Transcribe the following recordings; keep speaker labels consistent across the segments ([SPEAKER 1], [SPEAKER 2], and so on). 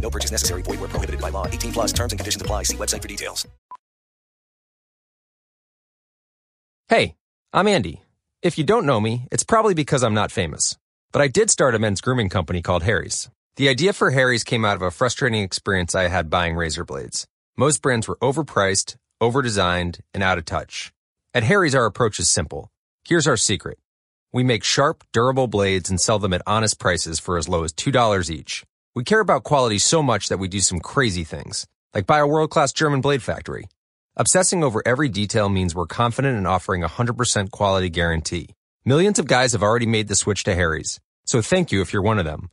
[SPEAKER 1] No purchase necessary. Void where prohibited by law. 18 plus terms and conditions apply. See website for details.
[SPEAKER 2] Hey, I'm Andy. If you don't know me, it's probably because I'm not famous. But I did start a men's grooming company called Harry's. The idea for Harry's came out of a frustrating experience I had buying razor blades. Most brands were overpriced, overdesigned, and out of touch. At Harry's, our approach is simple. Here's our secret. We make sharp, durable blades and sell them at honest prices for as low as $2 each. We care about quality so much that we do some crazy things, like buy a world-class German blade factory. Obsessing over every detail means we're confident in offering a 100% quality guarantee. Millions of guys have already made the switch to Harry's, so thank you if you're one of them.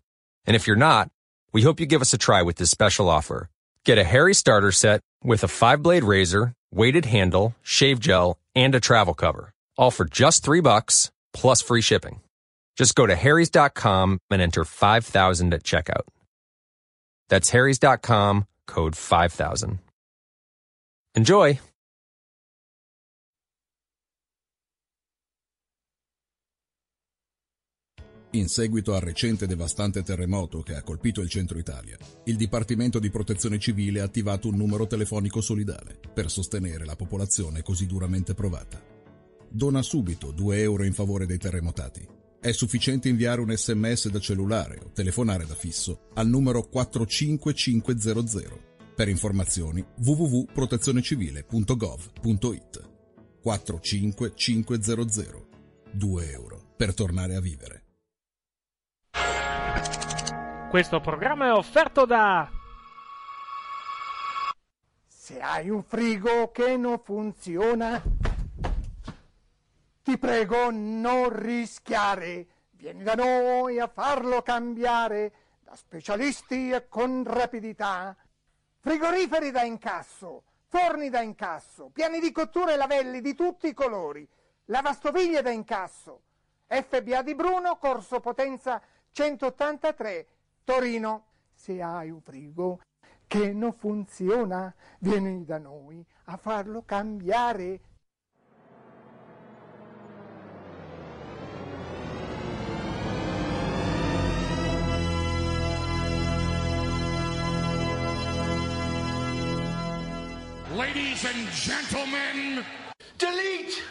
[SPEAKER 2] And if you're not, we hope you give us a try with this special offer. Get a Harry starter set with a five blade razor, weighted handle, shave gel, and a travel cover. All for just three bucks plus free shipping. Just go to harrys.com and enter 5000 at checkout. That's harrys.com code 5000. Enjoy.
[SPEAKER 3] In seguito al recente devastante terremoto che ha colpito il centro Italia, il Dipartimento di Protezione Civile ha attivato un numero telefonico solidale per sostenere la popolazione così duramente provata. Dona subito 2 euro in favore dei terremotati. È sufficiente inviare un sms da cellulare o telefonare da fisso al numero 45500. Per informazioni www.protezionecivile.gov.it 45500. 2 euro per tornare a vivere.
[SPEAKER 4] Questo programma è offerto da
[SPEAKER 5] Se hai un frigo che non funziona, ti prego non rischiare. Vieni da noi a farlo cambiare da specialisti e con rapidità. Frigoriferi da incasso, forni da incasso, piani di cottura e lavelli di tutti i colori, lavastoviglie da incasso. FBA di Bruno, Corso Potenza 183, Torino. Se hai un frigo che non funziona, vieni da noi a farlo cambiare.
[SPEAKER 6] Ladies and gentlemen, delete,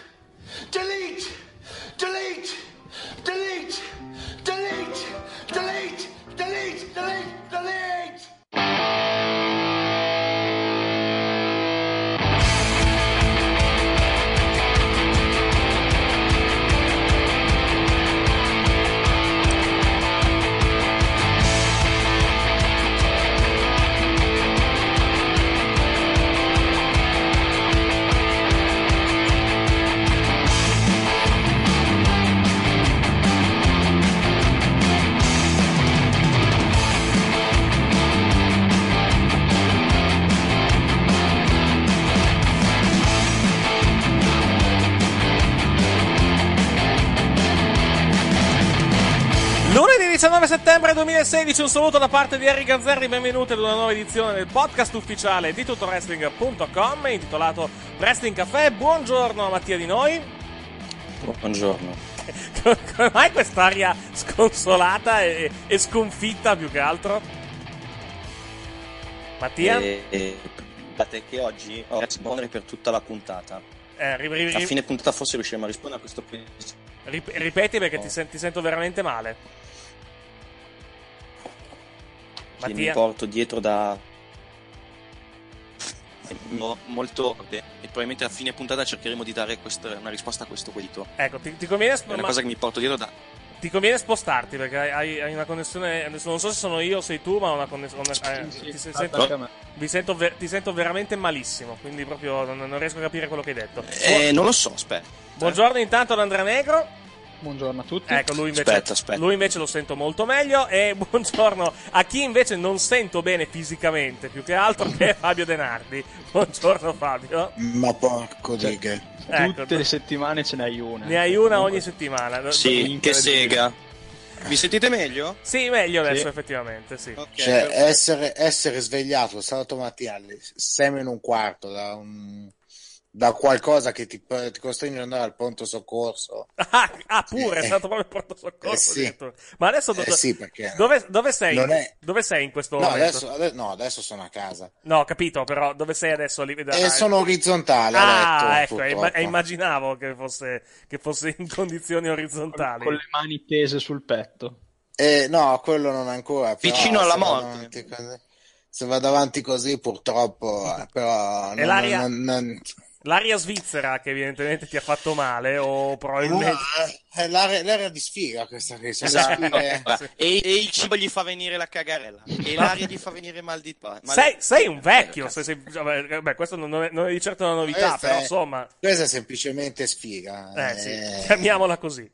[SPEAKER 6] delete, delete, delete, delete, delete, delete, delete, delete.
[SPEAKER 7] Lunedì 19 settembre 2016, un saluto da parte di Eric Gazzerri, benvenuti ad una nuova edizione del podcast ufficiale di tutowrestling.com intitolato Wrestling Café. Buongiorno a Mattia di noi.
[SPEAKER 8] Buongiorno.
[SPEAKER 7] Come mai quest'aria sconsolata e, e sconfitta più che altro? Mattia?
[SPEAKER 8] E, e, guardate che oggi ho da rispondere per tutta la puntata.
[SPEAKER 7] Eh, ri- ri-
[SPEAKER 8] A fine puntata forse riusciremo a rispondere a questo quesito. Oh.
[SPEAKER 7] rip- ripeti perché ti, sen- ti sento veramente male.
[SPEAKER 8] che mi
[SPEAKER 7] Mattia?
[SPEAKER 8] porto dietro da mo- molto forte e probabilmente a fine puntata cercheremo di dare questa- una risposta a questo quesito.
[SPEAKER 7] Ecco, ti, ti conviene
[SPEAKER 8] È una
[SPEAKER 7] ma-
[SPEAKER 8] cosa che mi porto dietro da...
[SPEAKER 7] Ti conviene spostarti perché hai- hai, hai una connessione. Adesso non so se sono io o sei tu, ma ho una connessione. eh, ti, se- sento-
[SPEAKER 8] attacca a me.
[SPEAKER 7] vi sento ver- ti sento veramente malissimo. Quindi proprio non, non riesco a capire quello che hai detto.
[SPEAKER 8] Eh, non lo so, aspetta.
[SPEAKER 7] Buongiorno intanto ad Andrea Negro.
[SPEAKER 9] Buongiorno a tutti.
[SPEAKER 7] Ecco, lui invece,
[SPEAKER 8] Aspetta, aspetta.
[SPEAKER 7] lui invece lo sento molto meglio. E buongiorno a chi invece non sento bene fisicamente, più che altro che è Fabio Denardi. Buongiorno Fabio.
[SPEAKER 9] Ma porco di che.
[SPEAKER 7] Ecco.
[SPEAKER 9] Tutte le settimane ce n'hai una.
[SPEAKER 7] Ne hai una ogni settimana.
[SPEAKER 8] Sì, che sega. Mi sentite meglio?
[SPEAKER 7] Sì, meglio adesso
[SPEAKER 9] Sì.
[SPEAKER 7] effettivamente, sì.
[SPEAKER 10] Cioè, essere, essere svegliato sabato mattina alle 6 meno un quarto da, un- da qualcosa che ti, ti costringe ad andare al pronto soccorso.
[SPEAKER 7] Ah, ah, pure, è stato proprio il pronto soccorso.
[SPEAKER 10] Eh, sì.
[SPEAKER 7] addirittura. Ma adesso do-
[SPEAKER 10] Eh, sì, perché-
[SPEAKER 7] dove, dove sei?
[SPEAKER 10] Non è-
[SPEAKER 7] Dove sei in questo
[SPEAKER 10] No
[SPEAKER 7] momento?
[SPEAKER 10] adesso, ade- no, adesso sono a casa.
[SPEAKER 7] No, ho capito, però dove sei adesso? Lì- da-
[SPEAKER 10] E sono orizzontale a
[SPEAKER 7] Ah,
[SPEAKER 10] letto,
[SPEAKER 7] ecco, e
[SPEAKER 10] purtroppo.
[SPEAKER 7] imma- e immaginavo che fosse, che fosse in condizioni orizzontali.
[SPEAKER 9] Con le mani tese sul petto.
[SPEAKER 10] Eh, no, quello non ancora. però
[SPEAKER 9] Vicino alla
[SPEAKER 10] se vado
[SPEAKER 9] morte.
[SPEAKER 10] avanti così- se vado avanti così, purtroppo, eh, però...
[SPEAKER 7] E l'aria- L'aria svizzera che evidentemente ti ha fatto male o probabilmente...
[SPEAKER 8] Eh.
[SPEAKER 10] è l'area, l'area di sfiga questa che si sfiga-
[SPEAKER 8] e, e il cibo gli fa venire la cagarella. E l'aria gli fa venire mal di pa- mal-
[SPEAKER 7] Sei, sei
[SPEAKER 10] Eh,
[SPEAKER 7] un vecchio, se sei- vabbè, beh, questo non non è, non è di certo una novità,
[SPEAKER 10] Questa
[SPEAKER 7] però
[SPEAKER 10] è-
[SPEAKER 7] insomma,
[SPEAKER 10] Questa è semplicemente sfiga.
[SPEAKER 7] eh, sì,
[SPEAKER 10] Eh,
[SPEAKER 7] chiamiamola così.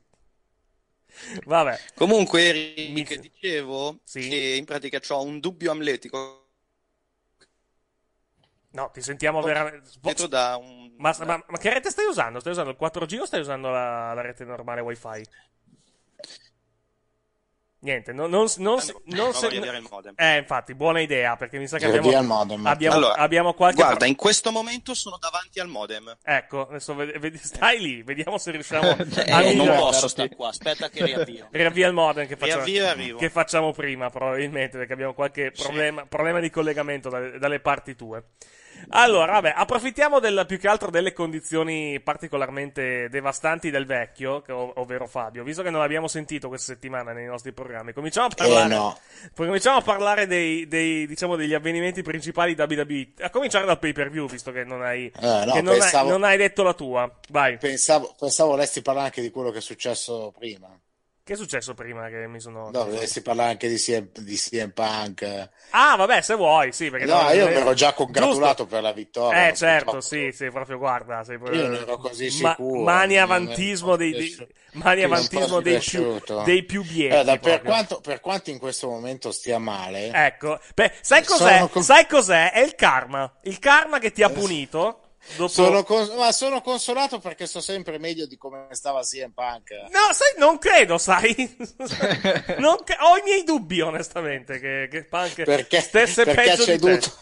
[SPEAKER 7] Vabbè.
[SPEAKER 8] Comunque, Eric, dicevo che in pratica ho un dubbio amletico
[SPEAKER 7] No, ti sentiamo veramente.
[SPEAKER 8] dietro da un...
[SPEAKER 7] Ma, ma- ma che rete stai usando? Stai usando il 4G o stai usando la, la rete normale wifi? Niente, non, non, non, non
[SPEAKER 8] no,
[SPEAKER 7] se-
[SPEAKER 8] voglio dire il modem.
[SPEAKER 7] Eh, infatti, buona idea, perché mi sa che
[SPEAKER 10] Voglio
[SPEAKER 7] abbiamo,
[SPEAKER 10] dire il modem.
[SPEAKER 7] abbiamo,
[SPEAKER 8] Allora,
[SPEAKER 7] abbiamo qualche...
[SPEAKER 8] Guarda, in questo momento sono davanti al modem.
[SPEAKER 7] Ecco, adesso ved- ved- stai lì, vediamo se riusciamo a
[SPEAKER 8] Eh, non
[SPEAKER 7] migliorare.
[SPEAKER 8] posso stare qua, aspetta che riavvio.
[SPEAKER 7] Riavvia il modem che facciamo,
[SPEAKER 8] Riavvio e arrivo.
[SPEAKER 7] che facciamo prima, probabilmente, perché abbiamo qualche problema, problema di collegamento dalle, dalle parti tue. Allora, vabbè, approfittiamo del, più che altro delle condizioni particolarmente devastanti del vecchio, che- ov- ovvero Fabio, visto che non l'abbiamo sentito questa settimana nei nostri programmi. Cominciamo a
[SPEAKER 8] Eh,
[SPEAKER 7] parlare,
[SPEAKER 10] no.
[SPEAKER 7] poi cominciamo a parlare dei, dei, diciamo, degli avvenimenti principali da WWE, a cominciare dal pay per view, visto che non hai,
[SPEAKER 10] Eh, no,
[SPEAKER 7] che non, hai-
[SPEAKER 10] pensavo-
[SPEAKER 7] non hai detto la tua. Vai.
[SPEAKER 10] Pensavo, pensavo volessi parlare anche di quello che è successo prima.
[SPEAKER 7] Che è successo prima che mi sono...
[SPEAKER 10] No, volessi parlare anche di CM, di CM Punk.
[SPEAKER 7] Ah, vabbè, se vuoi, sì, perché eh,
[SPEAKER 10] No, io mi ero già
[SPEAKER 7] Giusto.
[SPEAKER 10] congratulato per la vittoria.
[SPEAKER 7] Eh, certo, sì, sì, proprio guarda, sei proprio...
[SPEAKER 10] Io non ero così
[SPEAKER 7] Ma-
[SPEAKER 10] sicuro.
[SPEAKER 7] mani
[SPEAKER 10] Non
[SPEAKER 7] avantismo
[SPEAKER 10] ero
[SPEAKER 7] dei,
[SPEAKER 10] cresciuto.
[SPEAKER 7] dei- mani
[SPEAKER 10] Non
[SPEAKER 7] avantismo
[SPEAKER 10] sono
[SPEAKER 7] dei più,
[SPEAKER 10] cresciuto.
[SPEAKER 7] dei più
[SPEAKER 8] Eh,
[SPEAKER 7] bieti.
[SPEAKER 10] Guarda, per,
[SPEAKER 7] proprio.
[SPEAKER 10] quanto, per quanto in questo momento stia male,
[SPEAKER 7] Ecco, beh, sai cos'è?
[SPEAKER 10] Sono con- Eh
[SPEAKER 7] Sai cos'è? È il karma. Il karma che ti ha punito dopo...
[SPEAKER 10] sono, cons- ma sono consolato perché sto sempre meglio di come stava CM Punk.
[SPEAKER 7] No, sai, non credo, sai. Non cre- oh. Ho i miei dubbi, onestamente, che, che Punk
[SPEAKER 10] Perché,
[SPEAKER 7] stesse
[SPEAKER 10] perché ha
[SPEAKER 7] peggio di te.
[SPEAKER 10] ceduto,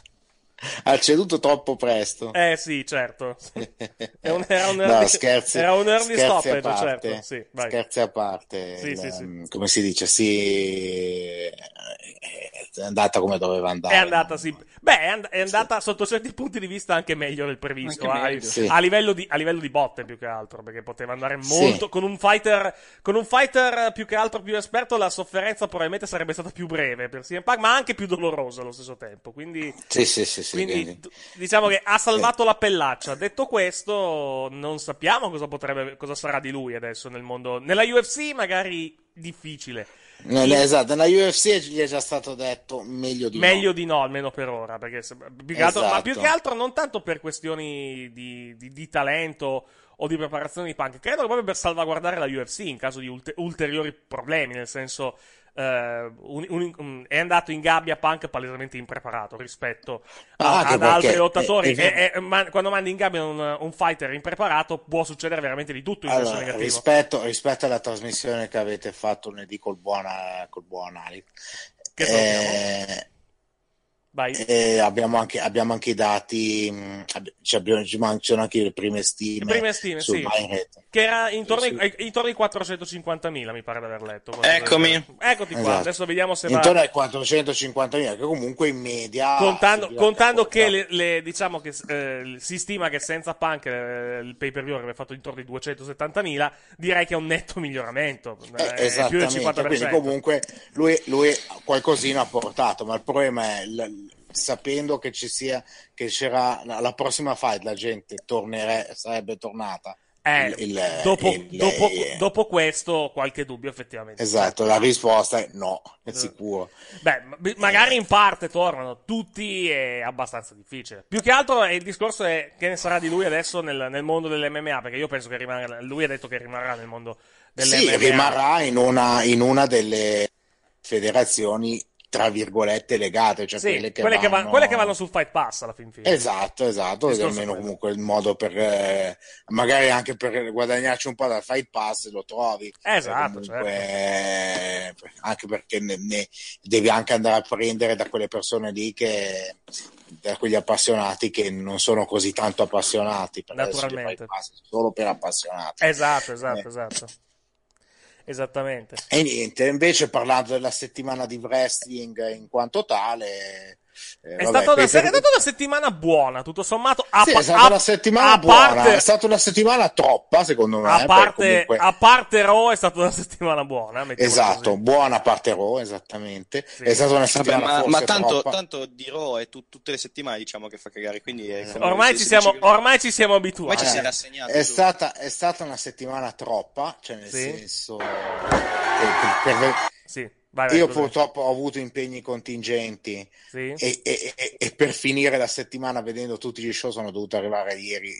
[SPEAKER 10] ha ceduto troppo presto.
[SPEAKER 7] Eh sì, certo. È un- era un
[SPEAKER 10] No,
[SPEAKER 7] early,
[SPEAKER 10] scherzi-
[SPEAKER 7] era un early
[SPEAKER 10] scherzi a
[SPEAKER 7] stoppage,
[SPEAKER 10] parte.
[SPEAKER 7] certo. Sì, vai.
[SPEAKER 10] Scherzi a parte,
[SPEAKER 7] Sì,
[SPEAKER 10] il,
[SPEAKER 7] sì, sì.
[SPEAKER 10] um, come si dice? Sì, è andata come doveva andare.
[SPEAKER 7] È andata, sì. Beh, è, and- è andata sotto certi punti di vista anche meglio del previsto.
[SPEAKER 10] Anche
[SPEAKER 7] a,
[SPEAKER 10] meglio. Sì.
[SPEAKER 7] a livello di, a livello di botte, più che altro, perché poteva andare
[SPEAKER 10] Sì.
[SPEAKER 7] molto. Con, un fighter, con un fighter eh, più che altro più esperto, la sofferenza probabilmente sarebbe stata più breve per CM Punk, ma anche più dolorosa allo stesso tempo. Quindi,
[SPEAKER 10] Sì, sì, sì, sì,
[SPEAKER 7] quindi
[SPEAKER 10] quindi-
[SPEAKER 7] d- diciamo che ha salvato la pellaccia. Detto questo, non sappiamo cosa, potrebbe, cosa sarà di lui adesso nel mondo. Nella UFC, magari difficile.
[SPEAKER 10] Non è esatto, nella UFC gli è già stato detto meglio di
[SPEAKER 7] Meglio
[SPEAKER 10] no.
[SPEAKER 7] di no, almeno per ora. Perché se- più che altro- ma
[SPEAKER 10] Esatto.
[SPEAKER 7] più che altro non tanto per questioni di, di- di talento o di preparazione di punk. Credo che proprio per salvaguardare la UFC in caso di ulte- ulteriori problemi. Nel senso, eh, un- un- un- è andato in gabbia punk palesemente impreparato rispetto a-
[SPEAKER 10] Ah, anche
[SPEAKER 7] ad altri
[SPEAKER 10] perché-
[SPEAKER 7] lottatori.
[SPEAKER 10] eh, eh,
[SPEAKER 7] E- e- ma- quando mandi in gabbia un, un fighter impreparato, può succedere veramente di tutto in senso
[SPEAKER 10] Allora,
[SPEAKER 7] negativo.
[SPEAKER 10] rispetto, rispetto alla trasmissione che avete fatto lunedì col buon, col buon Ali,
[SPEAKER 7] Che
[SPEAKER 10] eh, eh, abbiamo, anche, abbiamo anche i dati, mh, abbi- ci, abbiamo, ci mancano anche le prime stime,
[SPEAKER 7] Le prime stime,
[SPEAKER 10] sul
[SPEAKER 7] sì.
[SPEAKER 10] buy rate.
[SPEAKER 7] Che era intorno, ai, intorno ai 450.000, mi pare di aver letto.
[SPEAKER 10] Eccomi.
[SPEAKER 7] Eccoti qua.
[SPEAKER 10] Esatto.
[SPEAKER 7] Adesso vediamo se va.
[SPEAKER 10] Intorno ai 450.000, che comunque in media...
[SPEAKER 7] Contando,
[SPEAKER 10] si-
[SPEAKER 7] contando che le- le- diciamo che eh, si stima che senza Punk eh, il pay per view avrebbe fatto intorno ai 270.000, direi che è un netto miglioramento.
[SPEAKER 10] Eh,
[SPEAKER 7] Eh, è più del
[SPEAKER 10] esattamente, quindi
[SPEAKER 7] 50%.
[SPEAKER 10] comunque lui, lui qualcosina ha portato, ma il problema è l- sapendo che ci sia, che c'era la la prossima fight, la gente tornere- sarebbe tornata.
[SPEAKER 7] Eh,
[SPEAKER 10] Il- il-
[SPEAKER 7] dopo,
[SPEAKER 10] il-
[SPEAKER 7] dopo-
[SPEAKER 10] eh.
[SPEAKER 7] dopo questo, qualche dubbio effettivamente.
[SPEAKER 10] Esatto,
[SPEAKER 7] Ah.
[SPEAKER 10] la risposta è no, è
[SPEAKER 7] Eh.
[SPEAKER 10] sicuro.
[SPEAKER 7] Beh, ma- magari in parte tornano, tutti è abbastanza difficile. Più che altro eh, il discorso è che ne sarà di lui adesso nel, nel mondo dell'MMA, perché io penso che rimarrà, lui ha detto che rimarrà nel mondo dell'MMA.
[SPEAKER 10] Sì, rimarrà in una, in una delle federazioni, tra virgolette, legate, cioè
[SPEAKER 7] Sì,
[SPEAKER 10] quelle che
[SPEAKER 7] quelle, che
[SPEAKER 10] vanno...
[SPEAKER 7] vanno, quelle che vanno sul Fight Pass alla fin fine.
[SPEAKER 10] Esatto, esatto,
[SPEAKER 7] Discorso
[SPEAKER 10] almeno
[SPEAKER 7] quello.
[SPEAKER 10] comunque il modo per eh, magari anche per guadagnarci un po' dal fight pass lo trovi.
[SPEAKER 7] Esatto,
[SPEAKER 10] Eh, comunque, eh, anche perché ne, ne devi anche andare a prendere da quelle persone lì che da quegli appassionati che non sono così tanto appassionati, perché adesso c'è il
[SPEAKER 7] Naturalmente.
[SPEAKER 10] Fight Pass solo per appassionati.
[SPEAKER 7] Esatto, esatto,
[SPEAKER 10] Eh.
[SPEAKER 7] esatto. Esattamente.
[SPEAKER 10] E niente, invece parlando della settimana di wrestling in quanto tale, eh,
[SPEAKER 7] È,
[SPEAKER 10] vabbè,
[SPEAKER 7] stata una,
[SPEAKER 10] Peter-
[SPEAKER 7] se- è stata una settimana buona, tutto sommato. A,
[SPEAKER 10] Sì,
[SPEAKER 7] pa-
[SPEAKER 10] è stata
[SPEAKER 7] a-
[SPEAKER 10] una settimana
[SPEAKER 7] a
[SPEAKER 10] buona,
[SPEAKER 7] parte-
[SPEAKER 10] è stata una settimana troppa secondo me.
[SPEAKER 7] a
[SPEAKER 10] per
[SPEAKER 7] parte,
[SPEAKER 10] comunque-
[SPEAKER 7] a parte Raw è stata una settimana buona. mettiamola
[SPEAKER 10] Esatto,
[SPEAKER 7] così.
[SPEAKER 10] buona parte Raw, esattamente.
[SPEAKER 7] Sì.
[SPEAKER 10] È stata una
[SPEAKER 8] Vabbè,
[SPEAKER 10] settimana
[SPEAKER 8] ma, ma
[SPEAKER 10] forse
[SPEAKER 8] tanto,
[SPEAKER 10] troppa.
[SPEAKER 8] tanto di Raw è tu- tutte le settimane diciamo che fa cagare, quindi è come
[SPEAKER 7] Ormai
[SPEAKER 8] se-
[SPEAKER 7] ci,
[SPEAKER 8] se
[SPEAKER 7] siamo,
[SPEAKER 8] dici che-
[SPEAKER 7] ormai ci siamo abituati.
[SPEAKER 8] Ormai ci si è
[SPEAKER 10] Eh,
[SPEAKER 8] rassegnato.
[SPEAKER 10] è,
[SPEAKER 8] tu.
[SPEAKER 10] stata, è stata una settimana troppa, cioè nel
[SPEAKER 7] Sì.
[SPEAKER 10] senso... che- che- per-
[SPEAKER 7] Sì, vai, vai,
[SPEAKER 10] Io
[SPEAKER 7] scusa.
[SPEAKER 10] purtroppo ho avuto impegni contingenti
[SPEAKER 7] Sì.
[SPEAKER 8] eh,
[SPEAKER 10] e, e- e- e per finire la settimana vedendo tutti gli show sono dovuto arrivare ieri.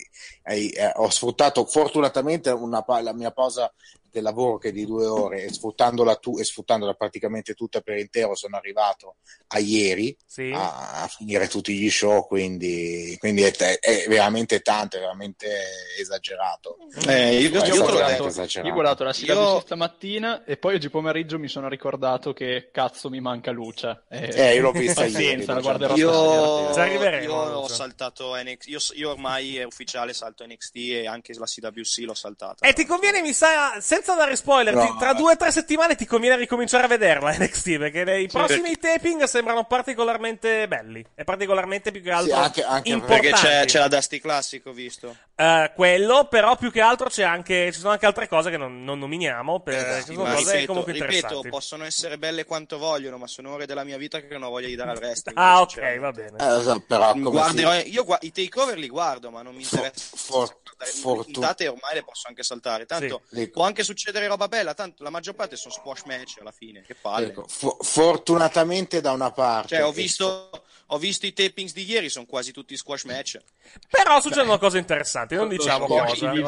[SPEAKER 10] ai- eh, ho sfruttato fortunatamente una pa- la mia pausa del lavoro che è di due ore e sfruttandola, tu- e sfruttandola praticamente tutta per intero sono arrivato a ieri
[SPEAKER 7] Sì.
[SPEAKER 10] a, a finire tutti gli show, quindi, quindi è, te- è veramente tanto, è veramente esagerato.
[SPEAKER 8] Eh, io-
[SPEAKER 10] È
[SPEAKER 8] io
[SPEAKER 9] Io ho
[SPEAKER 10] stato
[SPEAKER 8] guardato-
[SPEAKER 10] veramente
[SPEAKER 9] guardato,
[SPEAKER 10] esagerato.
[SPEAKER 9] io ho guardato la sigla
[SPEAKER 8] Io-
[SPEAKER 9] di stamattina e poi oggi pomeriggio mi sono ricordato che cazzo mi manca Lucia. Eh,
[SPEAKER 10] Eh, io l'ho vista ieri,
[SPEAKER 9] Pazienza,
[SPEAKER 10] Lucia.
[SPEAKER 9] la guarderò
[SPEAKER 8] Io,
[SPEAKER 7] Ci arriveremo, cioè.
[SPEAKER 8] io ho
[SPEAKER 7] Lucio.
[SPEAKER 8] saltato NXT, io, io ormai è ufficiale salto NXT e anche la CWC l'ho saltata.
[SPEAKER 7] E ti conviene, mi sa, senza dare spoiler,
[SPEAKER 8] No,
[SPEAKER 7] ti- tra
[SPEAKER 8] vabbè.
[SPEAKER 7] due o tre settimane ti conviene ricominciare a vederla NXT, perché nei prossimi taping sembrano particolarmente belli. E particolarmente più che
[SPEAKER 10] Sì,
[SPEAKER 7] altro
[SPEAKER 10] anche- anche
[SPEAKER 7] importanti.
[SPEAKER 8] Perché c'è, c'è la Dusty Classic, ho visto.
[SPEAKER 7] Ah, Eh, quello, però, più che altro c'è anche, ci sono anche altre cose che non, non nominiamo. Per, ci sono
[SPEAKER 8] Eh, Ma
[SPEAKER 7] cose
[SPEAKER 8] ripeto,
[SPEAKER 7] comunque
[SPEAKER 8] ripeto,
[SPEAKER 7] interessanti.
[SPEAKER 8] possono essere belle quanto vogliono, ma sono ore della mia vita che non ho voglia di dare al resto.
[SPEAKER 7] ah, ok, va bene.
[SPEAKER 10] Eh, so, però come
[SPEAKER 8] Guarderò,
[SPEAKER 10] si-
[SPEAKER 8] io gua- i takeover li guardo, ma non mi interessa.
[SPEAKER 10] for-
[SPEAKER 8] guardare le
[SPEAKER 10] fortu-
[SPEAKER 8] puntate ormai le posso anche saltare. Tanto
[SPEAKER 10] Sì.
[SPEAKER 8] può anche succedere roba bella, tanto la maggior parte sono squash match alla fine. Che palle.
[SPEAKER 10] Ecco, fo- fortunatamente da una parte.
[SPEAKER 8] Cioè, ho visto, ho visto i tapings di ieri, sono quasi tutti squash match.
[SPEAKER 7] Però succedono cose interessanti, non
[SPEAKER 8] Lo
[SPEAKER 7] diciamo
[SPEAKER 8] sport
[SPEAKER 7] cosa.
[SPEAKER 8] di-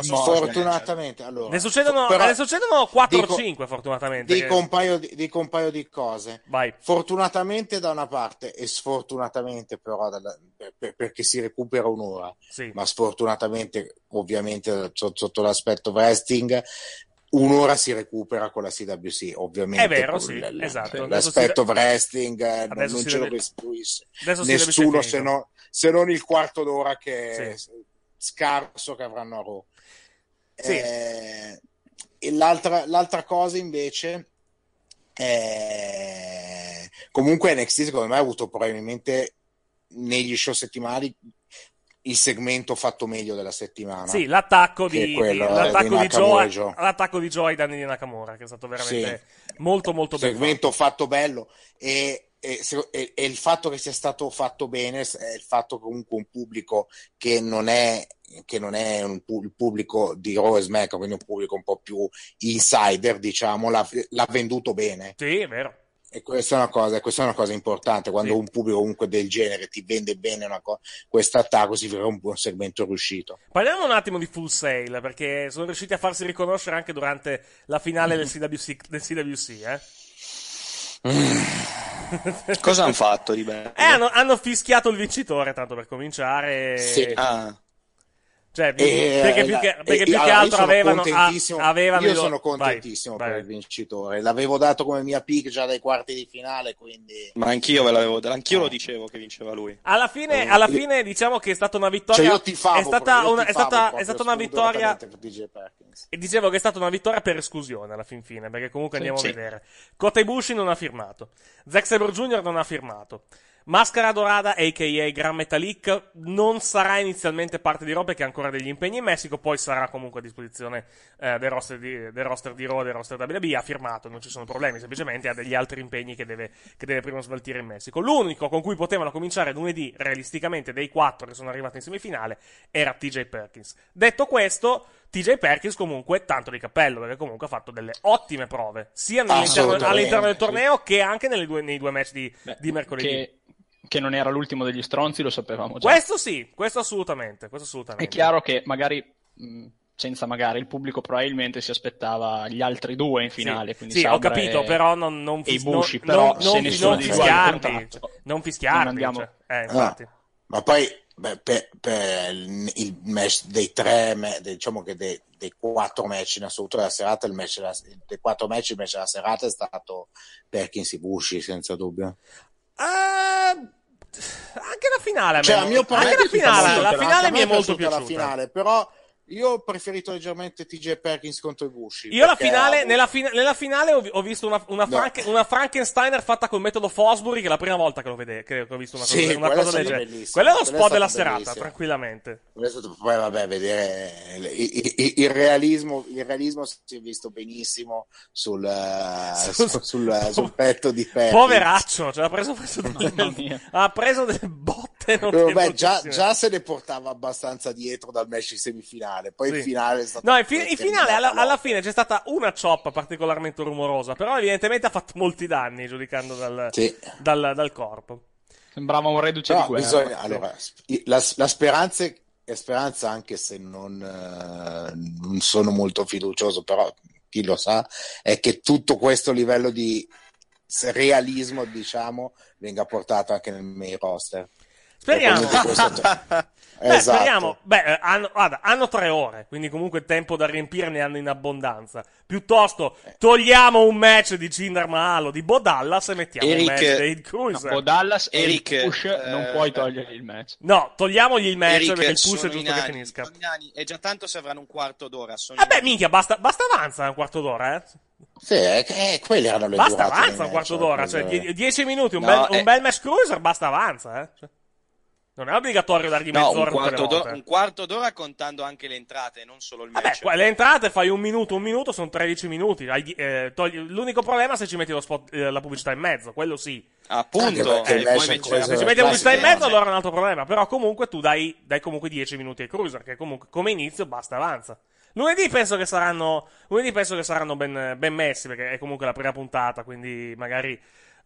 [SPEAKER 10] Fortunatamente, allora,
[SPEAKER 7] Ne succedono,
[SPEAKER 10] però
[SPEAKER 7] ne succedono 4
[SPEAKER 10] dico-
[SPEAKER 7] o 5, fortunatamente. che-
[SPEAKER 8] eh.
[SPEAKER 10] dico, un paio di, dico un paio di cose.
[SPEAKER 7] Vai.
[SPEAKER 10] Fortunatamente da una parte e sfortunatamente però dalla- per- per- perché si recupera un'ora,
[SPEAKER 7] Sì.
[SPEAKER 10] ma sfortunatamente ovviamente so- sotto l'aspetto wrestling un'ora si recupera con la CWC, ovviamente.
[SPEAKER 7] È vero,
[SPEAKER 10] con
[SPEAKER 7] sì,
[SPEAKER 10] l- l-
[SPEAKER 7] esatto. Adesso
[SPEAKER 10] L'aspetto
[SPEAKER 7] si-
[SPEAKER 10] wrestling eh, non-
[SPEAKER 7] Adesso
[SPEAKER 10] non
[SPEAKER 7] si
[SPEAKER 10] ce lo
[SPEAKER 7] deve-
[SPEAKER 10] restituisce
[SPEAKER 7] Adesso si deve-
[SPEAKER 10] nessuno
[SPEAKER 7] si è
[SPEAKER 10] se,
[SPEAKER 7] finito.
[SPEAKER 10] no- se non il quarto d'ora che è
[SPEAKER 7] Sì.
[SPEAKER 10] scarso che avranno a Raw.
[SPEAKER 7] Sì.
[SPEAKER 10] Eh, e l'altra, l'altra cosa invece è... comunque NXT secondo me ha avuto probabilmente negli show settimanali il segmento fatto meglio della settimana.
[SPEAKER 7] Sì, l'attacco
[SPEAKER 10] Che è
[SPEAKER 7] di,
[SPEAKER 10] quello,
[SPEAKER 7] l'attacco
[SPEAKER 10] eh,
[SPEAKER 7] di
[SPEAKER 10] di Nakamura
[SPEAKER 7] Joe,
[SPEAKER 10] e Joe.
[SPEAKER 7] l'attacco di Joe ai danni di Nakamura, che è stato veramente
[SPEAKER 10] Sì.
[SPEAKER 7] molto, molto bello.
[SPEAKER 10] segmento fatto bello e, e se- e- e il fatto che sia stato fatto bene è il fatto che comunque un pubblico che non è che non è un pu- il pubblico di Raw e SmackDown quindi un pubblico un po' più insider diciamo l'ha, l'ha venduto bene
[SPEAKER 7] Sì, è vero.
[SPEAKER 10] e questa è una cosa, questa è una cosa importante quando
[SPEAKER 7] Sì.
[SPEAKER 10] un pubblico comunque del genere ti vende bene una cosa questo attacco si vede un buon segmento riuscito
[SPEAKER 7] Parliamo un attimo di Full Sail, perché sono riusciti a farsi riconoscere anche durante la finale
[SPEAKER 8] Mm-hmm.
[SPEAKER 7] del CWC, del CWC eh.
[SPEAKER 8] Mm. Cosa hanno fatto di bello?
[SPEAKER 7] Eh, hanno, hanno fischiato il vincitore, tanto per cominciare.
[SPEAKER 10] Sì.
[SPEAKER 8] Ah,
[SPEAKER 7] Cioè,
[SPEAKER 10] Eh,
[SPEAKER 7] perché più
[SPEAKER 10] la-
[SPEAKER 7] che, perché
[SPEAKER 10] eh,
[SPEAKER 7] più che
[SPEAKER 10] allora, io
[SPEAKER 7] altro
[SPEAKER 10] sono
[SPEAKER 7] avevano, ah,
[SPEAKER 10] contentissimo-
[SPEAKER 7] avevano
[SPEAKER 10] io
[SPEAKER 7] il-
[SPEAKER 10] sono
[SPEAKER 7] vai,
[SPEAKER 10] contentissimo
[SPEAKER 7] vai.
[SPEAKER 10] per il vincitore l'avevo dato come mia pick già dai quarti di finale quindi
[SPEAKER 7] Eh,
[SPEAKER 8] ma anch'io ve l'avevo, anch'io lo dicevo che vinceva lui.
[SPEAKER 7] Alla fine,
[SPEAKER 10] Eh,
[SPEAKER 7] alla
[SPEAKER 10] io-
[SPEAKER 7] fine diciamo che è stata una vittoria.
[SPEAKER 10] cioè io tifavo
[SPEAKER 7] è stata
[SPEAKER 10] proprio, io
[SPEAKER 7] una, è
[SPEAKER 10] tifavo
[SPEAKER 7] stata, è
[SPEAKER 10] proprio
[SPEAKER 7] stata una vittoria.
[SPEAKER 10] spudoratamente per DJ Perkins.
[SPEAKER 7] E dicevo che è stata una vittoria per esclusione alla fin fine, perché comunque
[SPEAKER 8] Sì,
[SPEAKER 7] andiamo
[SPEAKER 8] sì.
[SPEAKER 7] a vedere. Kota Ibushi non ha firmato. Zack Sabre Jr. non ha firmato. Mascara Dorada, a.k.a. Gran Metalik, non sarà inizialmente parte di Raw perché ha ancora degli impegni in Messico, poi sarà comunque a disposizione eh, del, roster di, del roster di Raw, del roster WWE, ha firmato, non ci sono problemi, semplicemente ha degli altri impegni che deve, che deve prima smaltire in Messico. L'unico con cui potevano cominciare lunedì, realisticamente, dei quattro che sono arrivati in semifinale, era TJ Perkins. Detto questo, TJ Perkins comunque tanto di cappello, perché comunque ha fatto delle ottime prove, sia all'interno, all'interno del torneo che anche due, nei due match di,
[SPEAKER 9] Beh,
[SPEAKER 7] di mercoledì.
[SPEAKER 9] Che, che non era l'ultimo degli stronzi, lo sapevamo già.
[SPEAKER 7] Questo sì, questo assolutamente, questo assolutamente.
[SPEAKER 9] È chiaro che magari, mh, senza magari, il pubblico probabilmente si aspettava gli altri due in finale.
[SPEAKER 7] Sì,
[SPEAKER 9] quindi
[SPEAKER 7] sì, ho
[SPEAKER 9] Sabre
[SPEAKER 7] capito,
[SPEAKER 9] e-
[SPEAKER 7] però non, non,
[SPEAKER 9] e i
[SPEAKER 7] fis-
[SPEAKER 9] Bushi,
[SPEAKER 7] non-
[SPEAKER 9] però
[SPEAKER 7] non-
[SPEAKER 9] se
[SPEAKER 7] non-
[SPEAKER 9] nessuno
[SPEAKER 7] non
[SPEAKER 9] di due ha il
[SPEAKER 7] fischiarti,
[SPEAKER 9] contratto,
[SPEAKER 7] cioè, non fischiarti,
[SPEAKER 9] non andiamo-
[SPEAKER 7] cioè, eh, infatti.
[SPEAKER 10] Ah, ma poi beh, per, per il il match dei tre, me- dei- diciamo che dei, dei quattro match in assoluto della serata, il match della, dei quattro match il match della serata è stato Perkins e Bushi, senza dubbio.
[SPEAKER 7] Eh, Anche la finale, a me-
[SPEAKER 10] Cioè, a mio parere,
[SPEAKER 7] anche la
[SPEAKER 10] ti fa
[SPEAKER 7] finale,
[SPEAKER 10] molto
[SPEAKER 7] la
[SPEAKER 10] piacere.
[SPEAKER 7] finale
[SPEAKER 10] A me
[SPEAKER 7] mi è molto
[SPEAKER 10] piaciuta
[SPEAKER 7] piaciuta.
[SPEAKER 10] La finale, però io ho preferito leggermente TJ Perkins contro i Bushi.
[SPEAKER 7] Io la
[SPEAKER 10] perché
[SPEAKER 7] finale,
[SPEAKER 10] avevo-
[SPEAKER 7] nella, fina- nella finale ho, vi- ho visto una, una,
[SPEAKER 10] No.
[SPEAKER 7] Frank- una Frankensteiner fatta col metodo Fosbury, che è la prima volta che, lo vede- che ho visto una cosa,
[SPEAKER 10] Sì, quella
[SPEAKER 7] una cosa
[SPEAKER 10] è
[SPEAKER 7] del
[SPEAKER 10] stata
[SPEAKER 7] genere.
[SPEAKER 10] bellissima.
[SPEAKER 7] Quello è lo
[SPEAKER 10] Quella è
[SPEAKER 7] spot della
[SPEAKER 10] stata
[SPEAKER 7] serata,
[SPEAKER 10] bellissima.
[SPEAKER 7] tranquillamente.
[SPEAKER 10] Questo dopo- Poi vabbè, vedere eh, il, il- il- il realismo, il realismo si è visto benissimo sul, eh,
[SPEAKER 7] Sul-
[SPEAKER 10] sul- sul- sul petto di Perkins.
[SPEAKER 7] Poveraccio, cioè, ha preso, preso delle- ha preso delle botte.
[SPEAKER 10] Eh, vabbè,
[SPEAKER 7] notevolissime.
[SPEAKER 10] già, già se ne portava abbastanza dietro dal match in semifinale, poi
[SPEAKER 7] Sì.
[SPEAKER 10] il finale è stato
[SPEAKER 7] No, in, fi- in finale alla, alla fine c'è stata una chop particolarmente rumorosa, però evidentemente ha fatto molti danni giudicando dal,
[SPEAKER 10] Sì.
[SPEAKER 7] dal- dal corpo.
[SPEAKER 9] Sembrava un reduce
[SPEAKER 10] Però
[SPEAKER 9] di guerra.
[SPEAKER 10] bisogna- allora, sp- la, la speranza è è speranza, anche se non, eh, non sono molto fiducioso, però chi lo sa, è che tutto questo livello di s- realismo, diciamo, venga portato anche nel main roster.
[SPEAKER 7] Speriamo.
[SPEAKER 10] Perché
[SPEAKER 7] Ah,
[SPEAKER 10] comunque questo-
[SPEAKER 7] Beh,
[SPEAKER 10] Esatto.
[SPEAKER 7] speriamo. Beh, eh, hanno, guarda, hanno tre ore, quindi comunque tempo da riempirne hanno in abbondanza. Piuttosto, togliamo un match di Jinder Mahal o di Bo Dallas e mettiamo un match dei Cruiser.
[SPEAKER 9] No, Bo Dallas, Eric,
[SPEAKER 8] Eric,
[SPEAKER 9] Bush,
[SPEAKER 8] eh,
[SPEAKER 9] non puoi togliergli il match.
[SPEAKER 7] No, togliamogli il match
[SPEAKER 8] Eric,
[SPEAKER 7] perché il push è
[SPEAKER 8] sono
[SPEAKER 7] giusto
[SPEAKER 8] i
[SPEAKER 7] che
[SPEAKER 8] nani,
[SPEAKER 7] finisca.
[SPEAKER 8] sono i nani, E già tanto se avranno un quarto d'ora. Sono i
[SPEAKER 7] Vabbè,
[SPEAKER 8] nani.
[SPEAKER 7] Eh minchia, basta, basta avanza un quarto d'ora, eh.
[SPEAKER 10] Sì, eh, eh, quelle erano le
[SPEAKER 7] Basta
[SPEAKER 10] durate dei
[SPEAKER 7] avanza un
[SPEAKER 10] match,
[SPEAKER 7] quarto
[SPEAKER 10] eh,
[SPEAKER 7] d'ora,
[SPEAKER 10] quelle-
[SPEAKER 7] cioè die- dieci minuti, un,
[SPEAKER 8] No,
[SPEAKER 7] bel, un
[SPEAKER 8] eh.
[SPEAKER 7] bel match cruiser, basta avanza, eh. Cioè, non è obbligatorio dargli
[SPEAKER 8] No,
[SPEAKER 7] mezz'ora
[SPEAKER 8] un
[SPEAKER 7] tutte le
[SPEAKER 8] quarto, d'ora,
[SPEAKER 7] volte.
[SPEAKER 8] un quarto d'ora contando anche le entrate, non solo il
[SPEAKER 7] Vabbè,
[SPEAKER 8] match.
[SPEAKER 7] qua- le entrate fai un minuto, un minuto, sono 13 minuti. Hai di- eh, togli- l'unico problema è se ci metti lo spot, eh, la pubblicità in mezzo, quello sì.
[SPEAKER 10] Anche
[SPEAKER 8] Appunto,
[SPEAKER 10] perché
[SPEAKER 8] eh,
[SPEAKER 10] lei
[SPEAKER 8] poi
[SPEAKER 10] si è
[SPEAKER 8] invece-
[SPEAKER 10] presa-
[SPEAKER 7] Se ci metti la pubblicità in
[SPEAKER 10] Classico.
[SPEAKER 7] mezzo, allora è un altro problema. Però comunque tu dai, dai comunque 10 minuti ai cruiser, che comunque come inizio basta avanza. Lunedì penso che saranno, lunedì penso che saranno ben, ben messi, perché è comunque la prima puntata, quindi magari...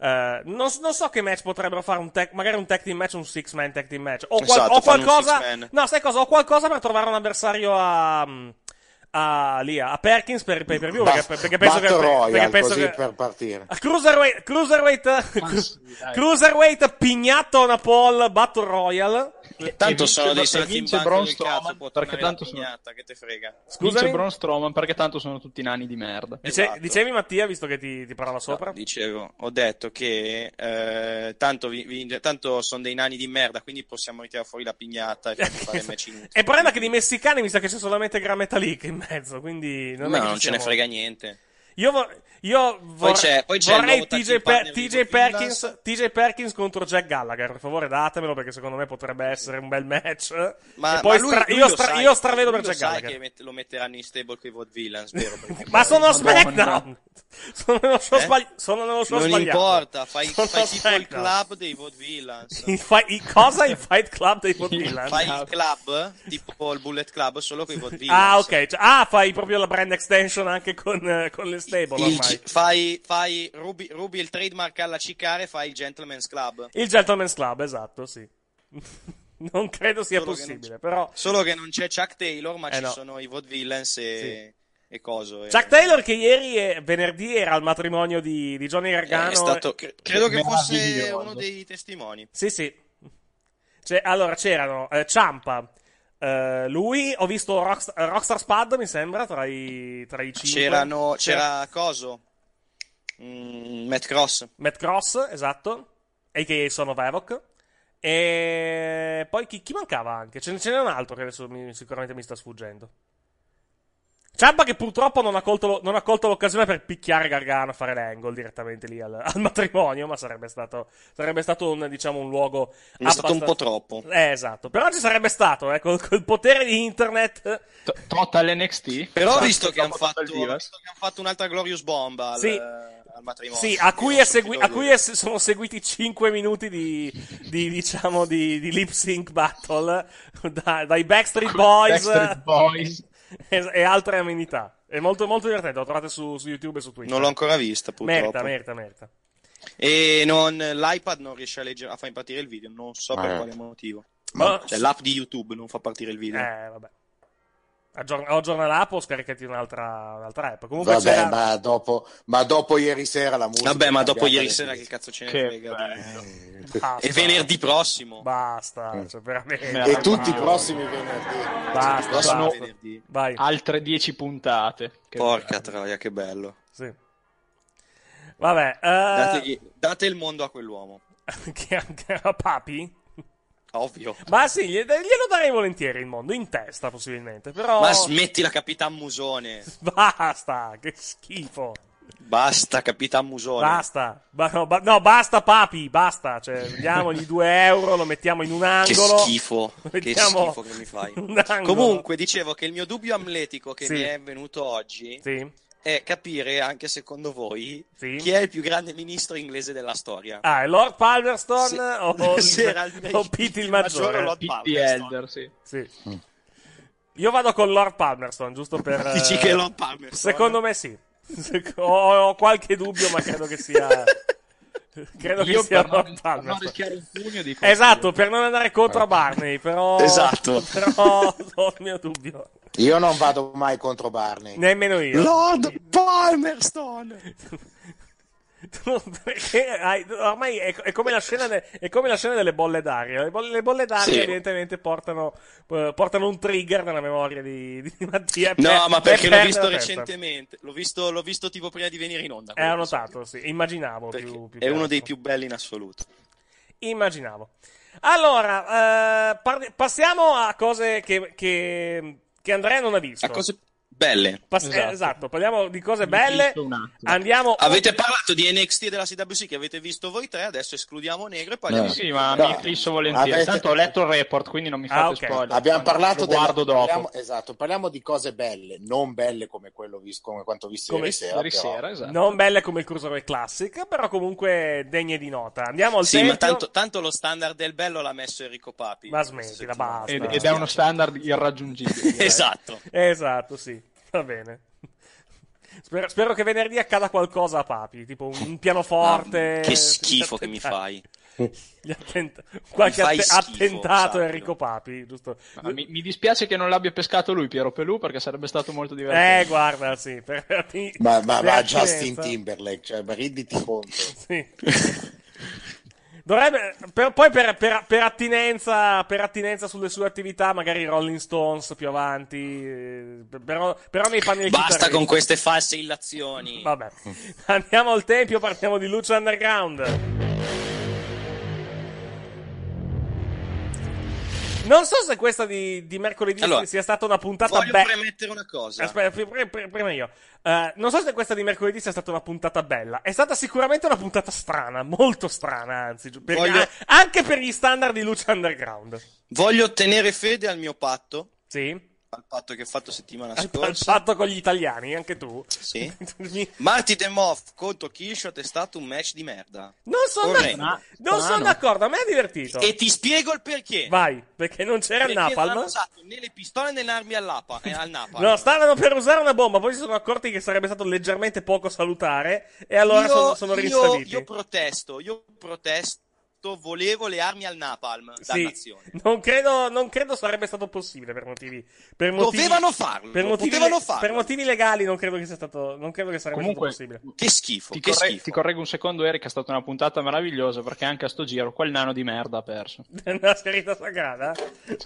[SPEAKER 7] eh, non, non so che match potrebbero fare un tag, magari un tag team match, un six man tag team match. O, qual-
[SPEAKER 8] Esatto,
[SPEAKER 7] o
[SPEAKER 8] fanno un
[SPEAKER 7] qualcosa,
[SPEAKER 8] six man.
[SPEAKER 7] no, sai cosa? Ho qualcosa per trovare un avversario a. a lì, a Perkins per il pay per view.
[SPEAKER 10] Ba-
[SPEAKER 7] Perché, perché penso che.
[SPEAKER 10] Battle Royale,
[SPEAKER 7] Perché penso
[SPEAKER 10] così
[SPEAKER 7] che.
[SPEAKER 10] per partire.
[SPEAKER 7] A Cruiserweight, Cruiserweight,
[SPEAKER 9] dai.
[SPEAKER 7] Cruiserweight pignato una pole Battle Royale.
[SPEAKER 8] Tanto
[SPEAKER 9] vince
[SPEAKER 8] sono
[SPEAKER 9] Bra-
[SPEAKER 8] dei
[SPEAKER 9] e vince
[SPEAKER 8] saltimbanchi
[SPEAKER 9] Braun
[SPEAKER 8] del cazzo,
[SPEAKER 9] Strowman,
[SPEAKER 8] può
[SPEAKER 9] perché
[SPEAKER 8] tornare la
[SPEAKER 9] tanto sono-
[SPEAKER 8] pignata, che te frega.
[SPEAKER 7] Scusami?
[SPEAKER 9] Vince Braun Strowman perché tanto sono tutti nani di merda.
[SPEAKER 7] Dice-
[SPEAKER 8] Esatto.
[SPEAKER 7] Dicevi Mattia, visto che ti, ti parlava sopra.
[SPEAKER 8] No, dicevo, ho detto che eh, tanto, vi- vi- tanto sono dei nani di merda, quindi possiamo ritirare fuori la pignata e fargli fare match in
[SPEAKER 7] E il problema è che di messicani mi sa che c'è solamente Gran Metalik in mezzo, quindi non
[SPEAKER 8] No,
[SPEAKER 7] è che ci
[SPEAKER 8] non ce
[SPEAKER 7] siamo.
[SPEAKER 8] ne frega niente.
[SPEAKER 7] Io, vo- io vor-
[SPEAKER 8] c'è- poi c'è il
[SPEAKER 7] vorrei
[SPEAKER 8] nuovo tag
[SPEAKER 7] TJ,
[SPEAKER 8] team
[SPEAKER 7] Per-
[SPEAKER 8] partner di
[SPEAKER 7] TJ
[SPEAKER 8] Bo Dallas.
[SPEAKER 7] Perkins, TJ Perkins contro Jack Gallagher. Per favore, datemelo perché secondo me potrebbe essere un bel match.
[SPEAKER 8] Ma,
[SPEAKER 7] e poi
[SPEAKER 8] ma lui-
[SPEAKER 7] stra-
[SPEAKER 8] lui
[SPEAKER 7] io,
[SPEAKER 8] lo
[SPEAKER 7] stra-
[SPEAKER 8] sai-
[SPEAKER 7] io
[SPEAKER 8] lui
[SPEAKER 7] stravedo per
[SPEAKER 8] lo
[SPEAKER 7] Jack
[SPEAKER 8] sai
[SPEAKER 7] Gallagher.
[SPEAKER 8] che met- lo metteranno in stable con i Vod Villains, vero? Perché poi-
[SPEAKER 7] Ma sono a
[SPEAKER 8] Madonna.
[SPEAKER 7] SmackDown! Sono nello show,
[SPEAKER 8] Eh?
[SPEAKER 7] sbagli- sono nello show
[SPEAKER 8] Non
[SPEAKER 7] sbagliato.
[SPEAKER 8] importa, fai,
[SPEAKER 7] Sono
[SPEAKER 8] fai
[SPEAKER 7] a
[SPEAKER 8] tipo il
[SPEAKER 7] SmackDown.
[SPEAKER 8] club dei Vod Villains.
[SPEAKER 7] Il fi- il- cosa? Il Fight Club dei Fort Villain?
[SPEAKER 8] Fai il club, tipo il Bullet Club, solo con i Vod Villains.
[SPEAKER 7] Ah, ok. Cioè, ah, fai proprio la brand extension anche con, eh, con le stable
[SPEAKER 8] Il
[SPEAKER 7] ormai.
[SPEAKER 8] G- fai, fai rubi, rubi il trademark alla Cicare, fai il Gentleman's Club.
[SPEAKER 7] Il Gentleman's Club, esatto, sì. non credo sia
[SPEAKER 8] Solo che non
[SPEAKER 7] possibile,
[SPEAKER 8] c'è-
[SPEAKER 7] però...
[SPEAKER 8] Solo che non c'è Chuck Taylor, ma
[SPEAKER 7] Eh,
[SPEAKER 8] ci
[SPEAKER 7] no.
[SPEAKER 8] sono i Vod Villains e, e coso. e-
[SPEAKER 7] Chuck Taylor che ieri, e venerdì, era al matrimonio di, di Johnny Gargano.
[SPEAKER 8] Eh, è stato- cre- credo che fosse
[SPEAKER 9] Meraviglioso.
[SPEAKER 8] uno dei testimoni.
[SPEAKER 7] Sì, sì. Cioè, allora c'erano eh, Ciampa. eh, lui, ho visto Rockst- eh, Rockstar Spud, mi sembra, tra i, tra i cinque.
[SPEAKER 8] C'erano,
[SPEAKER 7] C'era
[SPEAKER 8] c'era coso. Mm, Matt Cross.
[SPEAKER 7] Matt Cross, esatto, a.k.a. Son of Havoc. E poi chi, chi mancava anche? Ce, ce n'è un altro che adesso mi- sicuramente mi sta sfuggendo. Ciampa che purtroppo non ha, colto lo- non ha colto l'occasione per picchiare Gargano, fare l'angle direttamente lì al, al matrimonio, ma sarebbe stato, sarebbe stato un, diciamo, un luogo...
[SPEAKER 8] È stato
[SPEAKER 7] abbastanza-
[SPEAKER 8] un po' troppo.
[SPEAKER 7] Eh, esatto. Però ci sarebbe stato, eh, col, col potere di internet...
[SPEAKER 9] Total NXT.
[SPEAKER 8] Però ho
[SPEAKER 9] Esatto,
[SPEAKER 8] visto che hanno
[SPEAKER 9] dopo
[SPEAKER 8] fatto,
[SPEAKER 9] Total
[SPEAKER 10] eh.
[SPEAKER 9] Divas.
[SPEAKER 8] visto che han fatto un'altra Glorious Bomb al, eh,
[SPEAKER 7] Sì.
[SPEAKER 8] al matrimonio.
[SPEAKER 7] Sì, a cui, è segui- a cui
[SPEAKER 8] è
[SPEAKER 7] è- sono seguiti 5 minuti di, di, diciamo, di, di lip sync battle da- dai Backstreet Boys,
[SPEAKER 9] Backstreet Boys.
[SPEAKER 7] e, e altre amenità. È molto, molto divertente, lo trovate su, su YouTube e su Twitter.
[SPEAKER 8] Non l'ho ancora vista, purtroppo.
[SPEAKER 7] Merita, merita, merita.
[SPEAKER 8] E non- l'iPad non riesce a, leggere, a far partire il video, non so
[SPEAKER 7] Eh.
[SPEAKER 8] per quale motivo.
[SPEAKER 7] Ma-
[SPEAKER 8] Cioè, l'app di YouTube non fa partire il video.
[SPEAKER 7] Eh, vabbè. Aggiorn- o aggiorna l'app o scaricati un'altra, un'altra app. Comunque c'era-
[SPEAKER 10] Vabbè, ma Ah, dopo, ma dopo ieri sera la musica.
[SPEAKER 8] Vabbè, ma dopo
[SPEAKER 10] cambiata
[SPEAKER 8] ieri
[SPEAKER 10] le-
[SPEAKER 8] sera che cazzo ce ne
[SPEAKER 10] Che
[SPEAKER 8] frega? di-
[SPEAKER 7] Basta.
[SPEAKER 8] E venerdì prossimo.
[SPEAKER 7] Basta, cioè, veramente.
[SPEAKER 10] E
[SPEAKER 8] Ah,
[SPEAKER 10] tutti i prossimi venerdì.
[SPEAKER 7] Basta,
[SPEAKER 8] Prossimo
[SPEAKER 7] basta.
[SPEAKER 8] venerdì.
[SPEAKER 7] Vai.
[SPEAKER 9] Altre 10 puntate. Che
[SPEAKER 8] Porca troia, che bello.
[SPEAKER 7] Sì. Vabbè, eh,
[SPEAKER 8] Dategli- date il mondo a quell'uomo.
[SPEAKER 7] che anche a Papi?
[SPEAKER 8] Ovvio.
[SPEAKER 7] Ma sì, gli- glielo darei volentieri il mondo, in testa possibilmente, però...
[SPEAKER 8] Ma smettila, Capitan Musone.
[SPEAKER 7] Basta, che schifo.
[SPEAKER 8] Basta, Capitan Musone.
[SPEAKER 7] Basta, Ba- no, ba- no, basta papi, basta, cioè, diamogli 2 euro, lo mettiamo in un
[SPEAKER 8] Che
[SPEAKER 7] angolo.
[SPEAKER 8] schifo,
[SPEAKER 7] Lo
[SPEAKER 8] che
[SPEAKER 7] mettiamo
[SPEAKER 8] schifo che mi fai.
[SPEAKER 7] in un angolo.
[SPEAKER 8] Comunque, dicevo che il mio dubbio amletico che
[SPEAKER 7] Sì.
[SPEAKER 8] mi è venuto oggi
[SPEAKER 7] Sì.
[SPEAKER 8] è capire, anche secondo voi,
[SPEAKER 7] Sì.
[SPEAKER 8] chi è il più grande ministro inglese della storia.
[SPEAKER 7] Ah, è Lord Palmerston
[SPEAKER 8] Se-
[SPEAKER 7] o, o,
[SPEAKER 8] se era il-
[SPEAKER 7] o Pete il
[SPEAKER 8] il maggiore
[SPEAKER 7] maggiore?
[SPEAKER 8] Lord Pete Palmerston.
[SPEAKER 9] Elder, sì.
[SPEAKER 7] Sì. Mm. Io vado con Lord Palmerston, giusto per... eh,
[SPEAKER 8] Dici che è Lord Palmerston?
[SPEAKER 7] Secondo me sì. Sec- Ho, ho qualche dubbio, ma credo che sia... credo
[SPEAKER 9] Io
[SPEAKER 7] che sia
[SPEAKER 9] per non-
[SPEAKER 7] Lord
[SPEAKER 9] per non
[SPEAKER 7] Palmerston.
[SPEAKER 9] rischiare il pugno dico Eh.
[SPEAKER 7] Esatto, per non andare contro a Barney, però...
[SPEAKER 10] Esatto.
[SPEAKER 7] Però ho il mio dubbio.
[SPEAKER 10] Io non vado mai contro Barney.
[SPEAKER 7] Nemmeno io.
[SPEAKER 10] Lord
[SPEAKER 8] Palmerston!
[SPEAKER 7] Tu- perché hai- ormai è, è come la scena de- è come la scena delle bolle d'aria. Le bolle, le bolle d'aria,
[SPEAKER 8] Sì.
[SPEAKER 7] evidentemente, portano, eh, portano un trigger nella memoria di, di Mattia.
[SPEAKER 8] No,
[SPEAKER 7] per-
[SPEAKER 8] ma
[SPEAKER 7] per
[SPEAKER 8] perché l'ho
[SPEAKER 7] perdere
[SPEAKER 8] visto
[SPEAKER 7] la testa.
[SPEAKER 8] recentemente. L'ho visto, l'ho visto tipo prima di venire in onda.
[SPEAKER 7] Eh, ho notato, sì. Immaginavo
[SPEAKER 8] Perché
[SPEAKER 7] più, più
[SPEAKER 8] è
[SPEAKER 7] che
[SPEAKER 8] uno
[SPEAKER 7] altro.
[SPEAKER 8] dei più belli in assoluto.
[SPEAKER 7] Immaginavo. Allora, eh, par- passiamo a cose che, che- che Andrea non ha visto.
[SPEAKER 8] A cose belle.
[SPEAKER 7] Pas- eh, esatto. parliamo di cose belle.
[SPEAKER 8] fisso un attimo.
[SPEAKER 7] Andiamo.
[SPEAKER 8] Avete parlato di NXT e della CWC che avete visto voi tre, adesso escludiamo Negro e parliamo
[SPEAKER 9] Sì,
[SPEAKER 8] di...
[SPEAKER 9] sì, ma
[SPEAKER 10] No.
[SPEAKER 9] mi fisso volentieri.
[SPEAKER 10] Avete-
[SPEAKER 9] Tanto ho letto il report, quindi non mi fate
[SPEAKER 7] Ah, ok.
[SPEAKER 9] spoiler.
[SPEAKER 10] Abbiamo parlato
[SPEAKER 9] Lo guardo
[SPEAKER 10] della-
[SPEAKER 9] dopo.
[SPEAKER 10] parliamo- esatto, parliamo di cose belle, non belle come quello visto, come quanto visto
[SPEAKER 7] Come
[SPEAKER 10] ieri sera.
[SPEAKER 9] ieri
[SPEAKER 10] però.
[SPEAKER 9] sera, esatto.
[SPEAKER 7] Non belle come il Cruiserweight Classic, però comunque degne di nota. Andiamo al
[SPEAKER 8] Sì, ma
[SPEAKER 7] tempio.
[SPEAKER 8] tanto, tanto lo standard del bello l'ha messo Enrico Papi.
[SPEAKER 7] Ma smettila,
[SPEAKER 8] Settimana.
[SPEAKER 7] basta.
[SPEAKER 9] Ed, ed è uno standard irraggiungibile. direi.
[SPEAKER 8] Esatto.
[SPEAKER 7] Esatto, sì. Va bene. Spero, spero che venerdì accada qualcosa a Papi, tipo un, un pianoforte.
[SPEAKER 8] Ah, Che schifo che mi fai.
[SPEAKER 7] Gli attenta- Qualche
[SPEAKER 8] fai
[SPEAKER 7] atte-
[SPEAKER 8] schifo,
[SPEAKER 7] attentato
[SPEAKER 8] sappilo.
[SPEAKER 7] Enrico Papi, giusto?
[SPEAKER 9] Ma Mi, mi dispiace che non l'abbia pescato lui, Piero Pelù, perché sarebbe stato molto
[SPEAKER 7] Eh,
[SPEAKER 9] divertente.
[SPEAKER 7] guarda, sì. per- per-
[SPEAKER 10] Ma, ma,
[SPEAKER 7] per
[SPEAKER 10] ma
[SPEAKER 7] accidenza.
[SPEAKER 10] Justin Timberlake, cioè, ma renditi conto.
[SPEAKER 7] Sì. Dovrebbe, per- poi per, per- per attinenza, per attinenza sulle sue attività, magari i Rolling Stones più avanti, eh, però, però nei panni del
[SPEAKER 8] Basta
[SPEAKER 7] chitarrista.
[SPEAKER 8] con queste false illazioni.
[SPEAKER 7] Vabbè, andiamo al tempio, parliamo di Lucha Underground. Non so se questa di, di mercoledì
[SPEAKER 8] Allora,
[SPEAKER 7] sia stata una puntata
[SPEAKER 8] Voglio
[SPEAKER 7] bella.
[SPEAKER 8] premettere una cosa.
[SPEAKER 7] Aspetta, pri- pri- pri- prima io. Eh, non so se questa di mercoledì sia stata una puntata bella. È stata sicuramente una puntata strana, molto strana, anzi, giu- per-
[SPEAKER 8] Voglio-
[SPEAKER 7] a- anche per gli standard di Lucha Underground.
[SPEAKER 8] Voglio tenere fede al mio patto,
[SPEAKER 7] Sì?
[SPEAKER 8] al patto che ho fatto settimana
[SPEAKER 7] Al, al
[SPEAKER 8] scorsa.
[SPEAKER 7] patto con gli italiani, anche tu.
[SPEAKER 8] Sì.
[SPEAKER 7] Mi-
[SPEAKER 8] Marty Demov contro Kishot è stato un match di merda.
[SPEAKER 7] non sono
[SPEAKER 8] Orrendo.
[SPEAKER 7] d'ac- non sono d'accordo, a me è divertito.
[SPEAKER 8] E ti spiego il perché.
[SPEAKER 7] Vai, perché non c'era
[SPEAKER 8] perché
[SPEAKER 7] il
[SPEAKER 8] non hanno
[SPEAKER 7] Napalm.
[SPEAKER 8] usato né le pistole né le armi all'apa, eh, al Napalm.
[SPEAKER 7] No, stavano per usare una bomba, poi si sono accorti che sarebbe stato leggermente poco salutare e
[SPEAKER 8] Io-
[SPEAKER 7] allora sono, sono
[SPEAKER 8] io-
[SPEAKER 7] rinsaviti.
[SPEAKER 8] Io protesto, io protesto, volevo le armi al napalm,
[SPEAKER 7] Sì,
[SPEAKER 8] dannazione.
[SPEAKER 7] non credo, non credo sarebbe stato possibile per motivi, per motivi
[SPEAKER 8] Dovevano farlo,
[SPEAKER 7] per motivi,
[SPEAKER 8] potevano farlo.
[SPEAKER 7] per motivi legali non credo che sia stato, non credo che sarebbe
[SPEAKER 9] Comunque,
[SPEAKER 7] stato possibile.
[SPEAKER 8] Che schifo,
[SPEAKER 9] Ti,
[SPEAKER 8] che
[SPEAKER 9] corre-
[SPEAKER 8] schifo.
[SPEAKER 9] ti correggo un secondo, Eric, è stata una puntata meravigliosa perché anche a sto giro quel nano di merda ha perso.
[SPEAKER 7] Una serita sagrada?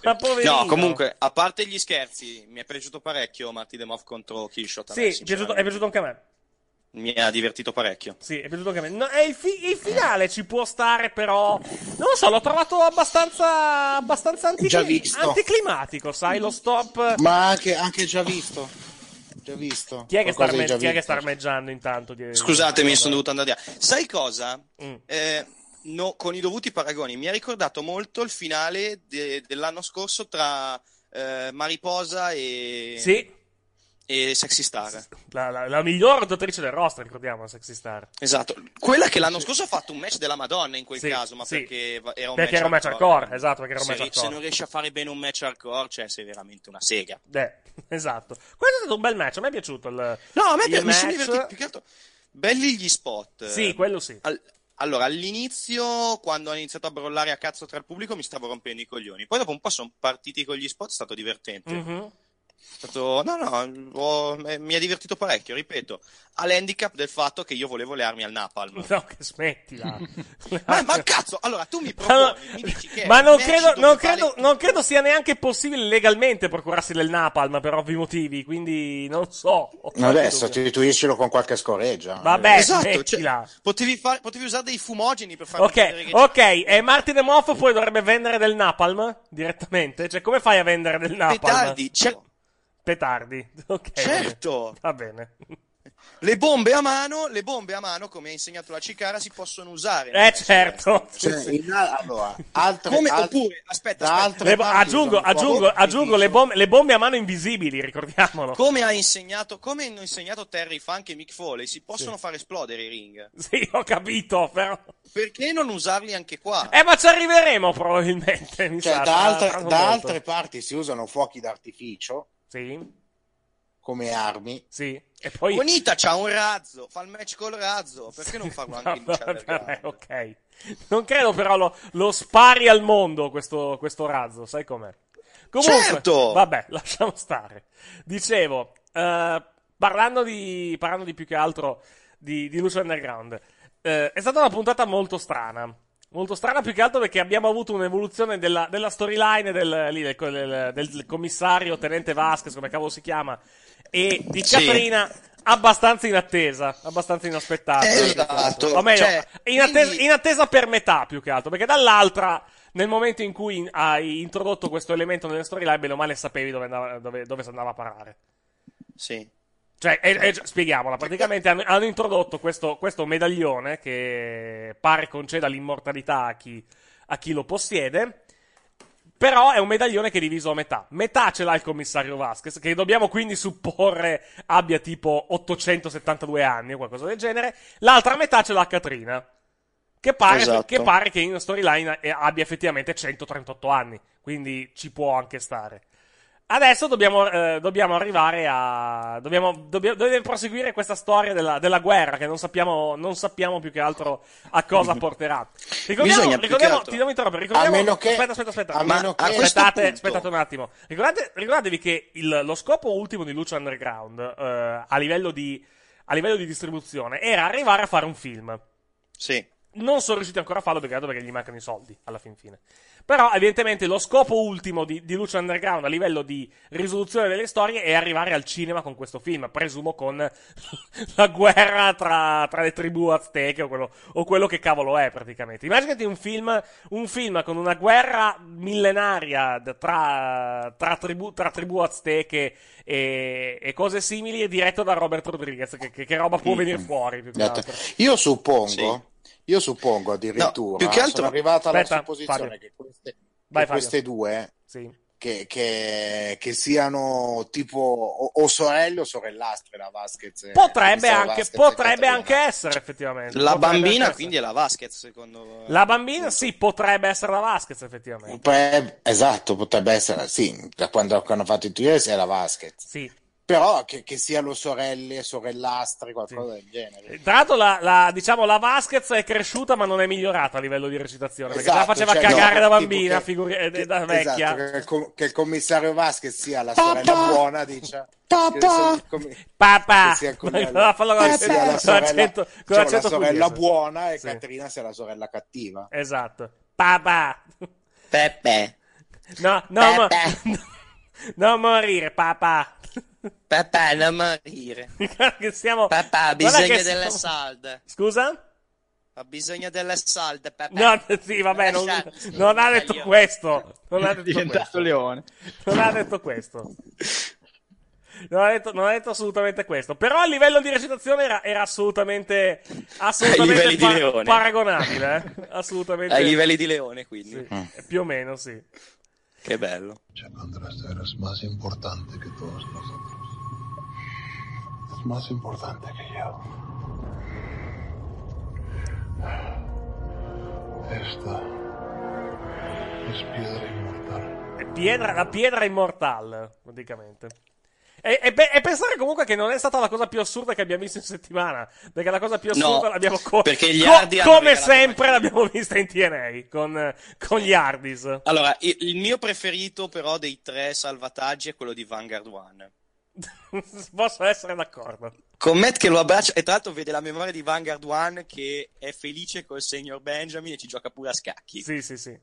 [SPEAKER 7] Ma poverino.
[SPEAKER 8] No, comunque, a parte gli scherzi, mi è piaciuto parecchio Marty Demov contro Kishot.
[SPEAKER 7] Sì, è piaciuto, è piaciuto anche a me.
[SPEAKER 8] Mi ha divertito parecchio.
[SPEAKER 7] Sì, è piaciuto anche a me. No, è il, fi- il finale ci può stare, però. Non lo so, l'ho trovato abbastanza. abbastanza anticli-
[SPEAKER 10] Già visto. Eh.
[SPEAKER 7] anticlimatico, sai? Lo stop.
[SPEAKER 10] Ma anche, anche già visto. già visto.
[SPEAKER 7] Chi è che, sta,
[SPEAKER 10] Qualcosa di già
[SPEAKER 7] arme- chi è che
[SPEAKER 10] visto.
[SPEAKER 7] sta armeggiando intanto? di-
[SPEAKER 8] Scusatemi,
[SPEAKER 7] di-
[SPEAKER 8] sono dovuto andare via. Sai cosa?
[SPEAKER 7] Mm.
[SPEAKER 8] Eh, no, con i dovuti paragoni, mi ha ricordato molto il finale de- dell'anno scorso tra eh, Mariposa e,
[SPEAKER 7] Sì,
[SPEAKER 8] e Sexy Star.
[SPEAKER 7] la, la- la miglior dotatrice del roster, ricordiamo, Sexy Star.
[SPEAKER 8] Esatto, quella che l'anno scorso ha fatto un match della Madonna in quel
[SPEAKER 7] Sì,
[SPEAKER 8] caso, ma
[SPEAKER 7] sì.
[SPEAKER 8] perché va- era un
[SPEAKER 7] Perché
[SPEAKER 8] match
[SPEAKER 7] era un match hardcore, esatto, perché era un
[SPEAKER 8] se,
[SPEAKER 7] match
[SPEAKER 8] ri-
[SPEAKER 7] hardcore.
[SPEAKER 8] se non riesci a fare bene un match hardcore, cioè sei veramente una sega.
[SPEAKER 7] Eh, esatto. Questo è stato un bel match, a me è piaciuto il
[SPEAKER 8] No, a me
[SPEAKER 7] il
[SPEAKER 8] pi- mi sono
[SPEAKER 7] match.
[SPEAKER 8] divertito più che altro. Belli gli spot.
[SPEAKER 7] Sì, quello sì.
[SPEAKER 8] Al- allora, all'inizio, quando ho iniziato a brollare a cazzo tra il pubblico, mi stavo rompendo i coglioni. Poi dopo un po' sono partiti con gli spot, è stato divertente.
[SPEAKER 7] Mhm.
[SPEAKER 8] È stato- No, no, ho- eh, mi ha divertito parecchio, ripeto. All'handicap del fatto che io volevo le armi al napalm.
[SPEAKER 7] No, che smettila.
[SPEAKER 8] ma, ma
[SPEAKER 7] Ah.
[SPEAKER 8] cazzo, allora tu mi
[SPEAKER 7] Ma-
[SPEAKER 8] proponi, mi dici che... è
[SPEAKER 7] Ma
[SPEAKER 8] un
[SPEAKER 7] non
[SPEAKER 8] match
[SPEAKER 7] credo,
[SPEAKER 8] dove
[SPEAKER 7] non,
[SPEAKER 8] vale-
[SPEAKER 7] credo, non credo sia neanche possibile legalmente procurarsi del napalm per ovvi motivi, quindi non so.
[SPEAKER 10] No, Adesso sostituiscilo con qualche scoreggia.
[SPEAKER 7] Vabbè,
[SPEAKER 8] Esatto,
[SPEAKER 7] smettila.
[SPEAKER 8] cioè, potevi, fare- potevi usare dei fumogeni per farmi vedere
[SPEAKER 7] Ok,
[SPEAKER 8] che
[SPEAKER 7] ok, e Martin Emoff poi dovrebbe vendere del napalm direttamente? Cioè, come fai a vendere del napalm?
[SPEAKER 8] Petardi, cer-
[SPEAKER 7] Petardi, ok.
[SPEAKER 8] Certo.
[SPEAKER 7] Va bene.
[SPEAKER 8] Le bombe a mano, le bombe a mano, come ha insegnato la Cicara, si possono usare.
[SPEAKER 7] Eh, certo.
[SPEAKER 10] Cioè, in- allora, altre,
[SPEAKER 8] Come-
[SPEAKER 10] altre-
[SPEAKER 8] oppure, aspetta,
[SPEAKER 10] da
[SPEAKER 8] aspetta.
[SPEAKER 10] altre
[SPEAKER 7] Le bo-
[SPEAKER 10] parti
[SPEAKER 7] aggiungo,
[SPEAKER 10] usano
[SPEAKER 7] aggiungo,
[SPEAKER 10] fuoco
[SPEAKER 7] aggiungo le
[SPEAKER 10] artificio.
[SPEAKER 7] bombe, le bombe a mano invisibili, ricordiamolo.
[SPEAKER 8] Come ha insegnato, come hanno insegnato Terry Funk e Mick Foley, si possono far esplodere i ring.
[SPEAKER 7] Sì, ho capito, però...
[SPEAKER 8] Perché non usarli anche qua?
[SPEAKER 7] Eh, ma ci arriveremo probabilmente, Eh, mi
[SPEAKER 10] Cioè,
[SPEAKER 7] sa.
[SPEAKER 10] da, altre-
[SPEAKER 7] tra- tra un
[SPEAKER 10] da
[SPEAKER 7] molto.
[SPEAKER 10] altre parti si usano fuochi d'artificio
[SPEAKER 7] Sì,
[SPEAKER 10] come armi.
[SPEAKER 7] sì. E poi...
[SPEAKER 8] Bonita c'ha un razzo, fa il match col razzo, perché non farlo anche in luce
[SPEAKER 7] Vabbè, ok. Non credo però lo, lo spari al mondo questo, questo razzo, sai com'è. Comunque,
[SPEAKER 8] Certo!
[SPEAKER 7] vabbè, lasciamo stare. Dicevo, eh, parlando, di, parlando di più che altro di, di Luce Underground, eh, è stata una puntata molto strana. Molto strana più che altro perché abbiamo avuto un'evoluzione della, della storyline del, lì, del, del- del commissario Tenente Vasquez, come cavolo si chiama, e di
[SPEAKER 8] Sì.
[SPEAKER 7] Caterina abbastanza inattesa, abbastanza inaspettata.
[SPEAKER 8] Esatto,
[SPEAKER 7] O meglio,
[SPEAKER 8] cioè,
[SPEAKER 7] in, attesa,
[SPEAKER 8] quindi-
[SPEAKER 7] in attesa per metà più che altro, perché dall'altra, nel momento in cui in- hai introdotto questo elemento nelle storyline, bene o male sapevi dove, andava- dove- dove si andava a parare.
[SPEAKER 8] Sì.
[SPEAKER 7] Cioè, è- è- spieghiamola, praticamente hanno, hanno introdotto questo, questo medaglione che pare conceda l'immortalità a chi, a chi lo possiede. Però è un medaglione che è diviso a metà. Metà ce l'ha il commissario Vasquez, che dobbiamo quindi supporre abbia tipo 872 anni o qualcosa del genere. L'altra metà ce l'ha Katrina, che pare
[SPEAKER 8] Esatto.
[SPEAKER 7] che, pare che in storyline eh, abbia effettivamente 138 anni. Quindi ci può anche stare. Adesso dobbiamo, eh, dobbiamo arrivare a. Dobbiamo, dobbiamo, deve proseguire questa storia della, della guerra che non sappiamo, non sappiamo più che altro a cosa porterà. Ricordiamo,
[SPEAKER 8] Bisogna più
[SPEAKER 7] ricordiamo,
[SPEAKER 8] che altro-
[SPEAKER 7] ti devo interrompere. Ricordiamo,
[SPEAKER 10] A meno che-
[SPEAKER 7] aspetta, aspetta, aspetta.
[SPEAKER 10] a
[SPEAKER 7] Ma-
[SPEAKER 10] meno che-
[SPEAKER 8] a questo
[SPEAKER 7] aspettate,
[SPEAKER 8] punto-
[SPEAKER 7] aspettate un attimo. Ricordate- ricordatevi che il- lo scopo ultimo di Lucha Underground eh, a, livello di, a livello di distribuzione era arrivare a fare un film.
[SPEAKER 8] Sì.
[SPEAKER 7] Non sono riusciti ancora a farlo perché, perché gli mancano i soldi alla fin fine. Però, evidentemente, lo scopo ultimo di, di Lucha Underground a livello di risoluzione delle storie è arrivare al cinema con questo film. Presumo con la guerra tra, tra le tribù azteche o quello, o quello che cavolo è, praticamente. Immaginati un film, un film con una guerra millenaria d- tra, tra, tribù, tra tribù azteche e, e cose simili, e diretto da Robert Rodriguez. Che, che- che roba
[SPEAKER 10] Mm.
[SPEAKER 7] può venire fuori? Più che
[SPEAKER 10] Detto.
[SPEAKER 7] altro.
[SPEAKER 10] Io suppongo, io suppongo addirittura,
[SPEAKER 8] No, più che altro-
[SPEAKER 10] sono arrivata alla
[SPEAKER 7] Aspetta,
[SPEAKER 10] supposizione
[SPEAKER 7] Fabio.
[SPEAKER 10] che queste, che
[SPEAKER 7] Vai, Fabio.
[SPEAKER 10] queste due,
[SPEAKER 7] Sì.
[SPEAKER 10] che, che- che siano tipo o, o sorelle o sorellastre la Vasquez. e-
[SPEAKER 7] Potrebbe
[SPEAKER 10] la
[SPEAKER 7] anche,
[SPEAKER 10] Vasquez e
[SPEAKER 7] potrebbe
[SPEAKER 10] Caterina.
[SPEAKER 7] anche essere, effettivamente.
[SPEAKER 8] La
[SPEAKER 7] Potrebbe
[SPEAKER 8] bambina
[SPEAKER 7] essere.
[SPEAKER 8] quindi è la Vasquez, secondo...
[SPEAKER 7] La bambina, sì, potrebbe essere la Vasquez, effettivamente.
[SPEAKER 10] Eh, Potrebbe- esatto, potrebbe essere, sì, da quando hanno fatto il Twitter è la Vasquez.
[SPEAKER 7] Sì.
[SPEAKER 10] Però che, che siano sorelle, sorellastre, qualcosa del genere.
[SPEAKER 7] Eh, Tra l'altro, la, la- diciamo, la Vasquez è cresciuta, ma non è migliorata a livello di recitazione. Perché
[SPEAKER 10] Esatto,
[SPEAKER 7] la faceva
[SPEAKER 10] cioè,
[SPEAKER 7] cagare
[SPEAKER 10] no, tipo
[SPEAKER 7] da bambina,
[SPEAKER 10] che-
[SPEAKER 7] figuri- eh,
[SPEAKER 10] che-
[SPEAKER 7] da vecchia.
[SPEAKER 10] esatto, che, il com- che il commissario Vasquez sia la
[SPEAKER 5] Papà!
[SPEAKER 10] sorella buona, dice.
[SPEAKER 5] Papà!
[SPEAKER 10] che sia il com-
[SPEAKER 7] Papà!
[SPEAKER 10] che sia con
[SPEAKER 7] Ah, Ma
[SPEAKER 10] la-
[SPEAKER 7] la- fallo con
[SPEAKER 10] che sia la
[SPEAKER 7] l'accento- con l'accento-
[SPEAKER 10] sorella,
[SPEAKER 7] con
[SPEAKER 10] cioè, la
[SPEAKER 7] l'accento
[SPEAKER 10] sorella
[SPEAKER 7] pugliese.
[SPEAKER 10] buona e
[SPEAKER 7] Sì.
[SPEAKER 10] Caterina sia la sorella cattiva.
[SPEAKER 7] Esatto. Papà!
[SPEAKER 8] Peppe,
[SPEAKER 7] No, no, ma-
[SPEAKER 8] Peppe.
[SPEAKER 7] non morire, papà!
[SPEAKER 8] papà, non morire.
[SPEAKER 7] Guarda che siamo... guarda che siamo-
[SPEAKER 8] salde.
[SPEAKER 7] Scusa?
[SPEAKER 8] Ha bisogno delle salde, Peppe.
[SPEAKER 7] No, sì, vabbè, non, non ha detto questo. Non ha
[SPEAKER 9] È
[SPEAKER 7] detto
[SPEAKER 9] diventato
[SPEAKER 7] questo.
[SPEAKER 9] leone.
[SPEAKER 7] Non ha detto questo. Non ha, detto, non ha detto assolutamente questo. Però a livello di recitazione era, era assolutamente,
[SPEAKER 8] Ai
[SPEAKER 7] assolutamente
[SPEAKER 8] livelli di Leone.
[SPEAKER 7] paragonabile. eh. Assolutamente.
[SPEAKER 8] Ai livelli di Leone, quindi.
[SPEAKER 7] Sì, Più o meno, sì.
[SPEAKER 8] Che bello.
[SPEAKER 11] eres más importante que todos nosotros. Es más importante que yo. Esta es piedra inmortal.
[SPEAKER 7] È Piedra, la pietra immortal, praticamente. E, e pe- e pensare comunque che non è stata la cosa più assurda che abbiamo visto in settimana. Perché la cosa più assurda
[SPEAKER 8] No,
[SPEAKER 7] l'abbiamo co-
[SPEAKER 8] perché gli
[SPEAKER 7] co-
[SPEAKER 8] Hardy hanno
[SPEAKER 7] come
[SPEAKER 8] regalato
[SPEAKER 7] sempre l'abbiamo vista in TNA con, con gli Hardys.
[SPEAKER 8] Allora, il, il mio preferito però dei tre salvataggi è quello di Vanguard One.
[SPEAKER 7] Posso essere d'accordo.
[SPEAKER 8] Con Matt che lo abbraccia, e tra l'altro vede la memoria di Vanguard One che è felice col signor Benjamin e ci gioca pure a scacchi.
[SPEAKER 7] Sì, sì, sì.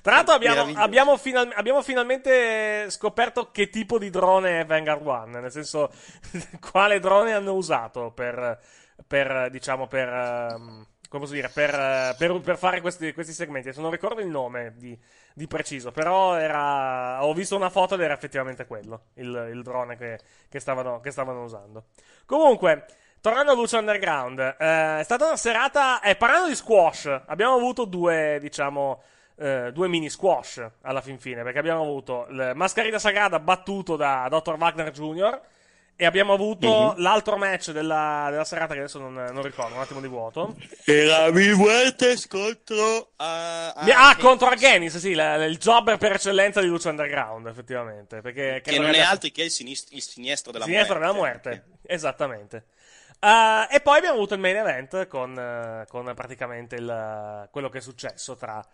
[SPEAKER 7] Tra l'altro abbiamo,
[SPEAKER 8] Meraviglioso.
[SPEAKER 7] abbiamo final- abbiamo finalmente scoperto che tipo di drone è Vanguard One, nel senso quale drone hanno usato per, per, diciamo, per, ehm, come posso dire, per, eh, per- per fare questi, questi segmenti. Adesso non ricordo il nome di, di preciso, però era, ho visto una foto ed era effettivamente quello, il, il drone che, che stavano, che stavano usando. Comunque, tornando a Luce Underground, eh, è stata una serata. Eh, parlando di squash, abbiamo avuto due, diciamo. eh, due mini squash alla fin fine perché abbiamo avuto il Mascherina Sagrada battuto da Dr. Wagner Jr. e abbiamo avuto
[SPEAKER 8] Mhm.
[SPEAKER 7] l'altro match della, della serata che adesso non, non ricordo, un attimo di vuoto.
[SPEAKER 8] Era mi Muertes contro... ah,
[SPEAKER 7] Mi- ah, contro Argenis, sì, la- il jobber per eccellenza di Luce Underground, effettivamente. Perché
[SPEAKER 8] Che non è altro che il, sinist- il sinistro della
[SPEAKER 7] Sinistro
[SPEAKER 8] muerte.
[SPEAKER 7] della muerte, esattamente. Eh, e poi abbiamo avuto il main event con, eh, con praticamente il, quello che è successo tra...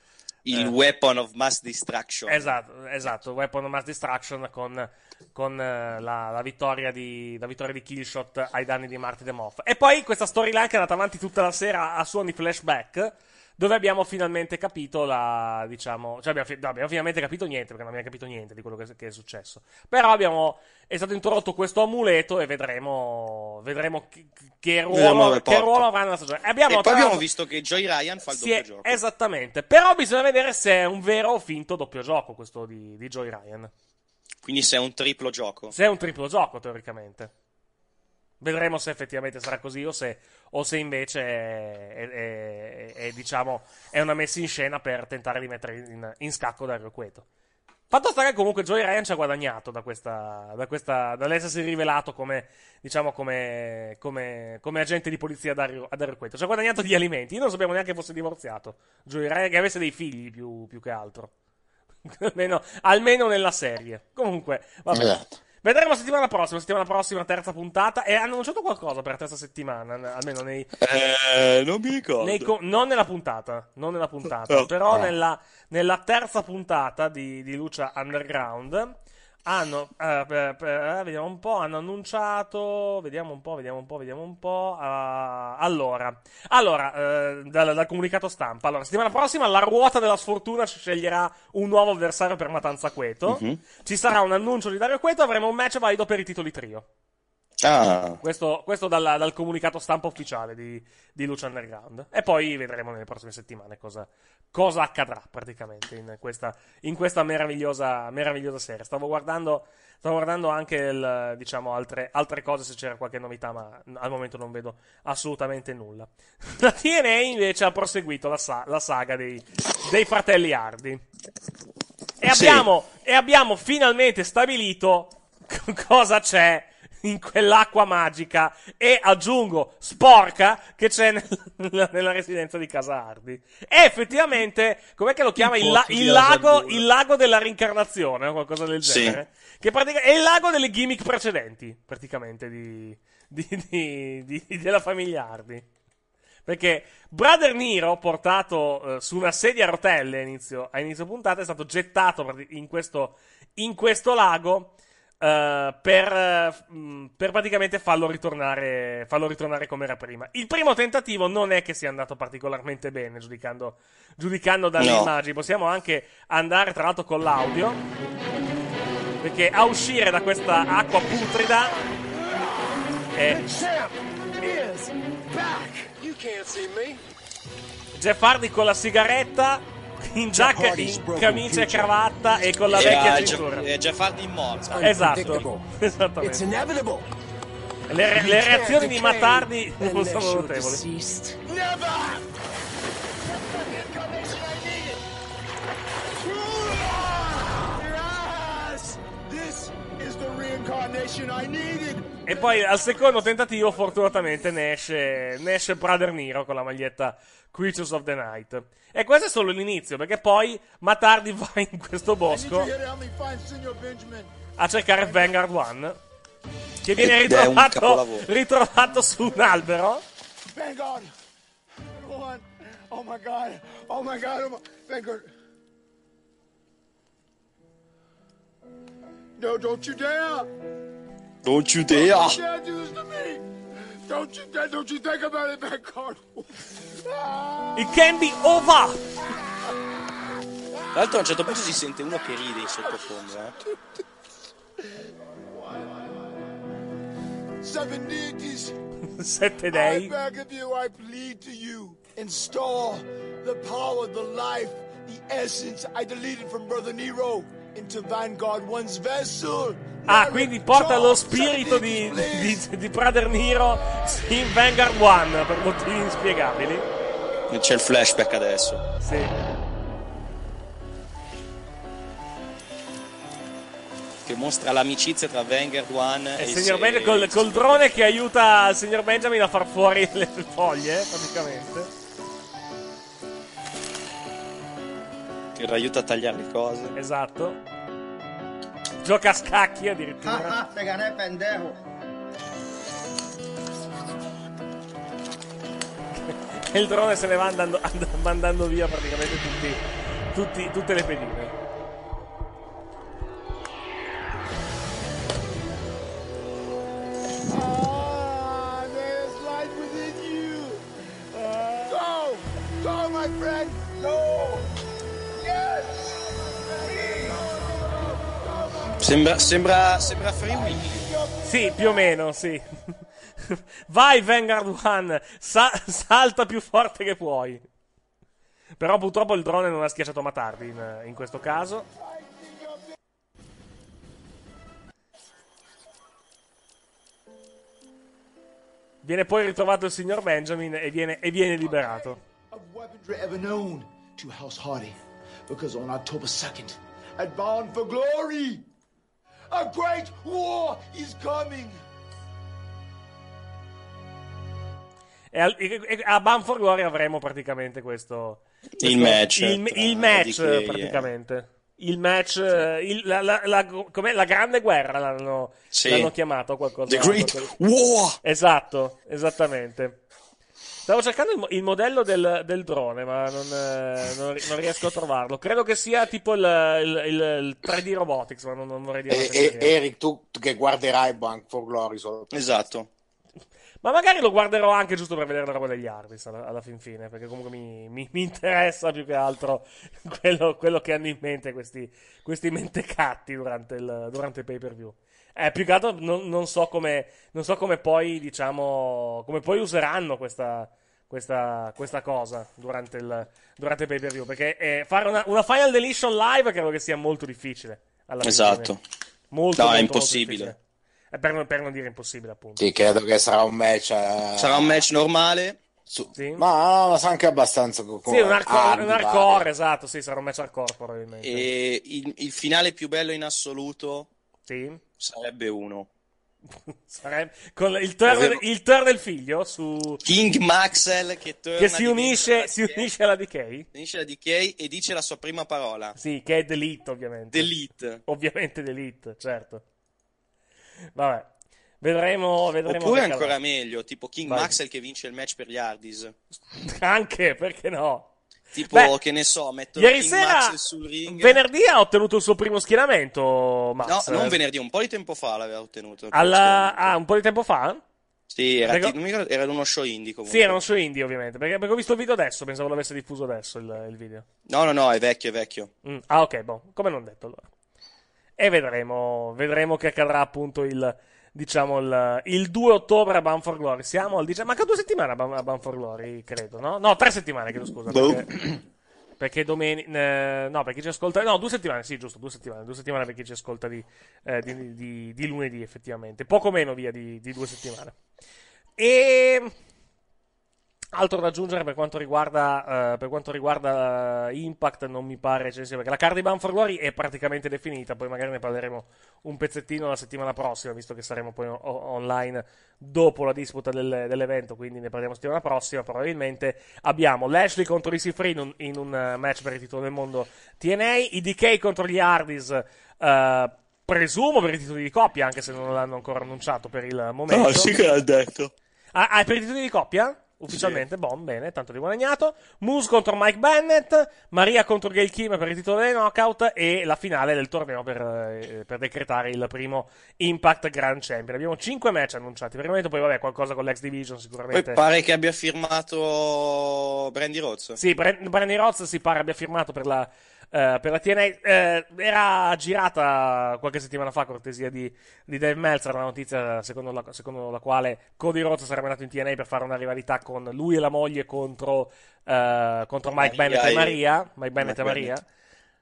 [SPEAKER 8] Il
[SPEAKER 7] eh,
[SPEAKER 8] Weapon of Mass Destruction.
[SPEAKER 7] Esatto, esatto, Weapon of Mass Destruction con, con, eh, la, la vittoria di, la vittoria di Killshot ai danni di Marty the Moth. E poi questa storyline che è andata avanti tutta la sera a suoni flashback, dove abbiamo finalmente capito la, diciamo, cioè abbiamo, fi- no, abbiamo finalmente capito niente, perché non abbiamo capito niente di quello che, che è successo. Però abbiamo, è stato introdotto questo amuleto e vedremo, vedremo chi- chi- che
[SPEAKER 8] Vedremo
[SPEAKER 7] ruolo,
[SPEAKER 8] dove
[SPEAKER 7] che
[SPEAKER 8] porta.
[SPEAKER 7] ruolo avrà nella stagione. E abbiamo,
[SPEAKER 8] e
[SPEAKER 7] tra
[SPEAKER 8] poi abbiamo
[SPEAKER 7] l'altro-
[SPEAKER 8] visto che Joy Ryan fa il
[SPEAKER 7] sì,
[SPEAKER 8] doppio gioco.
[SPEAKER 7] Esattamente. Però bisogna vedere se è un vero o finto doppio gioco questo di, di Joy Ryan.
[SPEAKER 8] Quindi se è un triplo gioco.
[SPEAKER 7] Se è un triplo gioco, teoricamente. Vedremo se effettivamente sarà così o se, o se invece è, è- è- è, diciamo, è una messa in scena per tentare di mettere in, in scacco Dario Cueto. Fatto sta che comunque Joey Ryan ci ha guadagnato da questa, da questa, dall'essersi rivelato come, diciamo, come, come, come agente di polizia a Dario, a Dario Cueto. Ci ha guadagnato gli alimenti. Io non sapevo neanche che fosse divorziato. Joey Ryan, che avesse dei figli più, più che altro. almeno, almeno nella serie. Comunque, vabbè.
[SPEAKER 10] Esatto.
[SPEAKER 7] Vedremo settimana prossima, settimana prossima, terza puntata. E hanno annunciato qualcosa per terza settimana, n- almeno nei,
[SPEAKER 8] Eh, non mi ricordo.
[SPEAKER 7] nei co- non nella puntata, non nella puntata,
[SPEAKER 8] Oh.
[SPEAKER 7] però
[SPEAKER 8] Ah.
[SPEAKER 7] nella, nella terza puntata di, di Lucia Underground hanno, eh, per- per- eh, vediamo un po', hanno annunciato, vediamo un po', vediamo un po', vediamo un po', ah, allora, allora, eh, dal, dal comunicato stampa, allora, settimana prossima la ruota della sfortuna ci sceglierà un nuovo avversario per Matanza Cueto,
[SPEAKER 8] Mhm.
[SPEAKER 7] ci sarà un annuncio di Dario Cueto, avremo un match valido per i titoli trio.
[SPEAKER 8] Ah.
[SPEAKER 7] Questo, questo dalla- dal, comunicato stampa ufficiale di, di Lucha Underground. E poi vedremo nelle prossime settimane cosa, cosa accadrà praticamente in questa, in questa meravigliosa, meravigliosa serie. Stavo guardando, stavo guardando anche il, diciamo, altre, altre cose se c'era qualche novità, ma al momento non vedo assolutamente nulla. La TNA invece ha proseguito la, sa- la saga dei, dei fratelli Hardy. E
[SPEAKER 8] Sì.
[SPEAKER 7] abbiamo, e abbiamo finalmente stabilito co- cosa c'è in quell'acqua magica e aggiungo sporca che c'è nel- nella, nella residenza di Casa Hardy. E effettivamente, com'è che lo chiama? Il, la-
[SPEAKER 12] pozzo di
[SPEAKER 7] il lago,
[SPEAKER 12] Asadura.
[SPEAKER 7] il lago della rincarnazione o qualcosa del
[SPEAKER 12] Sì.
[SPEAKER 7] genere. Che pratica- è il lago delle gimmick precedenti, praticamente, di, di- di- di- della famiglia Hardy. Perché Brother Nero, portato eh, su una sedia a rotelle a inizio, a inizio puntata, è stato gettato prati- in questo, in questo lago eh, per, eh, f- mh, per praticamente farlo ritornare, farlo ritornare come era prima. Il primo tentativo non è che sia andato particolarmente bene, giudicando, giudicando dalle
[SPEAKER 8] No.
[SPEAKER 7] immagini. Possiamo anche andare, tra l'altro, con l'audio. Perché a uscire da questa acqua putrida è
[SPEAKER 6] Champ is back. You can't see me.
[SPEAKER 7] Jeff Hardy con la sigaretta in giacca, in camicia e cravatta e con la vecchia cintura.
[SPEAKER 8] È Eh, già fatta in morta.
[SPEAKER 7] Esatto, esattamente. Le, le reazioni di Matardi non sono notevoli. E poi al secondo tentativo, fortunatamente, ne esce, ne esce Brother Nero con la maglietta Creatures of the Night. E questo è solo l'inizio, perché poi Matardi va in questo bosco a cercare Vanguard One, che viene
[SPEAKER 6] Ed è un
[SPEAKER 7] ritrovato,
[SPEAKER 6] capolavoro.
[SPEAKER 7] ritrovato su un albero.
[SPEAKER 6] Thank God. One. Oh my God. Oh my God. Oh my... Thank God. No, don't you dare.
[SPEAKER 8] Don't you
[SPEAKER 6] Don't you dare do this to me. Don't you dare. Don't you think about it, thank God.
[SPEAKER 7] It can be over.
[SPEAKER 8] Tra l'altro a un certo punto si sente uno che ride in sottofondo. eh.
[SPEAKER 6] Seven deities.
[SPEAKER 7] Sette
[SPEAKER 6] I
[SPEAKER 7] dei.
[SPEAKER 6] beg of you, I plead to you, install the power, the life, the essence I deleted from Brother Nero into Vanguard One's vessel.
[SPEAKER 7] Ah, quindi porta lo spirito di, di, di Brother Nero in Vanguard One per motivi inspiegabili.
[SPEAKER 8] C'è il flashback adesso.
[SPEAKER 7] Sì.
[SPEAKER 8] Che mostra l'amicizia tra Vanguard One
[SPEAKER 7] E
[SPEAKER 8] e
[SPEAKER 7] il
[SPEAKER 8] il
[SPEAKER 7] signor
[SPEAKER 8] se-
[SPEAKER 7] Ben- col, col drone che aiuta il signor Benjamin a far fuori le foglie, praticamente.
[SPEAKER 8] che lo aiuta a tagliare le cose.
[SPEAKER 7] Esatto. Gioca a scacchi addirittura.
[SPEAKER 12] Ah, ah, se gané, pendejo.
[SPEAKER 7] e il drone se ne va andando- and- mandando via praticamente tutti, tutti- tutte le pedine.
[SPEAKER 6] Ah, there is light within you. Uh, Go, go, my friend. Go. Yes.
[SPEAKER 8] Sembra, sembra, sembra Free Willy.
[SPEAKER 7] Sì, più o meno, sì. Vai, Vanguard One, sa- salta più forte che puoi. Però purtroppo il drone non ha schiacciato Matardi in, in questo caso. Viene poi ritrovato il signor Benjamin e viene, e viene liberato.
[SPEAKER 6] Weaponry ever known to House Hardy, because on October 2nd, at Bound for Glory, a great war is coming.
[SPEAKER 7] E, al- e- e- a Bound for Glory avremo praticamente questo. questo-
[SPEAKER 8] match
[SPEAKER 7] Il,
[SPEAKER 8] tra
[SPEAKER 7] il match,
[SPEAKER 10] eh,
[SPEAKER 8] DK e-
[SPEAKER 7] praticamente. Il match. eh, il- la, la- la- com'è? La grande guerra l'hanno,
[SPEAKER 8] Sì.
[SPEAKER 7] l'hanno chiamato qualcosa.
[SPEAKER 8] The Great
[SPEAKER 7] qualcosa-
[SPEAKER 8] War!
[SPEAKER 7] Esatto, esattamente. Stavo cercando il, mo- il modello del, del drone, ma non, eh, non ri- non riesco a trovarlo. Credo che sia tipo il, il- il- il 3D Robotics, ma non, non vorrei dire. una
[SPEAKER 10] E, e-
[SPEAKER 7] fesseria.
[SPEAKER 10] Eric, tu, tu che guarderai Bank for Glory solo
[SPEAKER 8] Esatto.
[SPEAKER 7] Ma magari lo guarderò anche giusto per vedere la roba degli Harris alla, alla fin fine, perché comunque mi, mi- mi interessa più che altro quello, quello che hanno in mente questi, questi mentecatti durante il, durante il pay per view. Eh, più che altro non, non so come, non so come poi, diciamo, come poi useranno questa, questa, questa cosa durante il, durante il pay per view, perché eh, fare una, una final deletion live credo che sia molto difficile. alla fin
[SPEAKER 8] Esatto.
[SPEAKER 7] fine. Molto,
[SPEAKER 8] No, è
[SPEAKER 7] molto, molto
[SPEAKER 8] impossibile.
[SPEAKER 7] difficile. Eh, Per, non- per non dire impossibile, appunto.
[SPEAKER 10] Sì, credo che sarà un match. eh,
[SPEAKER 8] Sarà un match normale.
[SPEAKER 10] su-
[SPEAKER 7] Sì.
[SPEAKER 10] Ma no, ma sa anche abbastanza. co- co-
[SPEAKER 7] Sì, un hardcore,
[SPEAKER 10] hard,
[SPEAKER 7] un
[SPEAKER 10] vale.
[SPEAKER 7] hardcore, esatto, sì, sarà un match hardcore probabilmente.
[SPEAKER 8] E il, il finale più bello in assoluto
[SPEAKER 7] Sì.
[SPEAKER 8] sarebbe uno.
[SPEAKER 7] Sarebbe- con il turn,
[SPEAKER 8] Avevo-
[SPEAKER 7] il turn del figlio su...
[SPEAKER 8] King Maxwell che torna
[SPEAKER 7] Che si
[SPEAKER 8] diventa-
[SPEAKER 7] unisce, si unisce alla DK?
[SPEAKER 8] unisce la DK e dice la sua prima parola.
[SPEAKER 7] Sì, che è Delete ovviamente.
[SPEAKER 8] Delete.
[SPEAKER 7] Ovviamente Delete, certo. Vabbè, vedremo... vedremo
[SPEAKER 8] Oppure
[SPEAKER 7] che
[SPEAKER 8] ancora
[SPEAKER 7] calerà.
[SPEAKER 8] meglio, tipo King
[SPEAKER 7] Vai.
[SPEAKER 8] Maxwell che vince il match per gli Hardys.
[SPEAKER 7] Anche, perché no?
[SPEAKER 8] Tipo,
[SPEAKER 7] Beh,
[SPEAKER 8] che ne so, mettono
[SPEAKER 7] Ieri
[SPEAKER 8] King
[SPEAKER 7] sera,
[SPEAKER 8] Maxwell sul ring.
[SPEAKER 7] venerdì ha ottenuto il suo primo schieramento,
[SPEAKER 8] No,
[SPEAKER 7] Max.
[SPEAKER 8] non venerdì, un po' di tempo fa l'aveva ottenuto.
[SPEAKER 7] Alla... Ah, un po' di tempo fa?
[SPEAKER 8] Sì, era,
[SPEAKER 7] Perché-
[SPEAKER 8] non mi ricordo- era uno show indie comunque.
[SPEAKER 7] Sì, era un show indie, ovviamente. Perché, perché ho visto il video adesso, pensavo l'avesse diffuso adesso il, il video.
[SPEAKER 8] No, no, no, è vecchio, è vecchio.
[SPEAKER 7] Mm, Ah, ok, boh, come non detto allora. E vedremo, vedremo che accadrà appunto il, diciamo, il, il 2 ottobre a Bound for Glory. Siamo al 10... Manca due settimane a Bound, a Bound for Glory, credo, no? No, tre settimane, chiedo scusa.
[SPEAKER 8] Boh.
[SPEAKER 7] Perché, Perché domenica. no, per chi ci ascolta. No, due settimane, sì, giusto, due settimane. Due settimane per chi ci ascolta di, eh, di- di- di lunedì, effettivamente. Poco meno, via, di, di due settimane. E. Altro da aggiungere per quanto riguarda, eh, per quanto riguarda eh, Impact, non mi pare ce ne sia, perché la card di Bound for Glory è praticamente definita, poi magari ne parleremo un pezzettino la settimana prossima, visto che saremo poi o- online dopo la disputa del- dell'evento, quindi ne parliamo settimana prossima probabilmente. Abbiamo Lashley contro Issy Free in un, in un, eh, match per il titolo del mondo TNA, i DK contro gli Hardys, eh, presumo per i titoli di coppia, anche se non l'hanno ancora annunciato per il momento.
[SPEAKER 12] No, sì che l'ha detto.
[SPEAKER 7] Ah, ah, per i titoli di coppia? Ufficialmente, bon, bene, tanto di guadagnato. Moose contro Mike Bennett, Maria contro Gail Kim per il titolo dei knockout e la finale del torneo per, eh, per decretare il primo Impact Grand Champion. Abbiamo 5 match annunciati per il momento, poi vabbè, qualcosa con l'ex Division
[SPEAKER 8] Poi
[SPEAKER 7] sicuramente.
[SPEAKER 8] pare che abbia firmato Brandy Rhodes.
[SPEAKER 7] Sì, Brand- Brandy Roz si pare abbia firmato per la, eh, per la TNA. Eh, era girata qualche settimana fa, cortesia di, di Dave Meltzer, la notizia secondo la, secondo la quale Cody Roz sarebbe nato in TNA per fare una rivalità con lui e la moglie contro, eh, contro
[SPEAKER 8] Maria
[SPEAKER 7] Mike Bennett e
[SPEAKER 8] e-
[SPEAKER 7] Maria. Mike Bennett
[SPEAKER 8] Mike
[SPEAKER 7] e Maria.
[SPEAKER 8] Bennett.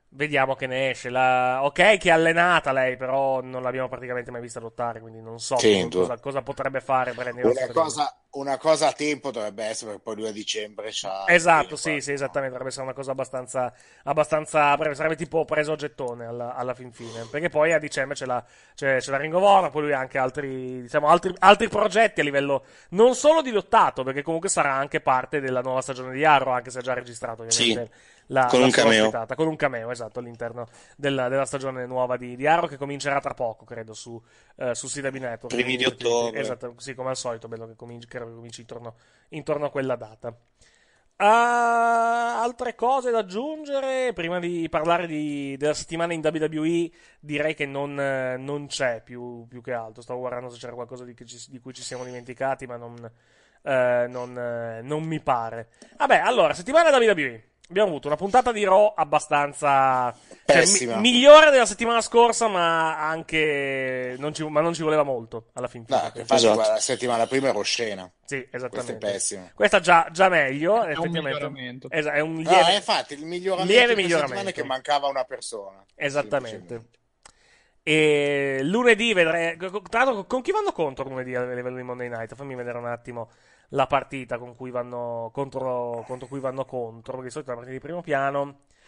[SPEAKER 7] Vediamo che ne esce. La- Ok, che è allenata lei, però non l'abbiamo praticamente mai vista lottare, quindi non so
[SPEAKER 10] Sì,
[SPEAKER 7] cosa, cosa potrebbe fare Brandy Roz.
[SPEAKER 10] Una cosa, una cosa a tempo dovrebbe essere, perché poi lui a dicembre c'ha...
[SPEAKER 7] Esatto, sì, sì, esattamente. Dovrebbe essere una cosa abbastanza, abbastanza breve. Sarebbe tipo preso a gettone alla, alla fin fine. Perché poi a dicembre c'è la, c'è, c'è la Ring of Honor, poi lui ha anche altri, diciamo, altri, altri progetti a livello non solo di lottato, perché comunque sarà anche parte della nuova stagione di Arrow, anche se ha già registrato ovviamente. La,
[SPEAKER 8] con
[SPEAKER 7] la
[SPEAKER 8] un
[SPEAKER 7] sua
[SPEAKER 8] cameo.
[SPEAKER 7] ospitata, con un cameo, esatto, all'interno della, della stagione nuova di, di Arrow che comincerà tra poco, credo, su, eh, su CW Network.
[SPEAKER 8] Primi di
[SPEAKER 7] Quindi,
[SPEAKER 8] ottobre.
[SPEAKER 7] Esatto, sì, come al solito, bello che cominci, credo che cominci intorno, intorno a quella data. Ah, altre cose da aggiungere? Prima di parlare di- della settimana in WWE, direi che non, eh, non c'è più, più che altro. Stavo guardando se c'era qualcosa di, che ci- di cui ci siamo dimenticati, ma non, eh, non, eh, non mi pare. Vabbè, allora, settimana WWE. Abbiamo avuto una puntata di Raw abbastanza cioè,
[SPEAKER 10] Pessima.
[SPEAKER 7] mi- migliore della settimana scorsa, ma anche non ci, ma non ci voleva molto alla fin fine.
[SPEAKER 10] No, infatti guarda,
[SPEAKER 8] Esatto.
[SPEAKER 10] la settimana prima ero scena.
[SPEAKER 7] Sì,
[SPEAKER 10] Questo è
[SPEAKER 7] esattamente.
[SPEAKER 10] pessimo.
[SPEAKER 7] Questa già, già meglio,
[SPEAKER 10] È un
[SPEAKER 7] effettivamente.
[SPEAKER 10] miglioramento.
[SPEAKER 7] Esa- è un
[SPEAKER 10] No,
[SPEAKER 7] lieve,
[SPEAKER 10] infatti, il miglioramento
[SPEAKER 7] lieve
[SPEAKER 10] di questa settimana
[SPEAKER 7] miglioramento.
[SPEAKER 10] è che mancava una persona.
[SPEAKER 7] Esattamente. E lunedì vedrei. Tra l'altro, con chi vanno contro lunedì a livello di Monday Night? Fammi vedere un attimo la partita con cui vanno contro, contro cui vanno contro. Perché di solito è una partita di primo piano.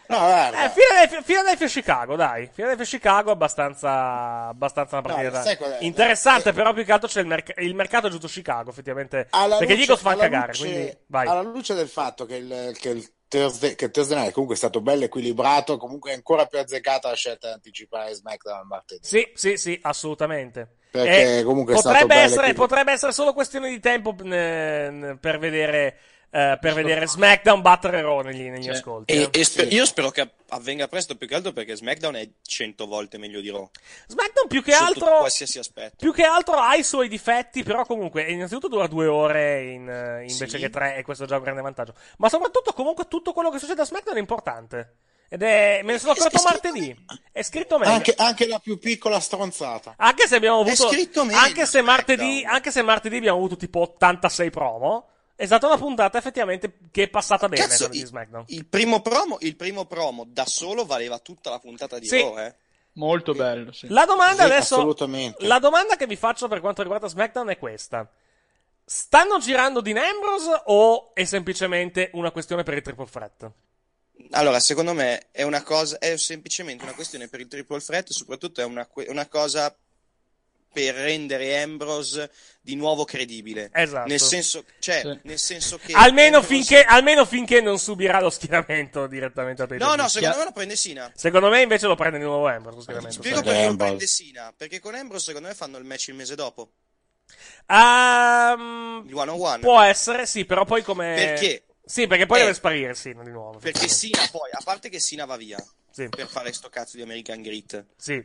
[SPEAKER 10] No, guarda.
[SPEAKER 7] Eh, Philadelphia, Philadelphia Chicago, dai. Philadelphia Chicago è abbastanza, abbastanza una
[SPEAKER 10] No,
[SPEAKER 7] partita da-
[SPEAKER 10] sai qual è?
[SPEAKER 7] interessante, però più che altro c'è il, merc- il mercato giusto Chicago, effettivamente.
[SPEAKER 10] Alla
[SPEAKER 7] perché gli
[SPEAKER 10] luce-
[SPEAKER 7] Eagles fanno
[SPEAKER 10] alla
[SPEAKER 7] cagare,
[SPEAKER 10] luce-
[SPEAKER 7] quindi vai.
[SPEAKER 10] Alla luce del fatto che il, che il Thursday, che il Thursday night comunque è stato bello equilibrato, comunque è ancora più azzeccata la scelta di anticipare SmackDown al martedì.
[SPEAKER 7] Sì, sì, sì, assolutamente.
[SPEAKER 10] Perché
[SPEAKER 7] Eh,
[SPEAKER 10] comunque è stato
[SPEAKER 7] potrebbe
[SPEAKER 10] bello
[SPEAKER 7] essere,
[SPEAKER 10] equilibrato.
[SPEAKER 7] potrebbe essere solo questione di tempo eh, n- per vedere, eh, per vedere SmackDown battere Raw negli, negli
[SPEAKER 8] Cioè,
[SPEAKER 7] ascolti.
[SPEAKER 8] e-
[SPEAKER 7] eh.
[SPEAKER 8] e sper- Io spero che avvenga presto, più che altro perché SmackDown è 100 volte meglio di Raw.
[SPEAKER 7] SmackDown più che
[SPEAKER 8] Sotto
[SPEAKER 7] altro.
[SPEAKER 8] qualsiasi aspetto.
[SPEAKER 7] Più che altro ha i suoi difetti, però comunque eh, innanzitutto dura due ore in, eh, invece
[SPEAKER 8] Sì.
[SPEAKER 7] che tre e questo è già un grande vantaggio. Ma soprattutto comunque tutto quello che succede a SmackDown è importante. Ed è... Me ne sono accorto martedì. È scritto meglio.
[SPEAKER 10] Anche, anche la più piccola stronzata.
[SPEAKER 7] Anche se abbiamo
[SPEAKER 10] È
[SPEAKER 7] avuto.
[SPEAKER 10] scritto meglio,
[SPEAKER 7] Anche se, martedì, anche se martedì abbiamo avuto tipo 86 promo. È stata una puntata effettivamente che è passata bene
[SPEAKER 8] Cazzo,
[SPEAKER 7] quella di
[SPEAKER 8] i-
[SPEAKER 7] SmackDown.
[SPEAKER 8] Il primo promo, il primo promo da solo valeva tutta la puntata di
[SPEAKER 7] Sì.
[SPEAKER 8] Raw, eh.
[SPEAKER 9] Molto bello, sì.
[SPEAKER 7] La domanda
[SPEAKER 8] Sì,
[SPEAKER 7] adesso.
[SPEAKER 8] assolutamente.
[SPEAKER 7] La domanda che vi faccio per quanto riguarda SmackDown è questa. Stanno girando Dean Ambrose o è semplicemente una questione per il triple threat?
[SPEAKER 8] Allora, secondo me è una cosa, è semplicemente una questione per il triple threat, soprattutto è una, que- una cosa per rendere Ambrose di nuovo credibile.
[SPEAKER 7] Esatto.
[SPEAKER 8] Nel senso, cioè,
[SPEAKER 7] Sì.
[SPEAKER 8] nel senso che
[SPEAKER 7] Almeno
[SPEAKER 8] Ambrose-
[SPEAKER 7] finché, almeno finché non subirà lo schieramento direttamente a pay
[SPEAKER 8] No, no, secondo me lo prende Sina.
[SPEAKER 7] Secondo me invece lo prende di nuovo Ambrose. lo
[SPEAKER 8] Ti
[SPEAKER 7] schieramento.
[SPEAKER 8] spiego perché lo
[SPEAKER 10] Eh,
[SPEAKER 8] prende Sina, perché con Ambrose secondo me fanno il match il mese dopo.
[SPEAKER 7] Ehm,
[SPEAKER 8] Il one on one.
[SPEAKER 7] Può essere, sì, però poi come.
[SPEAKER 8] Perché?
[SPEAKER 7] Sì, perché poi
[SPEAKER 8] Eh.
[SPEAKER 7] deve sparire, sì, di nuovo.
[SPEAKER 8] Perché Sina poi, a parte che Sina va via
[SPEAKER 7] Sì.
[SPEAKER 8] per fare sto cazzo di American Grit.
[SPEAKER 7] Sì.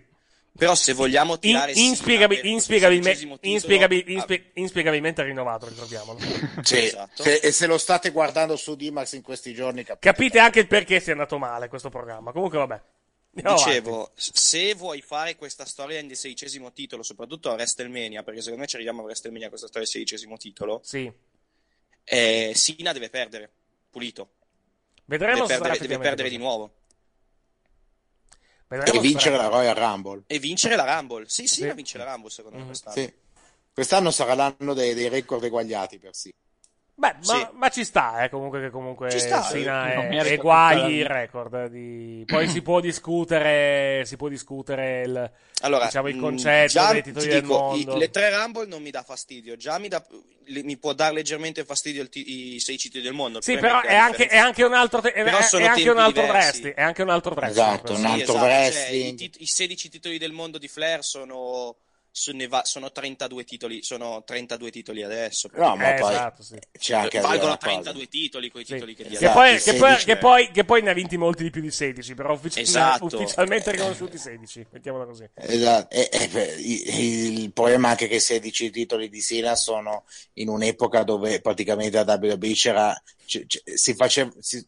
[SPEAKER 8] Però se vogliamo tirare
[SPEAKER 7] In- inspiegabi- inspiegabilme- inspiegabi- inspe- inspiegabilmente rinnovato, ricordiamolo.
[SPEAKER 10] Sì,
[SPEAKER 7] Esatto.
[SPEAKER 10] se- e se lo state guardando su Dimax in questi giorni, capite.
[SPEAKER 7] Capite anche il perché sia andato male questo programma. Comunque, vabbè. Andiamo
[SPEAKER 8] Dicevo,
[SPEAKER 7] avanti.
[SPEAKER 8] se vuoi fare questa storia di sedicesimo titolo, soprattutto a WrestleMania, perché secondo me ci arriviamo a WrestleMania questa storia del sedicesimo titolo,
[SPEAKER 7] sì.
[SPEAKER 8] eh, Sina deve perdere, pulito.
[SPEAKER 7] Vedremo
[SPEAKER 8] deve
[SPEAKER 7] se sarà
[SPEAKER 8] perdere, deve
[SPEAKER 7] effettivamente
[SPEAKER 8] perdere di nuovo.
[SPEAKER 7] Vedremo
[SPEAKER 10] e
[SPEAKER 7] se
[SPEAKER 10] vincere
[SPEAKER 7] sarà-
[SPEAKER 10] la Royal Rumble.
[SPEAKER 8] E vincere la Rumble. Sì, sì, ma vince la Rumble secondo me quest'anno.
[SPEAKER 10] Sì. Quest'anno sarà l'anno dei, dei record eguagliati per sì.
[SPEAKER 7] Beh, ma,
[SPEAKER 8] Sì.
[SPEAKER 7] ma ci sta, eh, comunque, che comunque
[SPEAKER 8] Ci sta,
[SPEAKER 7] Sina
[SPEAKER 8] eh,
[SPEAKER 7] è-
[SPEAKER 8] non merita
[SPEAKER 7] eguagli
[SPEAKER 8] tutta la-
[SPEAKER 7] il record. Di... Poi si può discutere, si può discutere il,
[SPEAKER 8] Allora,
[SPEAKER 7] diciamo, il
[SPEAKER 8] mh,
[SPEAKER 7] concetto
[SPEAKER 8] già
[SPEAKER 7] dei titoli
[SPEAKER 8] ti
[SPEAKER 7] del
[SPEAKER 8] dico, i-
[SPEAKER 7] mondo.
[SPEAKER 8] le tre Rumble non mi dà fastidio, già mi, dà- le- mi può dare leggermente fastidio il ti- i sei titoli del mondo. Il
[SPEAKER 7] Sì,
[SPEAKER 8] problema
[SPEAKER 7] però
[SPEAKER 8] che
[SPEAKER 7] è
[SPEAKER 8] la
[SPEAKER 7] anche, è
[SPEAKER 8] differenza-
[SPEAKER 7] anche un altro, te- è,
[SPEAKER 8] Però
[SPEAKER 7] è-
[SPEAKER 8] sono
[SPEAKER 7] è anche un
[SPEAKER 8] tempi
[SPEAKER 7] altro
[SPEAKER 8] diversi.
[SPEAKER 7] wrestling. È anche un altro wrestling.
[SPEAKER 10] Esatto, un
[SPEAKER 7] Sì.
[SPEAKER 10] altro
[SPEAKER 8] Esatto, cioè,
[SPEAKER 10] wrestling.
[SPEAKER 8] i, tit- i 16 titoli del mondo di Flair sono, sono, ne va- sono 32 titoli, sono 32 titoli adesso.
[SPEAKER 10] No, ma
[SPEAKER 7] Eh,
[SPEAKER 10] poi
[SPEAKER 7] esatto, sì.
[SPEAKER 10] c'è anche da dire
[SPEAKER 8] valgono
[SPEAKER 10] una cosa.
[SPEAKER 8] 32 titoli con i titoli che dia.
[SPEAKER 7] Che, poi, che, poi,
[SPEAKER 10] sedici,
[SPEAKER 7] che,
[SPEAKER 10] eh.
[SPEAKER 7] poi, che poi ne ha vinti molti di più di 16, però uffici-
[SPEAKER 8] Esatto.
[SPEAKER 7] ufficialmente riconosciuti 16, mettiamola così.
[SPEAKER 10] Esatto. E- e- beh, i- il problema è anche che i 16 titoli di Sina sono in un'epoca dove praticamente la WWE c'era, c- c- si faceva, si-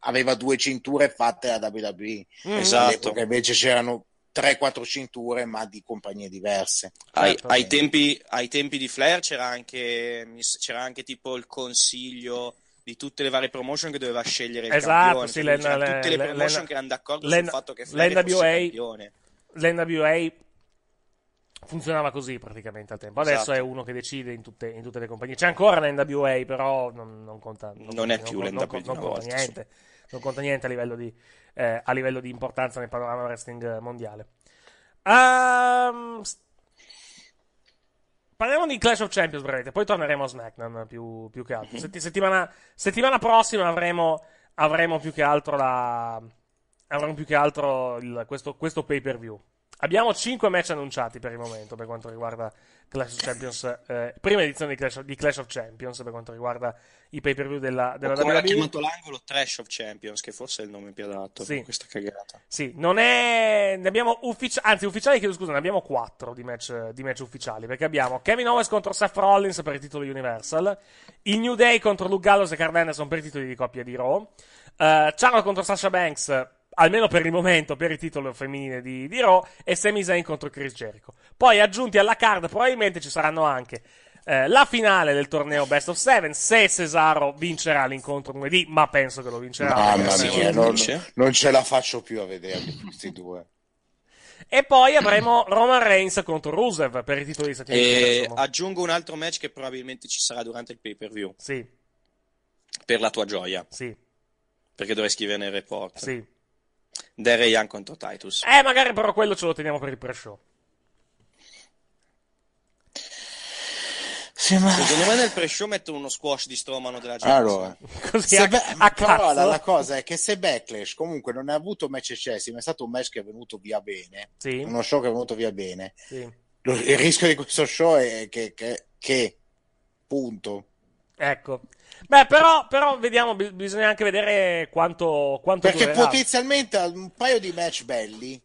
[SPEAKER 10] aveva due cinture fatte da WWE.
[SPEAKER 8] Mm. Esatto.
[SPEAKER 10] All'epoca invece c'erano 3-4 cinture ma di compagnie diverse.
[SPEAKER 8] Ai,
[SPEAKER 10] Certo.
[SPEAKER 8] ai tempi, ai tempi di Flair c'era anche, mi s- c'era anche tipo il consiglio di tutte le varie promotion che doveva scegliere il
[SPEAKER 7] Esatto,
[SPEAKER 8] campione.
[SPEAKER 7] sì,
[SPEAKER 8] quindi
[SPEAKER 7] le-
[SPEAKER 8] c'erano
[SPEAKER 7] le-
[SPEAKER 8] tutte le
[SPEAKER 7] le-
[SPEAKER 8] promotion
[SPEAKER 7] le-
[SPEAKER 8] che erano d'accordo
[SPEAKER 7] le-
[SPEAKER 8] sul fatto che Flair
[SPEAKER 7] le
[SPEAKER 8] fosse
[SPEAKER 7] NWA
[SPEAKER 8] campione.
[SPEAKER 7] L'NWA funzionava così praticamente al tempo. Adesso
[SPEAKER 8] Esatto.
[SPEAKER 7] è uno che decide in tutte, in tutte le compagnie. C'è ancora l'NWA, però non, non conta. Non,
[SPEAKER 8] Non è
[SPEAKER 7] conta-
[SPEAKER 8] più
[SPEAKER 7] non-
[SPEAKER 8] l'NWA
[SPEAKER 7] non conta-
[SPEAKER 8] di una
[SPEAKER 7] non conta
[SPEAKER 8] volta,
[SPEAKER 7] niente. Non conta niente a livello di, eh, a livello di importanza nel panorama wrestling mondiale. Ehm, s- Parliamo di Clash of Champions brevemente, poi torneremo a SmackDown più, più che altro. Setti- settimana, settimana prossima avremo, avremo più che altro la. Avremo più che altro il- questo, questo pay per view. Abbiamo 5 match annunciati per il momento per quanto riguarda Clash of Champions, eh, prima edizione di Clash, of- di Clash of Champions per quanto riguarda i pay per view della, della
[SPEAKER 8] O come l'ha
[SPEAKER 7] WWE.
[SPEAKER 8] chiamato l'angolo Trash of Champions, che forse è il nome più adatto
[SPEAKER 7] Sì.
[SPEAKER 8] per questa cagata.
[SPEAKER 7] Sì, non è. Ne abbiamo ufficiali. Anzi, ufficiali, chiedo scusa, ne abbiamo quattro di match, di match ufficiali. Perché abbiamo Kevin Owens contro Seth Rollins per il titolo Universal. Il New Day contro Luke Gallows e Carl Anderson per i titoli di coppia di Raw. eh Charlotte contro Sasha Banks, almeno per il momento, per il titolo femminile di, di Raw. E Sami Zayn contro Chris Jericho. Poi aggiunti alla card, probabilmente ci saranno anche. eh, la finale del torneo Best of Seven, se Cesaro vincerà l'incontro lunedì, ma penso che lo vincerà.
[SPEAKER 10] Mamma
[SPEAKER 7] perché-
[SPEAKER 10] mia, non, non ce la faccio più a vederli questi due.
[SPEAKER 7] E poi avremo Roman Reigns contro Rusev per i titoli degli Stati Uniti.
[SPEAKER 8] E
[SPEAKER 7] insomma.
[SPEAKER 8] aggiungo un altro match che probabilmente ci sarà durante il pay per view.
[SPEAKER 7] Sì,
[SPEAKER 8] Per la tua gioia,
[SPEAKER 7] sì,
[SPEAKER 8] perché dovrei scrivere nel report.
[SPEAKER 7] sì.
[SPEAKER 8] Darren Young contro Titus.
[SPEAKER 7] Eh, magari però quello ce lo teniamo per il pre-show.
[SPEAKER 8] Secondo me nel pre-show mettono uno squash di Stromano della gente.
[SPEAKER 10] Allora,
[SPEAKER 7] Così
[SPEAKER 10] se
[SPEAKER 7] a-
[SPEAKER 10] Ba-
[SPEAKER 7] a
[SPEAKER 10] ma
[SPEAKER 7] cazzo.
[SPEAKER 10] però la, la cosa è che se Backlash comunque non ha avuto match eccessi, ma è stato un match che è venuto via bene,
[SPEAKER 7] Sì.
[SPEAKER 10] uno show che è venuto via bene,
[SPEAKER 7] Sì.
[SPEAKER 10] lo- il rischio di questo show è che, che- che- punto.
[SPEAKER 7] Ecco. Beh, però, però vediamo, bi- bisogna anche vedere quanto, quanto
[SPEAKER 10] Perché
[SPEAKER 7] durerà.
[SPEAKER 10] potenzialmente ha un paio di match belli,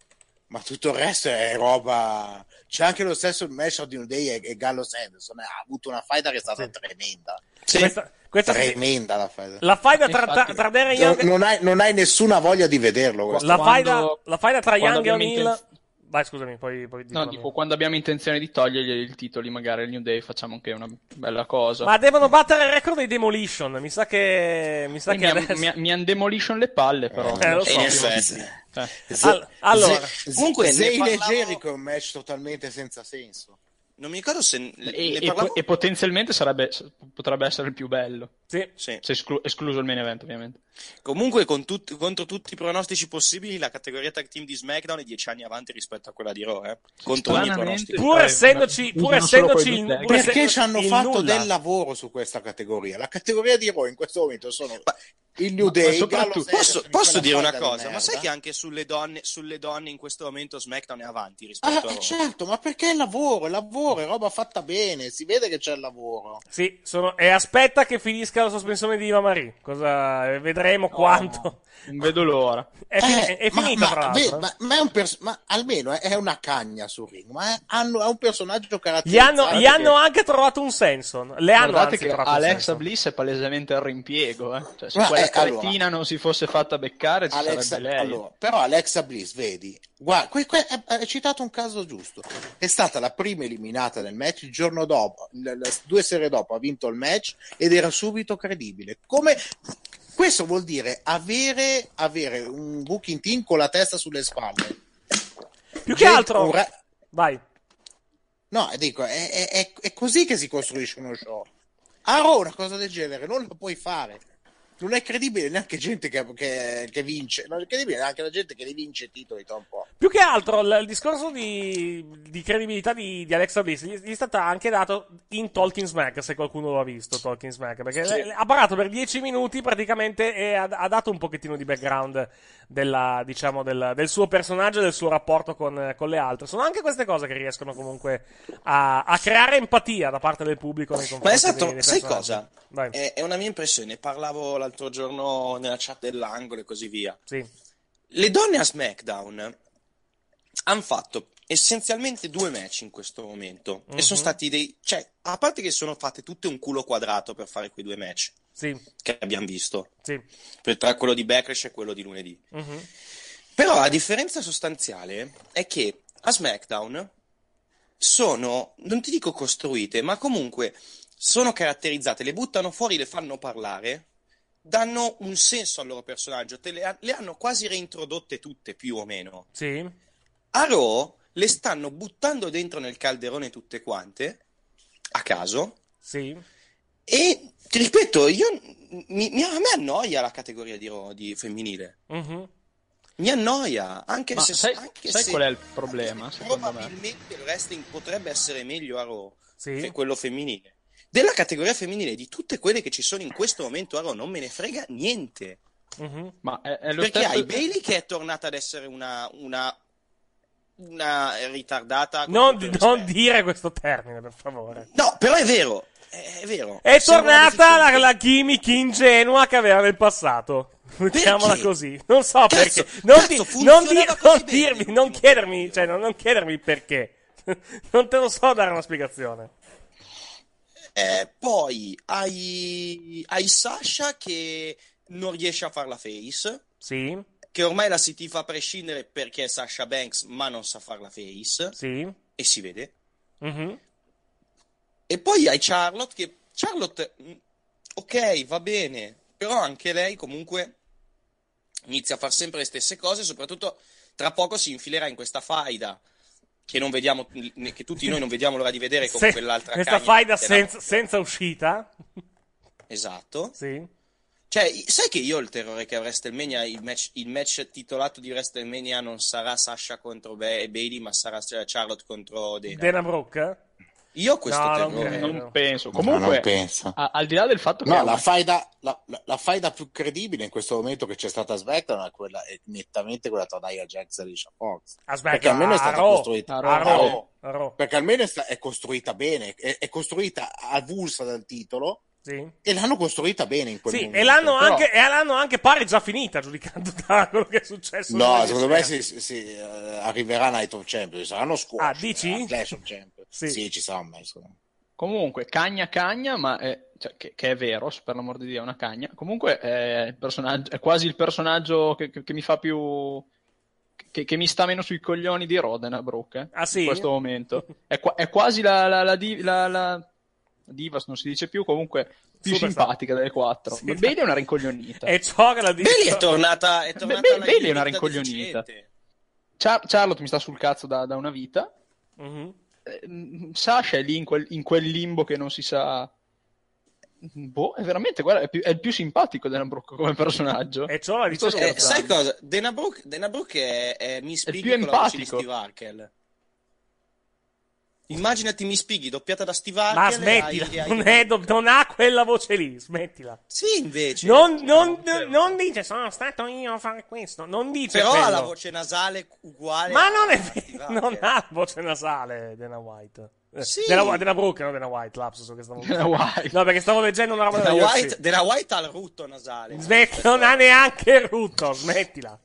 [SPEAKER 10] ma tutto il resto è roba... C'è anche lo stesso match di New Day e, e Gallo Sanderson, ha avuto una faida che è stata tremenda.
[SPEAKER 7] Questa, questa-
[SPEAKER 10] Tremenda la faida.
[SPEAKER 7] la faida tra, tra,
[SPEAKER 10] Infatti-
[SPEAKER 7] tra Darren
[SPEAKER 10] Non,
[SPEAKER 7] Young...
[SPEAKER 10] non hai, non hai nessuna voglia di vederlo. questo.
[SPEAKER 7] la, faida,
[SPEAKER 9] Quando-
[SPEAKER 7] la faida tra
[SPEAKER 9] quando
[SPEAKER 7] Young e
[SPEAKER 9] ovviamente-
[SPEAKER 7] O'Neill... Vai, scusami, poi, poi dico
[SPEAKER 9] No,
[SPEAKER 7] la
[SPEAKER 9] dico,
[SPEAKER 7] mia.
[SPEAKER 9] quando abbiamo intenzione di togliergli il titoli, magari al New Day facciamo anche una bella cosa.
[SPEAKER 7] Ma devono battere il record dei Demolition. Mi sa che... Mi sa
[SPEAKER 9] Mi
[SPEAKER 7] che
[SPEAKER 9] han-
[SPEAKER 7] adesso...
[SPEAKER 9] mi, mi han demolition le palle, però.
[SPEAKER 7] Eh, lo so.
[SPEAKER 8] In effetti.
[SPEAKER 9] Eh.
[SPEAKER 7] All- allora...
[SPEAKER 10] Z-
[SPEAKER 8] Comunque, ne
[SPEAKER 10] Zayn e
[SPEAKER 8] parlavo-
[SPEAKER 10] Jericho è un match totalmente senza senso.
[SPEAKER 8] Non mi ricordo se
[SPEAKER 9] E,
[SPEAKER 8] ne
[SPEAKER 9] e
[SPEAKER 8] ne parlavo.
[SPEAKER 9] po- e potenzialmente sarebbe, potrebbe essere il più bello,
[SPEAKER 7] Sì.
[SPEAKER 8] Sì.
[SPEAKER 9] se esclu- escluso il main event, ovviamente.
[SPEAKER 8] Comunque, con tut- contro tutti i pronostici possibili, la categoria tag team di SmackDown è 10 anni avanti rispetto a quella di Raw. eh. Contro ogni
[SPEAKER 9] Stranamente.
[SPEAKER 8] pronostico.
[SPEAKER 7] Pur
[SPEAKER 9] Eh,
[SPEAKER 7] essendoci...
[SPEAKER 9] ma-
[SPEAKER 7] Pur
[SPEAKER 9] usano solo
[SPEAKER 7] essendoci...
[SPEAKER 9] quei
[SPEAKER 7] il-
[SPEAKER 9] due tag.
[SPEAKER 7] pur
[SPEAKER 10] Perché
[SPEAKER 7] essendoci
[SPEAKER 10] ci hanno
[SPEAKER 7] il
[SPEAKER 10] fatto
[SPEAKER 7] nulla.
[SPEAKER 10] del lavoro su questa categoria? La categoria di Raw in questo momento sono il New
[SPEAKER 9] ma
[SPEAKER 10] Day,
[SPEAKER 9] soprattutto-
[SPEAKER 10] Gallo Sanderson,
[SPEAKER 8] Posso,
[SPEAKER 10] in
[SPEAKER 8] posso
[SPEAKER 10] quella
[SPEAKER 8] dire una
[SPEAKER 10] faida di
[SPEAKER 8] cosa, ma
[SPEAKER 10] merda?
[SPEAKER 8] sai che anche sulle donne, sulle donne in questo momento SmackDown è avanti
[SPEAKER 10] Ah,
[SPEAKER 8] rispetto a
[SPEAKER 10] eh,
[SPEAKER 8] Raw?
[SPEAKER 10] certo, ma perché il lavoro? Il lavoro è roba fatta bene, si vede che c'è il lavoro.
[SPEAKER 7] Sì, sono... e aspetta che finisca la sospensione di Iva Marie. Cosa... Vedremo quanto.
[SPEAKER 9] Non vedo l'ora.
[SPEAKER 7] È, fin-
[SPEAKER 10] Eh,
[SPEAKER 7] è- è
[SPEAKER 10] ma-
[SPEAKER 7] finita,
[SPEAKER 10] ma,
[SPEAKER 7] fra
[SPEAKER 10] ve-
[SPEAKER 7] l'altro. eh.
[SPEAKER 10] ma- ma è un pers- ma almeno è, è una cagna sul ring, ma è, hanno- è un personaggio
[SPEAKER 7] Gli hanno,
[SPEAKER 10] caratterizzato.
[SPEAKER 7] gli hanno anche trovato un Senson. Le hanno
[SPEAKER 9] Guardate
[SPEAKER 7] anzi,
[SPEAKER 9] che
[SPEAKER 7] trovato un
[SPEAKER 9] Alexa
[SPEAKER 7] Samson.
[SPEAKER 9] Bliss è palesemente al rimpiego. eh. Cioè, se
[SPEAKER 10] Ma,
[SPEAKER 9] quella
[SPEAKER 10] eh, allora-
[SPEAKER 9] cretina non si fosse fatta beccare, ci
[SPEAKER 10] Alexa,
[SPEAKER 9] sarebbe lei.
[SPEAKER 10] allora, però Alexa Bliss, vedi, guarda, que- que- è- hai citato un caso giusto. È stata la prima eliminata del match il giorno dopo, l- l- due serie dopo ha vinto il match ed era subito credibile. Come Questo vuol dire avere, avere un booking team con la testa sulle spalle.
[SPEAKER 7] Più che altro... Vai.
[SPEAKER 10] No, dico, è, è- è- è così che si costruisce uno show. A Raw una cosa del genere non la puoi fare. Non è credibile neanche gente che, che- che vince. Non è credibile neanche la gente che li vince i titoli, tra un po'.
[SPEAKER 7] Più che altro l- il discorso di, di credibilità di, di Alexa Bliss gli, gli è stato anche dato in Talking Smack, se qualcuno lo ha visto Talking Smack, perché
[SPEAKER 9] Sì.
[SPEAKER 7] l- ha parlato per 10 minuti praticamente e ha, ha dato un pochettino di background della- diciamo, del, del suo personaggio e del suo rapporto con, con le altre. Sono anche queste cose che riescono comunque a, a creare empatia da parte del pubblico nei confronti
[SPEAKER 8] Ma
[SPEAKER 7] dei-
[SPEAKER 8] esatto,
[SPEAKER 7] dei
[SPEAKER 8] sai
[SPEAKER 7] personaggi.
[SPEAKER 8] cosa?
[SPEAKER 7] Vai.
[SPEAKER 8] È, è una mia impressione. Parlavo l'altro giorno nella chat dell'angolo e così via.
[SPEAKER 7] Sì.
[SPEAKER 8] Le donne a SmackDown hanno fatto essenzialmente due match in questo momento. E sono
[SPEAKER 7] Mhm.
[SPEAKER 8] stati dei. Cioè, a parte che sono fatte tutte un culo quadrato per fare quei due match
[SPEAKER 7] Sì,
[SPEAKER 8] che abbiamo visto.
[SPEAKER 7] sì.
[SPEAKER 8] per- Tra quello di Backlash e quello di lunedì.
[SPEAKER 7] Mhm.
[SPEAKER 8] Però la differenza sostanziale è che a SmackDown sono, non ti dico costruite, ma comunque sono caratterizzate, le buttano fuori, le fanno parlare, danno un senso al loro personaggio, te le, ha- le hanno quasi reintrodotte tutte più o meno.
[SPEAKER 7] Sì.
[SPEAKER 8] A Raw le stanno buttando dentro nel calderone tutte quante, a caso,
[SPEAKER 7] Sì.
[SPEAKER 8] e ti ripeto, io, mi- mi- a me annoia la categoria di Raw di femminile.
[SPEAKER 7] Mhm.
[SPEAKER 8] Mi annoia, anche
[SPEAKER 9] Ma
[SPEAKER 8] se...
[SPEAKER 9] sai,
[SPEAKER 8] anche
[SPEAKER 9] sai
[SPEAKER 8] se-
[SPEAKER 9] qual è il problema, secondo me?
[SPEAKER 8] Probabilmente il wrestling potrebbe essere meglio a Raw
[SPEAKER 7] Sì.
[SPEAKER 8] che quello femminile. Della categoria femminile, di tutte quelle che ci sono in questo momento a Raw, non me ne frega niente.
[SPEAKER 7] Mm-hmm.
[SPEAKER 9] Ma è, è lo
[SPEAKER 8] Perché
[SPEAKER 9] stesso...
[SPEAKER 8] hai Bailey che è tornata ad essere una, una, una ritardata.
[SPEAKER 7] Non, non dire questo termine, per favore.
[SPEAKER 8] No, però è vero. È, è vero.
[SPEAKER 7] È
[SPEAKER 8] Sembra una
[SPEAKER 7] tornata la,
[SPEAKER 8] deficiente.
[SPEAKER 7] la gimmick ingenua che aveva nel passato. Mettiamola così. Non so
[SPEAKER 8] Cazzo,
[SPEAKER 7] perché. Non,
[SPEAKER 8] cazzo,
[SPEAKER 7] di-
[SPEAKER 8] funzionava
[SPEAKER 7] non di- non dirmi, non chiedermi, cioè, non, non chiedermi perché. non te lo so dare una spiegazione.
[SPEAKER 8] Eh, poi hai, hai Sasha che non riesce a far la face.
[SPEAKER 7] Sì,
[SPEAKER 8] Che ormai la si tifa a prescindere perché è Sasha Banks, ma non sa far la face.
[SPEAKER 7] sì.
[SPEAKER 8] E si vede.
[SPEAKER 7] Mhm.
[SPEAKER 8] E poi hai Charlotte che Charlotte mh, ok, va bene, però anche lei comunque inizia a fare sempre le stesse cose, soprattutto tra poco si infilerà in questa faida che non vediamo né- che tutti noi non vediamo l'ora di vedere con
[SPEAKER 7] Se-
[SPEAKER 8] quell'altra
[SPEAKER 7] questa
[SPEAKER 8] cagna
[SPEAKER 7] faida
[SPEAKER 8] della-
[SPEAKER 7] senza, senza uscita.
[SPEAKER 8] Esatto.
[SPEAKER 7] Sì.
[SPEAKER 8] Cioè, i- sai che io ho il terrore che a WrestleMania il match, il match titolato di WrestleMania non sarà Sasha contro Ba- Bailey, ma sarà eh, Charlotte contro Dana.
[SPEAKER 7] Dana Brooke.
[SPEAKER 8] Io ho questo
[SPEAKER 7] Eh, No, non
[SPEAKER 8] terrore.
[SPEAKER 7] credo.
[SPEAKER 9] Non penso.
[SPEAKER 10] No,
[SPEAKER 9] Comunque,
[SPEAKER 10] non penso.
[SPEAKER 9] a- al di là del fatto che... è
[SPEAKER 10] No,
[SPEAKER 9] una-
[SPEAKER 10] la faida, la, la- la faida più credibile in questo momento che c'è stata a SmackDown è, quella, è nettamente quella tra Nia Jax e Alicia Fox.
[SPEAKER 7] A SmackDown,
[SPEAKER 10] Perché almeno è stata
[SPEAKER 7] a Raw,
[SPEAKER 10] costruita
[SPEAKER 7] a Raw,
[SPEAKER 10] a Raw.
[SPEAKER 7] a Raw.
[SPEAKER 10] Perché almeno è, sta- è costruita bene, è, è costruita avulsa dal titolo
[SPEAKER 7] Sì.
[SPEAKER 10] e l'hanno costruita bene in quel
[SPEAKER 7] Sì,
[SPEAKER 10] momento.
[SPEAKER 7] e l'hanno,
[SPEAKER 10] Però-
[SPEAKER 7] anche, e l'hanno anche pari già finita, giudicando da quello che è successo.
[SPEAKER 10] No,
[SPEAKER 7] lunedì
[SPEAKER 10] secondo me
[SPEAKER 7] sera.
[SPEAKER 10] si, si- si, eh, arriverà Night of Champions, saranno scuola.
[SPEAKER 7] Ah, dici?
[SPEAKER 10] Clash of Champions.
[SPEAKER 7] Sì.
[SPEAKER 10] cioè, Sì. ci sarà un match.
[SPEAKER 9] Comunque, cagna cagna, ma è- cioè, che, che è vero, s- per l'amor di Dio, è una cagna. Comunque è, il personaggio- è quasi il personaggio che, che- che mi fa più... Che, che mi sta meno sui coglioni di Rodena Brooke eh,
[SPEAKER 7] Ah, sì?
[SPEAKER 9] in questo momento. È, qua- è quasi la, la, la di- la- la- Divas, non si dice più, comunque più
[SPEAKER 7] Superstar.
[SPEAKER 9] simpatica delle quattro.
[SPEAKER 7] Sì.
[SPEAKER 9] Ma Bailey è una rincoglionita.
[SPEAKER 7] E ciò che la dice.
[SPEAKER 8] Bailey è tornata, è tornata
[SPEAKER 9] Ba- Ba-
[SPEAKER 8] la
[SPEAKER 9] Bailey è una
[SPEAKER 8] Invicta
[SPEAKER 9] rincoglionita.
[SPEAKER 8] deficiente.
[SPEAKER 9] Char- Charlotte mi sta sul cazzo da, da una vita.
[SPEAKER 7] Mhm.
[SPEAKER 9] Eh, Sasha è lì in quel, in quel limbo che non si sa. Boh, è veramente, guarda, è, più- è il più simpatico Dana Brooke come personaggio.
[SPEAKER 7] E ciò la dice.
[SPEAKER 9] Sto
[SPEAKER 8] Eh,
[SPEAKER 9] scherzando.
[SPEAKER 8] sai cosa? Dana Brooke, Dana Brooke è, è Miss
[SPEAKER 9] È il
[SPEAKER 8] Piggy
[SPEAKER 9] più
[SPEAKER 8] con la voce di
[SPEAKER 9] empatico.
[SPEAKER 8] Steve Harkel. Immaginati Miss Piggy doppiata da Steve
[SPEAKER 7] Ma
[SPEAKER 8] Harkel. e hai- e
[SPEAKER 7] smettila,
[SPEAKER 8] hai-
[SPEAKER 7] non, è do- non ha quella voce lì, smettila.
[SPEAKER 8] Sì, invece.
[SPEAKER 7] Non, non- non dice sono stato io a fare questo, non dice
[SPEAKER 8] Però ha la
[SPEAKER 7] quello.
[SPEAKER 8] voce nasale uguale.
[SPEAKER 7] Ma
[SPEAKER 8] a-
[SPEAKER 7] non è
[SPEAKER 8] a Steve
[SPEAKER 7] vero, non
[SPEAKER 8] Harkel.
[SPEAKER 7] ha la voce nasale Dana White. Eh,
[SPEAKER 8] Sì.
[SPEAKER 7] Della, della Brooke, non Dana White, lapsus che stavo
[SPEAKER 9] Dana White.
[SPEAKER 7] No, perché stavo leggendo una roba
[SPEAKER 8] Della
[SPEAKER 7] della
[SPEAKER 8] White, Dana White ha il rutto nasale.
[SPEAKER 7] Smetti, non ha neanche il rutto, smettila.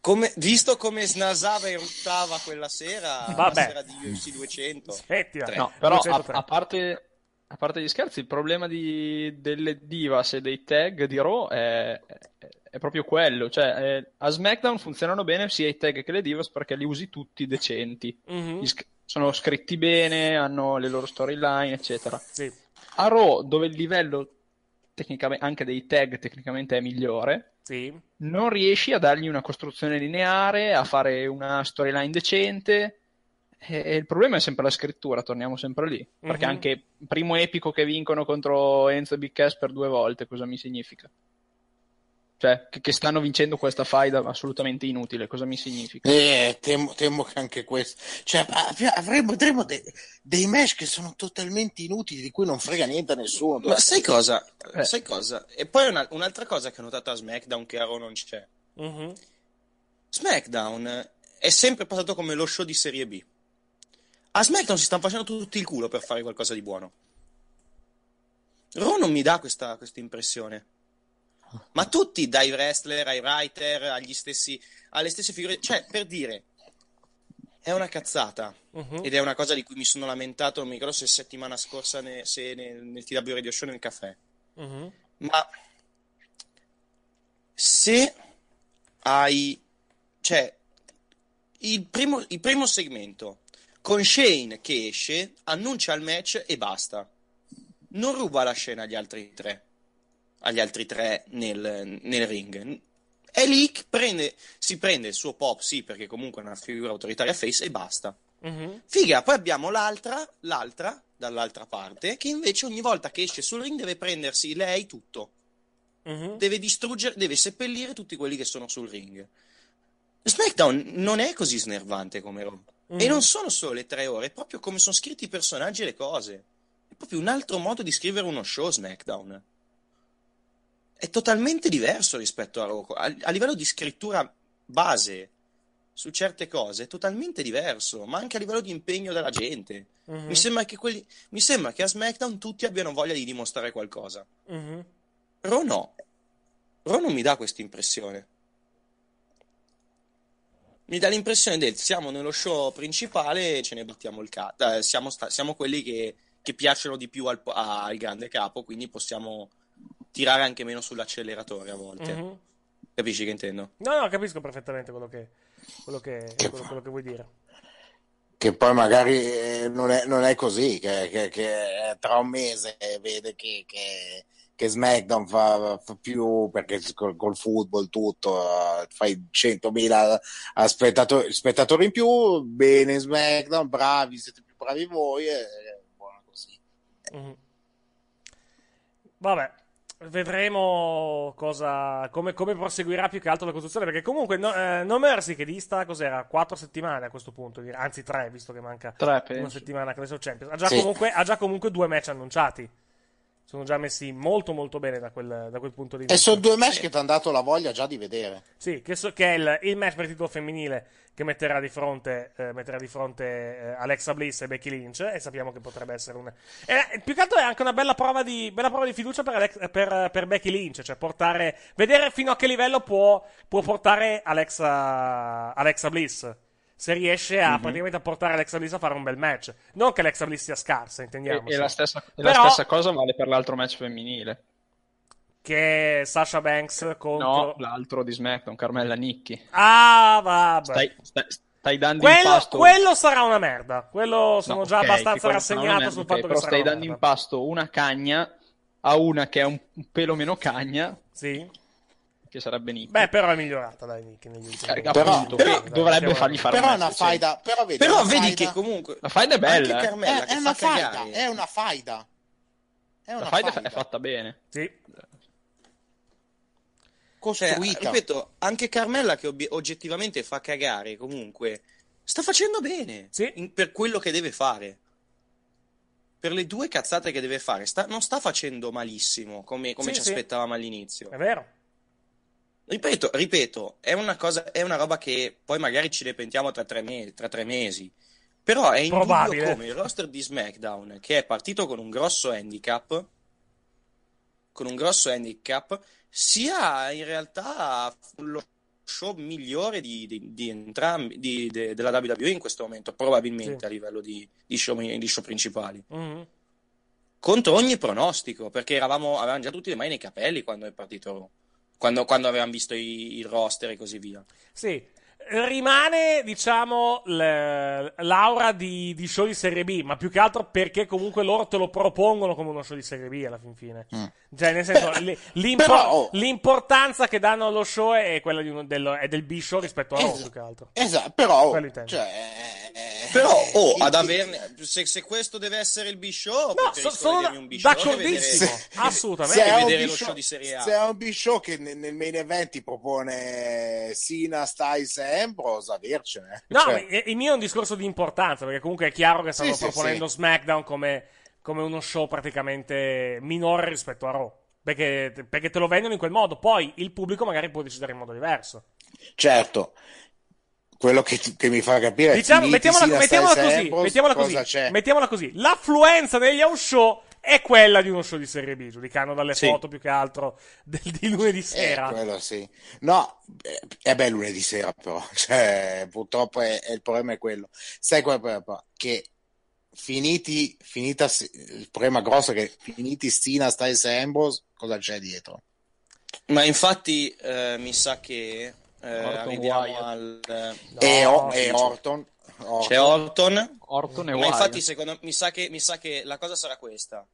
[SPEAKER 8] Come- visto come snasava e ruttava quella sera,
[SPEAKER 7] Vabbè.
[SPEAKER 8] la sera di UFC 200.
[SPEAKER 7] Smettila.
[SPEAKER 8] Tre.
[SPEAKER 9] No, però a,
[SPEAKER 7] 203.
[SPEAKER 9] a parte, a parte gli scherzi, il problema di- delle divas e dei tag di Raw è, è- è proprio quello. Cioè, è- a SmackDown funzionano bene sia i tag che le divas perché li usi tutti decenti.
[SPEAKER 7] Mhm.
[SPEAKER 9] Gli sc- sono scritti bene, hanno le loro storyline, eccetera.
[SPEAKER 7] Sì.
[SPEAKER 9] A Raw, dove il livello tecnicamente, anche dei tag tecnicamente è migliore.
[SPEAKER 7] Sì.
[SPEAKER 9] Non riesci a dargli una costruzione lineare, a fare una storyline decente. E, e il problema è sempre la scrittura, torniamo sempre lì. Perché
[SPEAKER 7] Mhm.
[SPEAKER 9] anche primo epico che vincono contro Enzo e Big Cass per due volte, cosa mi significa? Cioè, che, che stanno vincendo questa faida assolutamente inutile, cosa mi significa?
[SPEAKER 10] Eh, temo, temo che anche questo. Cioè, a- a- avremo, avremo de- dei match che sono totalmente inutili, di cui non frega niente a nessuno.
[SPEAKER 8] Ma sai cosa? Sai cosa? E poi una- un'altra cosa che ho notato a SmackDown che a Raw non c'è. SmackDown è sempre passato come lo show di serie B. A SmackDown si stanno facendo tutti il culo per fare qualcosa di buono. Raw non mi dà questa, questa impressione. Ma tutti, dai wrestler ai writer, agli stessi, alle stesse figure. Cioè, per dire, è una cazzata. Ed è una cosa di cui mi sono lamentato, non mi ricordo se settimana scorsa ne- se nel, nel TW Radio Show o nel caffè. Ma se hai, cioè, il primo, il primo segmento con Shane che esce, annuncia il match e basta. Non ruba la scena agli altri tre, agli altri tre nel, nel ring. È lì che prende, si prende il suo pop, sì, perché comunque è una figura autoritaria face e basta. Figa, poi abbiamo l'altra, l'altra, dall'altra parte, che invece ogni volta che esce sul ring deve prendersi lei tutto. Deve distruggere, deve seppellire tutti quelli che sono sul ring. SmackDown non è così snervante come Raw.
[SPEAKER 7] Mhm.
[SPEAKER 8] E non sono solo le tre ore, è proprio come sono scritti i personaggi e le cose. È proprio un altro modo di scrivere uno show SmackDown. È totalmente diverso rispetto a Raw. A, a livello di scrittura base su certe cose è totalmente diverso, ma anche a livello di impegno della gente. Mi, sembra che quelli- mi sembra che a SmackDown tutti abbiano voglia di dimostrare qualcosa. Raw no. Raw non mi dà questa impressione. Mi dà l'impressione del siamo nello show principale e ce ne battiamo il cazzo. siamo, sta- siamo quelli che, che piacciono di più al, po- al grande capo, quindi possiamo tirare anche meno sull'acceleratore a volte.
[SPEAKER 7] Mhm.
[SPEAKER 8] Capisci che intendo?
[SPEAKER 7] No, no, capisco perfettamente quello che, quello che, quello- quello che vuoi dire.
[SPEAKER 10] Che poi magari eh, non, è, non è così, che, che- che, eh, tra un mese eh, vede che, che- che SmackDown fa, fa più perché col, col football tutto eh, fai 100.000 a spettato- spettatori in più, bene SmackDown, bravi, siete più bravi voi. eh, buona così.
[SPEAKER 7] Mhm. Vabbè, vedremo cosa, come, come proseguirà più che altro la costruzione. Perché comunque, no, eh, No Mercy che dista, cos'era? Quattro settimane a questo punto, dire- anzi tre, visto che manca
[SPEAKER 9] Tre,
[SPEAKER 7] una
[SPEAKER 9] penso.
[SPEAKER 7] settimana che adesso è Champions. Ha già,
[SPEAKER 9] Sì.
[SPEAKER 7] comunque, ha già comunque due match annunciati. Sono già messi molto molto bene da quel, da quel punto di vista.
[SPEAKER 10] E sono due match che ti hanno dato la voglia già di vedere.
[SPEAKER 7] Sì, che, so- che è il, il match per il titolo femminile che metterà di fronte, eh, metterà di fronte eh, Alexa Bliss e Becky Lynch. E sappiamo che potrebbe essere un. E, più che altro è anche una bella prova di, bella prova di fiducia per,
[SPEAKER 10] Eh,
[SPEAKER 7] Alex- per- per Becky Lynch. Cioè, portare. Vedere fino a che livello può, può portare Alexa, Alexa Bliss. Se riesce a,
[SPEAKER 9] Mhm.
[SPEAKER 7] praticamente a portare Alexa Bliss a fare un bel match. Non che Alexa Bliss sia scarsa,
[SPEAKER 9] E,
[SPEAKER 7] intendiamoci.
[SPEAKER 9] e la stessa, e la
[SPEAKER 7] Però
[SPEAKER 9] stessa cosa vale per l'altro match femminile.
[SPEAKER 7] che Sasha Banks contro.
[SPEAKER 9] No, l'altro di SmackDown, Carmella Nicchi.
[SPEAKER 7] Ah, vabbè.
[SPEAKER 9] Stai, stai, stai dando in
[SPEAKER 7] Quello,
[SPEAKER 9] pasto.
[SPEAKER 7] quello sarà una merda. Quello sono
[SPEAKER 9] No,
[SPEAKER 7] già
[SPEAKER 9] ok, che quello
[SPEAKER 7] abbastanza
[SPEAKER 9] sarà una
[SPEAKER 7] rassegnato
[SPEAKER 9] merda,
[SPEAKER 7] sul
[SPEAKER 9] ok,
[SPEAKER 7] fatto che
[SPEAKER 9] però
[SPEAKER 7] sarà
[SPEAKER 9] stai
[SPEAKER 7] una
[SPEAKER 9] dando
[SPEAKER 7] merda.
[SPEAKER 9] in pasto una cagna a una che è un un pelo meno cagna.
[SPEAKER 7] Sì.
[SPEAKER 9] Che sarebbe Nicchi.
[SPEAKER 7] Beh, però è migliorata, dai, Nick. Negli ultimi
[SPEAKER 9] Eh,
[SPEAKER 7] anni.
[SPEAKER 9] appunto, però dovrebbe fargli fare
[SPEAKER 10] Però è
[SPEAKER 9] un
[SPEAKER 10] una
[SPEAKER 9] match decente.
[SPEAKER 10] faida, però vedi,
[SPEAKER 8] Però
[SPEAKER 10] è una
[SPEAKER 8] vedi
[SPEAKER 10] faida-
[SPEAKER 8] che comunque.
[SPEAKER 9] La faida è bella,
[SPEAKER 8] Anche
[SPEAKER 9] eh.
[SPEAKER 8] Carmella
[SPEAKER 10] è,
[SPEAKER 8] che
[SPEAKER 10] è una
[SPEAKER 8] fa
[SPEAKER 10] faida,
[SPEAKER 8] cagare.
[SPEAKER 10] è una faida. È
[SPEAKER 9] La
[SPEAKER 10] una
[SPEAKER 9] faida
[SPEAKER 10] faida.
[SPEAKER 9] è fatta bene.
[SPEAKER 7] Sì.
[SPEAKER 8] Cioè,
[SPEAKER 10] Costruita.
[SPEAKER 8] ripeto, anche Carmella che ob- oggettivamente fa cagare comunque, sta facendo bene in- per quello che deve fare. Per le due cazzate che deve fare, sta- non sta facendo malissimo come, come
[SPEAKER 7] Sì,
[SPEAKER 8] ci
[SPEAKER 7] sì.
[SPEAKER 8] aspettavamo all'inizio.
[SPEAKER 7] È vero.
[SPEAKER 8] Ripeto, ripeto, è una cosa, è una roba che poi magari ci repentiamo tra tre, me- tra tre mesi. Però è indubbio
[SPEAKER 7] Probabile.
[SPEAKER 8] come il roster di SmackDown, che è partito con un grosso handicap, con un grosso handicap, sia in realtà lo show migliore di, di- di entrambi, di- de- della WWE in questo momento, probabilmente
[SPEAKER 7] Sì.
[SPEAKER 8] a livello di, di show, di show principali. Contro ogni pronostico, perché eravamo, avevamo già tutti le mani nei capelli quando è partito Raw, quando, quando avevamo visto i- il roster e così via.
[SPEAKER 7] Sì. rimane, diciamo, l- l'aura di, di show di Serie B, ma più che altro perché comunque loro te lo propongono come uno show di Serie B alla fin fine. Cioè, nel senso, l- l'impor-
[SPEAKER 10] però, oh.
[SPEAKER 7] l'importanza che danno allo show è quella di uno- dello- è del B-show rispetto a Raw,
[SPEAKER 10] Esatto.
[SPEAKER 7] più che altro.
[SPEAKER 10] Esatto, però,
[SPEAKER 7] Quello
[SPEAKER 10] oh,
[SPEAKER 7] intendo.
[SPEAKER 10] cioè,
[SPEAKER 8] Però, oh,
[SPEAKER 10] il-
[SPEAKER 8] ad averne. Se, se questo deve essere il B-Show,
[SPEAKER 7] No,
[SPEAKER 8] preferisco
[SPEAKER 7] so- sono
[SPEAKER 8] vedermi
[SPEAKER 7] da-
[SPEAKER 8] un B-Show che
[SPEAKER 7] d'accordissimo,
[SPEAKER 8] vedere-
[SPEAKER 7] assolutamente.
[SPEAKER 8] che
[SPEAKER 7] Se è un
[SPEAKER 8] vedere lo
[SPEAKER 10] B-show-
[SPEAKER 8] show di Serie A.
[SPEAKER 10] se è un B-show che nel, nel main event ti propone Sina, Styles e Ambrose, avercene.
[SPEAKER 7] No,
[SPEAKER 10] Cioè,
[SPEAKER 7] ma il- il mio è un discorso di importanza, perché comunque è chiaro che stanno
[SPEAKER 10] Sì, sì,
[SPEAKER 7] proponendo
[SPEAKER 10] sì.
[SPEAKER 7] SmackDown come, come uno show praticamente minore rispetto a Raw. Perché, perché te lo vendono in quel modo. Poi il pubblico magari può decidere in modo diverso.
[SPEAKER 10] certo, quello che, ti- che mi fa capire
[SPEAKER 7] Diciamo,
[SPEAKER 10] è
[SPEAKER 7] mettiamola,
[SPEAKER 10] Cena,
[SPEAKER 7] mettiamola
[SPEAKER 10] Styles e
[SPEAKER 7] così,
[SPEAKER 10] Ambrose,
[SPEAKER 7] mettiamola
[SPEAKER 10] cosa
[SPEAKER 7] così,
[SPEAKER 10] c'è?
[SPEAKER 7] mettiamola così. L'affluenza degli house show è quella di uno show di Serie B, giudicando dalle
[SPEAKER 10] Sì.
[SPEAKER 7] foto più che altro del, di lunedì sera.
[SPEAKER 10] Eh, quello sì. No, eh, è bello lunedì sera però, cioè, purtroppo è, è- il problema è quello. Sai qual è il problema? però? Che finiti, finita, S- il problema grosso è che finiti Sina, Styles e Ambrose, cosa c'è dietro?
[SPEAKER 8] Ma infatti, eh, mi sa che. eh,
[SPEAKER 10] Orton
[SPEAKER 8] arriviamo
[SPEAKER 10] Wyatt.
[SPEAKER 8] al.
[SPEAKER 10] e, Or- e Orton, Orton.
[SPEAKER 8] C'è Orton.
[SPEAKER 9] Orton e
[SPEAKER 8] Ma
[SPEAKER 9] Wyatt.
[SPEAKER 8] infatti, secondo mi sa che, mi sa che la cosa sarà questa.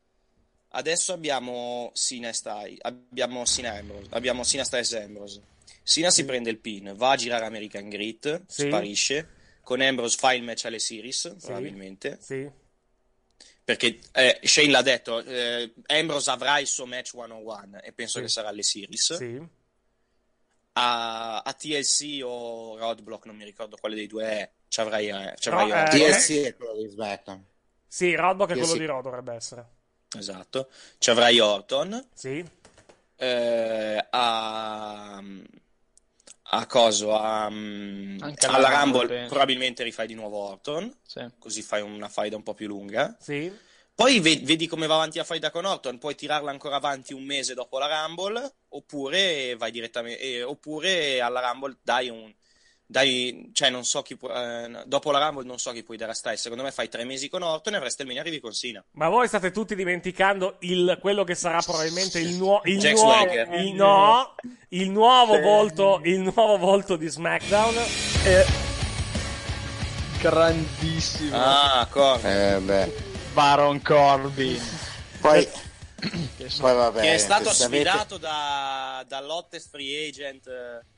[SPEAKER 8] Adesso abbiamo Sina e Stai, abbiamo Sina e Ambrose, abbiamo Sina Styles e Ambrose. Sina si prende il pin, va a girare American Grit,
[SPEAKER 7] Sì.
[SPEAKER 8] sparisce. Con Ambrose fa il match alle series, probabilmente.
[SPEAKER 7] Sì.
[SPEAKER 8] Perché eh, Shane l'ha detto, eh, Ambrose avrà il suo match one on one e penso che sarà alle series.
[SPEAKER 7] Sì.
[SPEAKER 8] A, a TLC o Roadblock, non mi ricordo quale dei due è, ci avrai, eh, ci
[SPEAKER 7] No,
[SPEAKER 8] avrai
[SPEAKER 7] eh,
[SPEAKER 8] Orton.
[SPEAKER 7] TLC
[SPEAKER 10] è quello di SmackDown.
[SPEAKER 7] Sì, Rodbock è
[SPEAKER 8] Io
[SPEAKER 7] quello
[SPEAKER 8] sì.
[SPEAKER 7] di Raw dovrebbe essere.
[SPEAKER 8] Esatto, ci avrai Orton.
[SPEAKER 7] Sì.
[SPEAKER 8] eh, a, a coso a, mm,
[SPEAKER 9] Anche alla
[SPEAKER 8] alla
[SPEAKER 9] Rumble,
[SPEAKER 8] Rumble,
[SPEAKER 9] penso.
[SPEAKER 8] probabilmente rifai di nuovo Orton
[SPEAKER 9] Sì.
[SPEAKER 8] così fai una faida un po' più lunga
[SPEAKER 7] Sì.
[SPEAKER 8] poi ve- vedi come va avanti la faida con Orton puoi tirarla ancora avanti un mese dopo la Rumble oppure vai direttamente eh, oppure alla Rumble dai un dai, cioè non so chi pu- eh, dopo la Rumble non so chi puoi dare a Styles secondo me fai tre mesi con Orton e a WrestleMania arrivi con Sina
[SPEAKER 7] Ma voi state tutti dimenticando il, quello che sarà probabilmente il, nuo- il
[SPEAKER 8] Jack
[SPEAKER 7] nuovo
[SPEAKER 8] Swagger.
[SPEAKER 7] il, no, il nuovo
[SPEAKER 8] Sì.
[SPEAKER 7] volto il nuovo volto di SmackDown.
[SPEAKER 9] Grandissimo.
[SPEAKER 8] Ah, Corbin.
[SPEAKER 10] Eh, beh.
[SPEAKER 9] Baron Corbin.
[SPEAKER 10] Poi,
[SPEAKER 9] Che so-
[SPEAKER 10] poi vabbè,
[SPEAKER 8] Certo. che è stato
[SPEAKER 10] se avete-
[SPEAKER 8] sfidato da, da Lottes Free Agent. eh.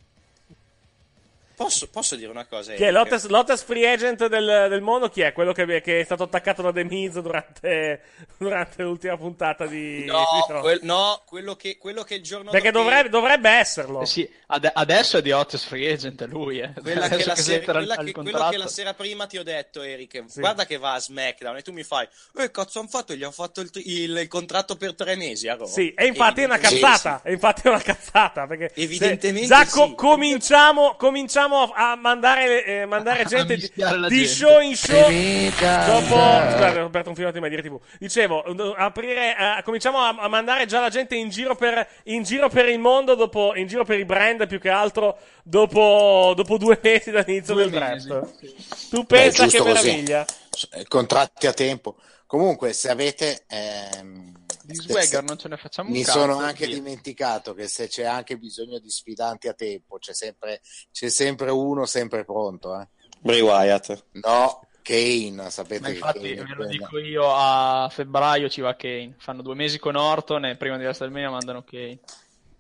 [SPEAKER 8] Posso, posso dire una cosa?
[SPEAKER 7] Chi è
[SPEAKER 8] Eric?
[SPEAKER 7] Lotus, Lotus Free Agent del, del mondo? Chi è? Quello che, che è stato attaccato da The Miz durante, durante l'ultima puntata di. di
[SPEAKER 8] No,
[SPEAKER 7] Raw?
[SPEAKER 8] quel- no, quello, che, quello che il giorno
[SPEAKER 7] Perché
[SPEAKER 8] dopo-
[SPEAKER 7] dovrebbe, dovrebbe esserlo.
[SPEAKER 9] Eh sì, ad- adesso è di Otis Free Agent è lui, eh.
[SPEAKER 8] Quella
[SPEAKER 9] Adesso
[SPEAKER 8] che, la
[SPEAKER 9] che
[SPEAKER 8] sera,
[SPEAKER 9] siete al-
[SPEAKER 8] quella
[SPEAKER 9] al
[SPEAKER 8] che- quello
[SPEAKER 9] contratto.
[SPEAKER 8] che la sera prima ti ho detto, Eric, guarda che va a SmackDown e tu mi fai, eh, cazzo hanno fatto? Gli hanno fatto il, tri- il- il contratto per tre mesi a Raw."
[SPEAKER 7] Sì, e infatti è una
[SPEAKER 8] Evidentemente
[SPEAKER 7] cazzata. E infatti è una cazzata. Perché se-
[SPEAKER 8] Evidentemente
[SPEAKER 7] già
[SPEAKER 8] sì.
[SPEAKER 7] co- cominciamo, cominciamo a mandare, eh, mandare gente di,
[SPEAKER 9] mischiare la
[SPEAKER 7] di
[SPEAKER 9] gente.
[SPEAKER 7] show in show.
[SPEAKER 9] Evita.
[SPEAKER 7] Dopo, scusate, ho aperto un filo prima di dire TV. Dicevo, eh, aprire, eh, cominciamo a, a mandare già la gente in giro per, in giro per il mondo, dopo, in giro per i brand più che altro, dopo, dopo due mesi dall'inizio
[SPEAKER 9] Due
[SPEAKER 7] del
[SPEAKER 9] mesi,
[SPEAKER 7] draft. Tu
[SPEAKER 10] Beh,
[SPEAKER 7] pensa che
[SPEAKER 10] giusto così.
[SPEAKER 7] meraviglia.
[SPEAKER 10] Eh, Contratti a tempo. Comunque, se avete... ehm,
[SPEAKER 9] Di
[SPEAKER 10] se-
[SPEAKER 9] Swagger non ce ne facciamo un
[SPEAKER 10] Mi
[SPEAKER 9] cazzo,
[SPEAKER 10] sono anche
[SPEAKER 9] via.
[SPEAKER 10] dimenticato che se c'è anche bisogno di sfidanti a tempo, c'è sempre, c'è sempre uno sempre pronto. eh.
[SPEAKER 8] Bray Wyatt.
[SPEAKER 10] No, Kane, sapete
[SPEAKER 9] Ma
[SPEAKER 10] che
[SPEAKER 9] infatti
[SPEAKER 10] Kane è
[SPEAKER 9] ve lo
[SPEAKER 10] quello.
[SPEAKER 9] dico io a febbraio ci va Kane. Fanno due mesi con Orton e prima di WrestleMania mandano Kane.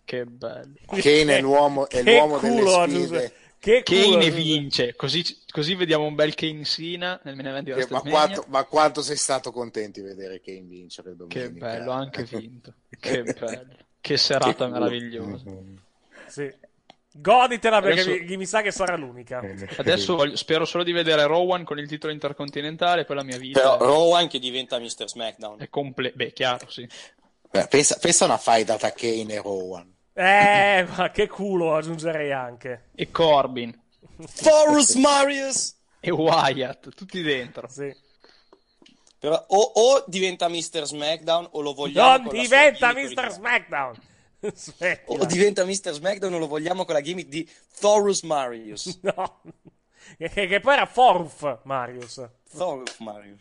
[SPEAKER 9] Che bello.
[SPEAKER 10] Kane è l'uomo, è
[SPEAKER 9] Che
[SPEAKER 10] l'uomo
[SPEAKER 9] culo,
[SPEAKER 10] delle sfide.
[SPEAKER 9] Giuseppe.
[SPEAKER 7] Che culo,
[SPEAKER 9] Kane
[SPEAKER 7] Giuseppe.
[SPEAKER 9] vince, così, così vediamo un bel Kane Sina nel main event di
[SPEAKER 10] Che- ma,
[SPEAKER 9] WrestleMania.
[SPEAKER 10] quanto, ma quanto sei stato contento di vedere Kane vincere domenica?
[SPEAKER 9] Che bello, ha anche vinto. Che bello. Che serata
[SPEAKER 10] culo.
[SPEAKER 9] meravigliosa.
[SPEAKER 10] Mm.
[SPEAKER 7] Sì. Goditela Ah, perché
[SPEAKER 9] Adesso-
[SPEAKER 7] mi, mi sa che sarà l'unica.
[SPEAKER 9] Adesso voglio- spero solo di vedere Rowan con il titolo intercontinentale, poi la mia vita
[SPEAKER 8] Però
[SPEAKER 9] è-
[SPEAKER 8] Rowan che diventa Mr. SmackDown.
[SPEAKER 9] è comple- Beh, chiaro, sì.
[SPEAKER 10] Beh, pensa, pensa a una faida tra Kane e Rowan.
[SPEAKER 7] Eh, ma che culo aggiungerei anche.
[SPEAKER 9] E Corbin.
[SPEAKER 8] Forrest Marius.
[SPEAKER 9] E Wyatt, tutti dentro.
[SPEAKER 8] Però o, o diventa Mr. SmackDown o lo vogliamo
[SPEAKER 7] Non
[SPEAKER 8] con la sua
[SPEAKER 7] diventa
[SPEAKER 8] gimmick
[SPEAKER 7] Mr. SmackDown. Smettila.
[SPEAKER 8] O diventa Mr. SmackDown o lo vogliamo con la gimmick di Thorus Marius.
[SPEAKER 7] No. Che, che poi era Forf Marius.
[SPEAKER 8] Thorus Marius.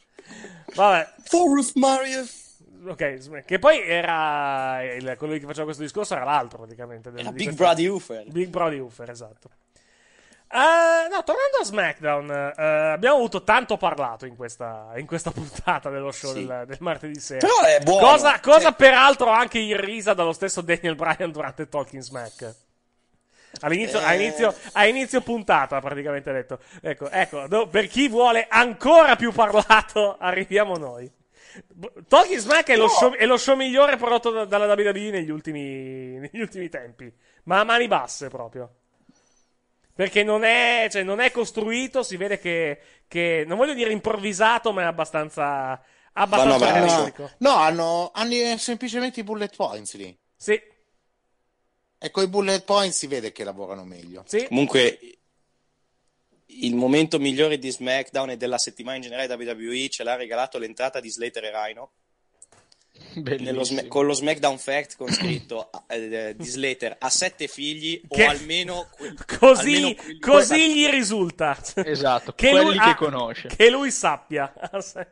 [SPEAKER 7] Vabbè.
[SPEAKER 8] Forf Marius.
[SPEAKER 7] Ok, sm- che poi era il- quello che faceva questo discorso era l'altro praticamente. del-
[SPEAKER 8] Era
[SPEAKER 7] di
[SPEAKER 8] Big
[SPEAKER 7] questa-
[SPEAKER 8] Brother Hoofer.
[SPEAKER 7] Big Brody Hoofer, esatto. Eh, no, tornando a SmackDown, eh, abbiamo avuto tanto parlato in questa, in questa puntata dello show
[SPEAKER 8] Sì.
[SPEAKER 7] eh, del, del martedì sera.
[SPEAKER 8] Però è buono. Cioè,
[SPEAKER 7] Cosa, cosa peraltro anche irrisa dallo stesso Daniel Bryan durante Talking Smack. All'inizio,
[SPEAKER 8] Eh.
[SPEAKER 7] a, inizio, a inizio puntata, praticamente ha detto. Ecco, ecco, do- per chi vuole ancora più parlato, arriviamo noi. B- Talking Smack è lo, show, è lo show migliore prodotto da- dalla WWE negli ultimi, negli ultimi tempi. Ma a mani basse proprio. Perché non è, cioè, non è costruito, si vede che, che- Non voglio dire improvvisato, ma è abbastanza.
[SPEAKER 10] Ma no,
[SPEAKER 7] abbastanza
[SPEAKER 10] ma
[SPEAKER 7] realistico.
[SPEAKER 10] hanno, no, hanno, hanno eh, semplicemente i bullet points lì.
[SPEAKER 7] Sì.
[SPEAKER 10] E con i bullet points si vede che lavorano meglio.
[SPEAKER 7] Sì.
[SPEAKER 8] Comunque, il momento migliore di SmackDown e della settimana in generale da WWE ce l'ha regalato l'entrata di Slater e Rhino. Nello
[SPEAKER 9] Bellissimo.
[SPEAKER 8] Sma- con lo SmackDown Fact con scritto eh, eh, di Slater ha sette figli
[SPEAKER 7] Che-
[SPEAKER 8] o almeno quelli
[SPEAKER 7] Così, così gli risulta.
[SPEAKER 9] Esatto,
[SPEAKER 7] Che
[SPEAKER 9] quelli
[SPEAKER 7] lui
[SPEAKER 9] che
[SPEAKER 7] ha-
[SPEAKER 9] conosce.
[SPEAKER 7] Che lui sappia. Ha se-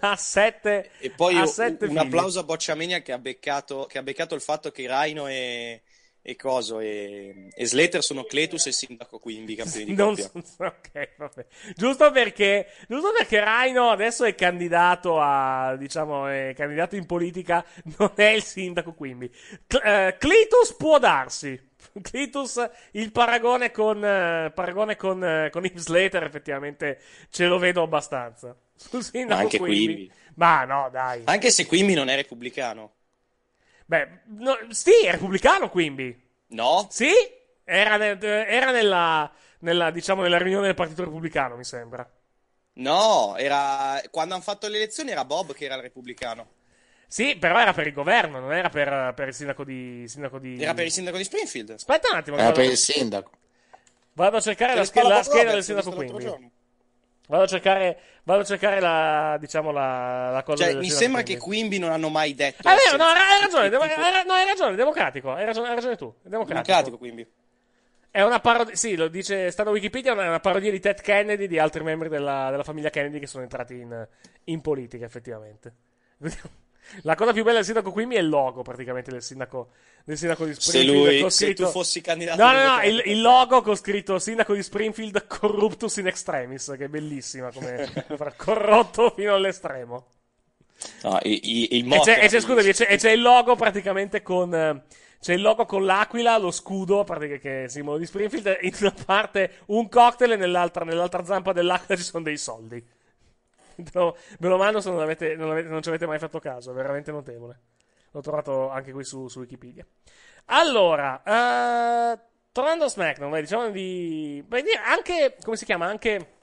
[SPEAKER 7] ha sette.
[SPEAKER 8] E poi
[SPEAKER 7] ha
[SPEAKER 8] un,
[SPEAKER 7] sette
[SPEAKER 8] un
[SPEAKER 7] figli.
[SPEAKER 8] applauso a Bocciamania che ha beccato, che ha beccato il fatto che Rhino e, e Coso e, e Slater sono Cletus e Sindaco quindi campioni di
[SPEAKER 7] Non
[SPEAKER 8] coppia.
[SPEAKER 7] so- ok, vabbè. Giusto perché, giusto perché Rhino adesso è candidato a, diciamo, è candidato in politica, non è il sindaco quindi. Cl- eh, Clitus può darsi. Clitus, il paragone con, eh, paragone con, eh, con Heath Slater effettivamente ce lo vedo abbastanza. Sul sindaco
[SPEAKER 8] Ma anche
[SPEAKER 7] Quimby.
[SPEAKER 8] Quimby.
[SPEAKER 7] Ma no, dai.
[SPEAKER 8] Anche se Quimby non è repubblicano.
[SPEAKER 7] Beh, no, sì, è repubblicano Quimby.
[SPEAKER 8] No?
[SPEAKER 7] Sì, era, nel- era nella, nella, diciamo, nella riunione del Partito Repubblicano, mi sembra.
[SPEAKER 8] No, era... quando hanno fatto le elezioni era Bob che era il repubblicano.
[SPEAKER 7] Sì, però era per il governo, non era per, per il sindaco di, sindaco di...
[SPEAKER 8] Era per il sindaco di Springfield.
[SPEAKER 7] Aspetta un attimo, che
[SPEAKER 10] Era
[SPEAKER 7] vado,
[SPEAKER 10] Eh, per il sindaco.
[SPEAKER 7] vado a cercare la,
[SPEAKER 8] Per
[SPEAKER 7] scheda- la
[SPEAKER 8] Paolo
[SPEAKER 7] scheda del
[SPEAKER 8] Roberts,
[SPEAKER 7] sindaco
[SPEAKER 8] l'ho visto l'altro
[SPEAKER 7] Quimby. Vado a cercare, vado a cercare la, diciamo, la, la cosa
[SPEAKER 8] Cioè,
[SPEAKER 7] del
[SPEAKER 8] mi
[SPEAKER 7] sindaco
[SPEAKER 8] sembra che
[SPEAKER 7] Quimby.
[SPEAKER 8] Quimby non hanno mai detto.
[SPEAKER 7] Ah, è vero, no,
[SPEAKER 8] senza-
[SPEAKER 7] hai ragione, devo-
[SPEAKER 8] tipo-
[SPEAKER 7] hai- no, hai ragione, è democratico, hai ragione, hai ragione tu, è democratico.
[SPEAKER 8] Democratico Quimby.
[SPEAKER 7] È una parodia, sì, lo dice, sta da Wikipedia, è una parodia di Ted Kennedy e di altri membri della, della famiglia Kennedy che sono entrati in, in politica, effettivamente. La cosa più bella del sindaco Quimby è il logo, praticamente, del sindaco, del sindaco di
[SPEAKER 8] Se
[SPEAKER 7] Springfield.
[SPEAKER 8] lui,
[SPEAKER 7] con
[SPEAKER 8] se tu
[SPEAKER 7] scritto-
[SPEAKER 8] fossi candidato
[SPEAKER 7] No, no, no, il,
[SPEAKER 8] democratico.
[SPEAKER 7] il logo con scritto sindaco di Springfield corruptus in extremis, che è bellissima come Eh, fra- corrotto fino all'estremo.
[SPEAKER 8] No, i- i- il
[SPEAKER 7] E
[SPEAKER 8] motto
[SPEAKER 7] c'è, e
[SPEAKER 8] era
[SPEAKER 7] c'è, scusami, e
[SPEAKER 8] bellissimo.
[SPEAKER 7] c'è, e c'è il logo praticamente con. eh, C'è il logo con l'aquila, lo scudo, praticamente che è il simbolo di Springfield. In una parte un cocktail e nell'altra, nell'altra zampa dell'aquila ci sono dei soldi. Te lo- Ve lo mando se non, avete- non avete- non ci avete mai fatto caso, è veramente notevole. L'ho trovato anche qui su, su Wikipedia. Allora, eh, tornando a SmackDown, vai, diciamo di. vai dire, anche. Come si chiama? Anche.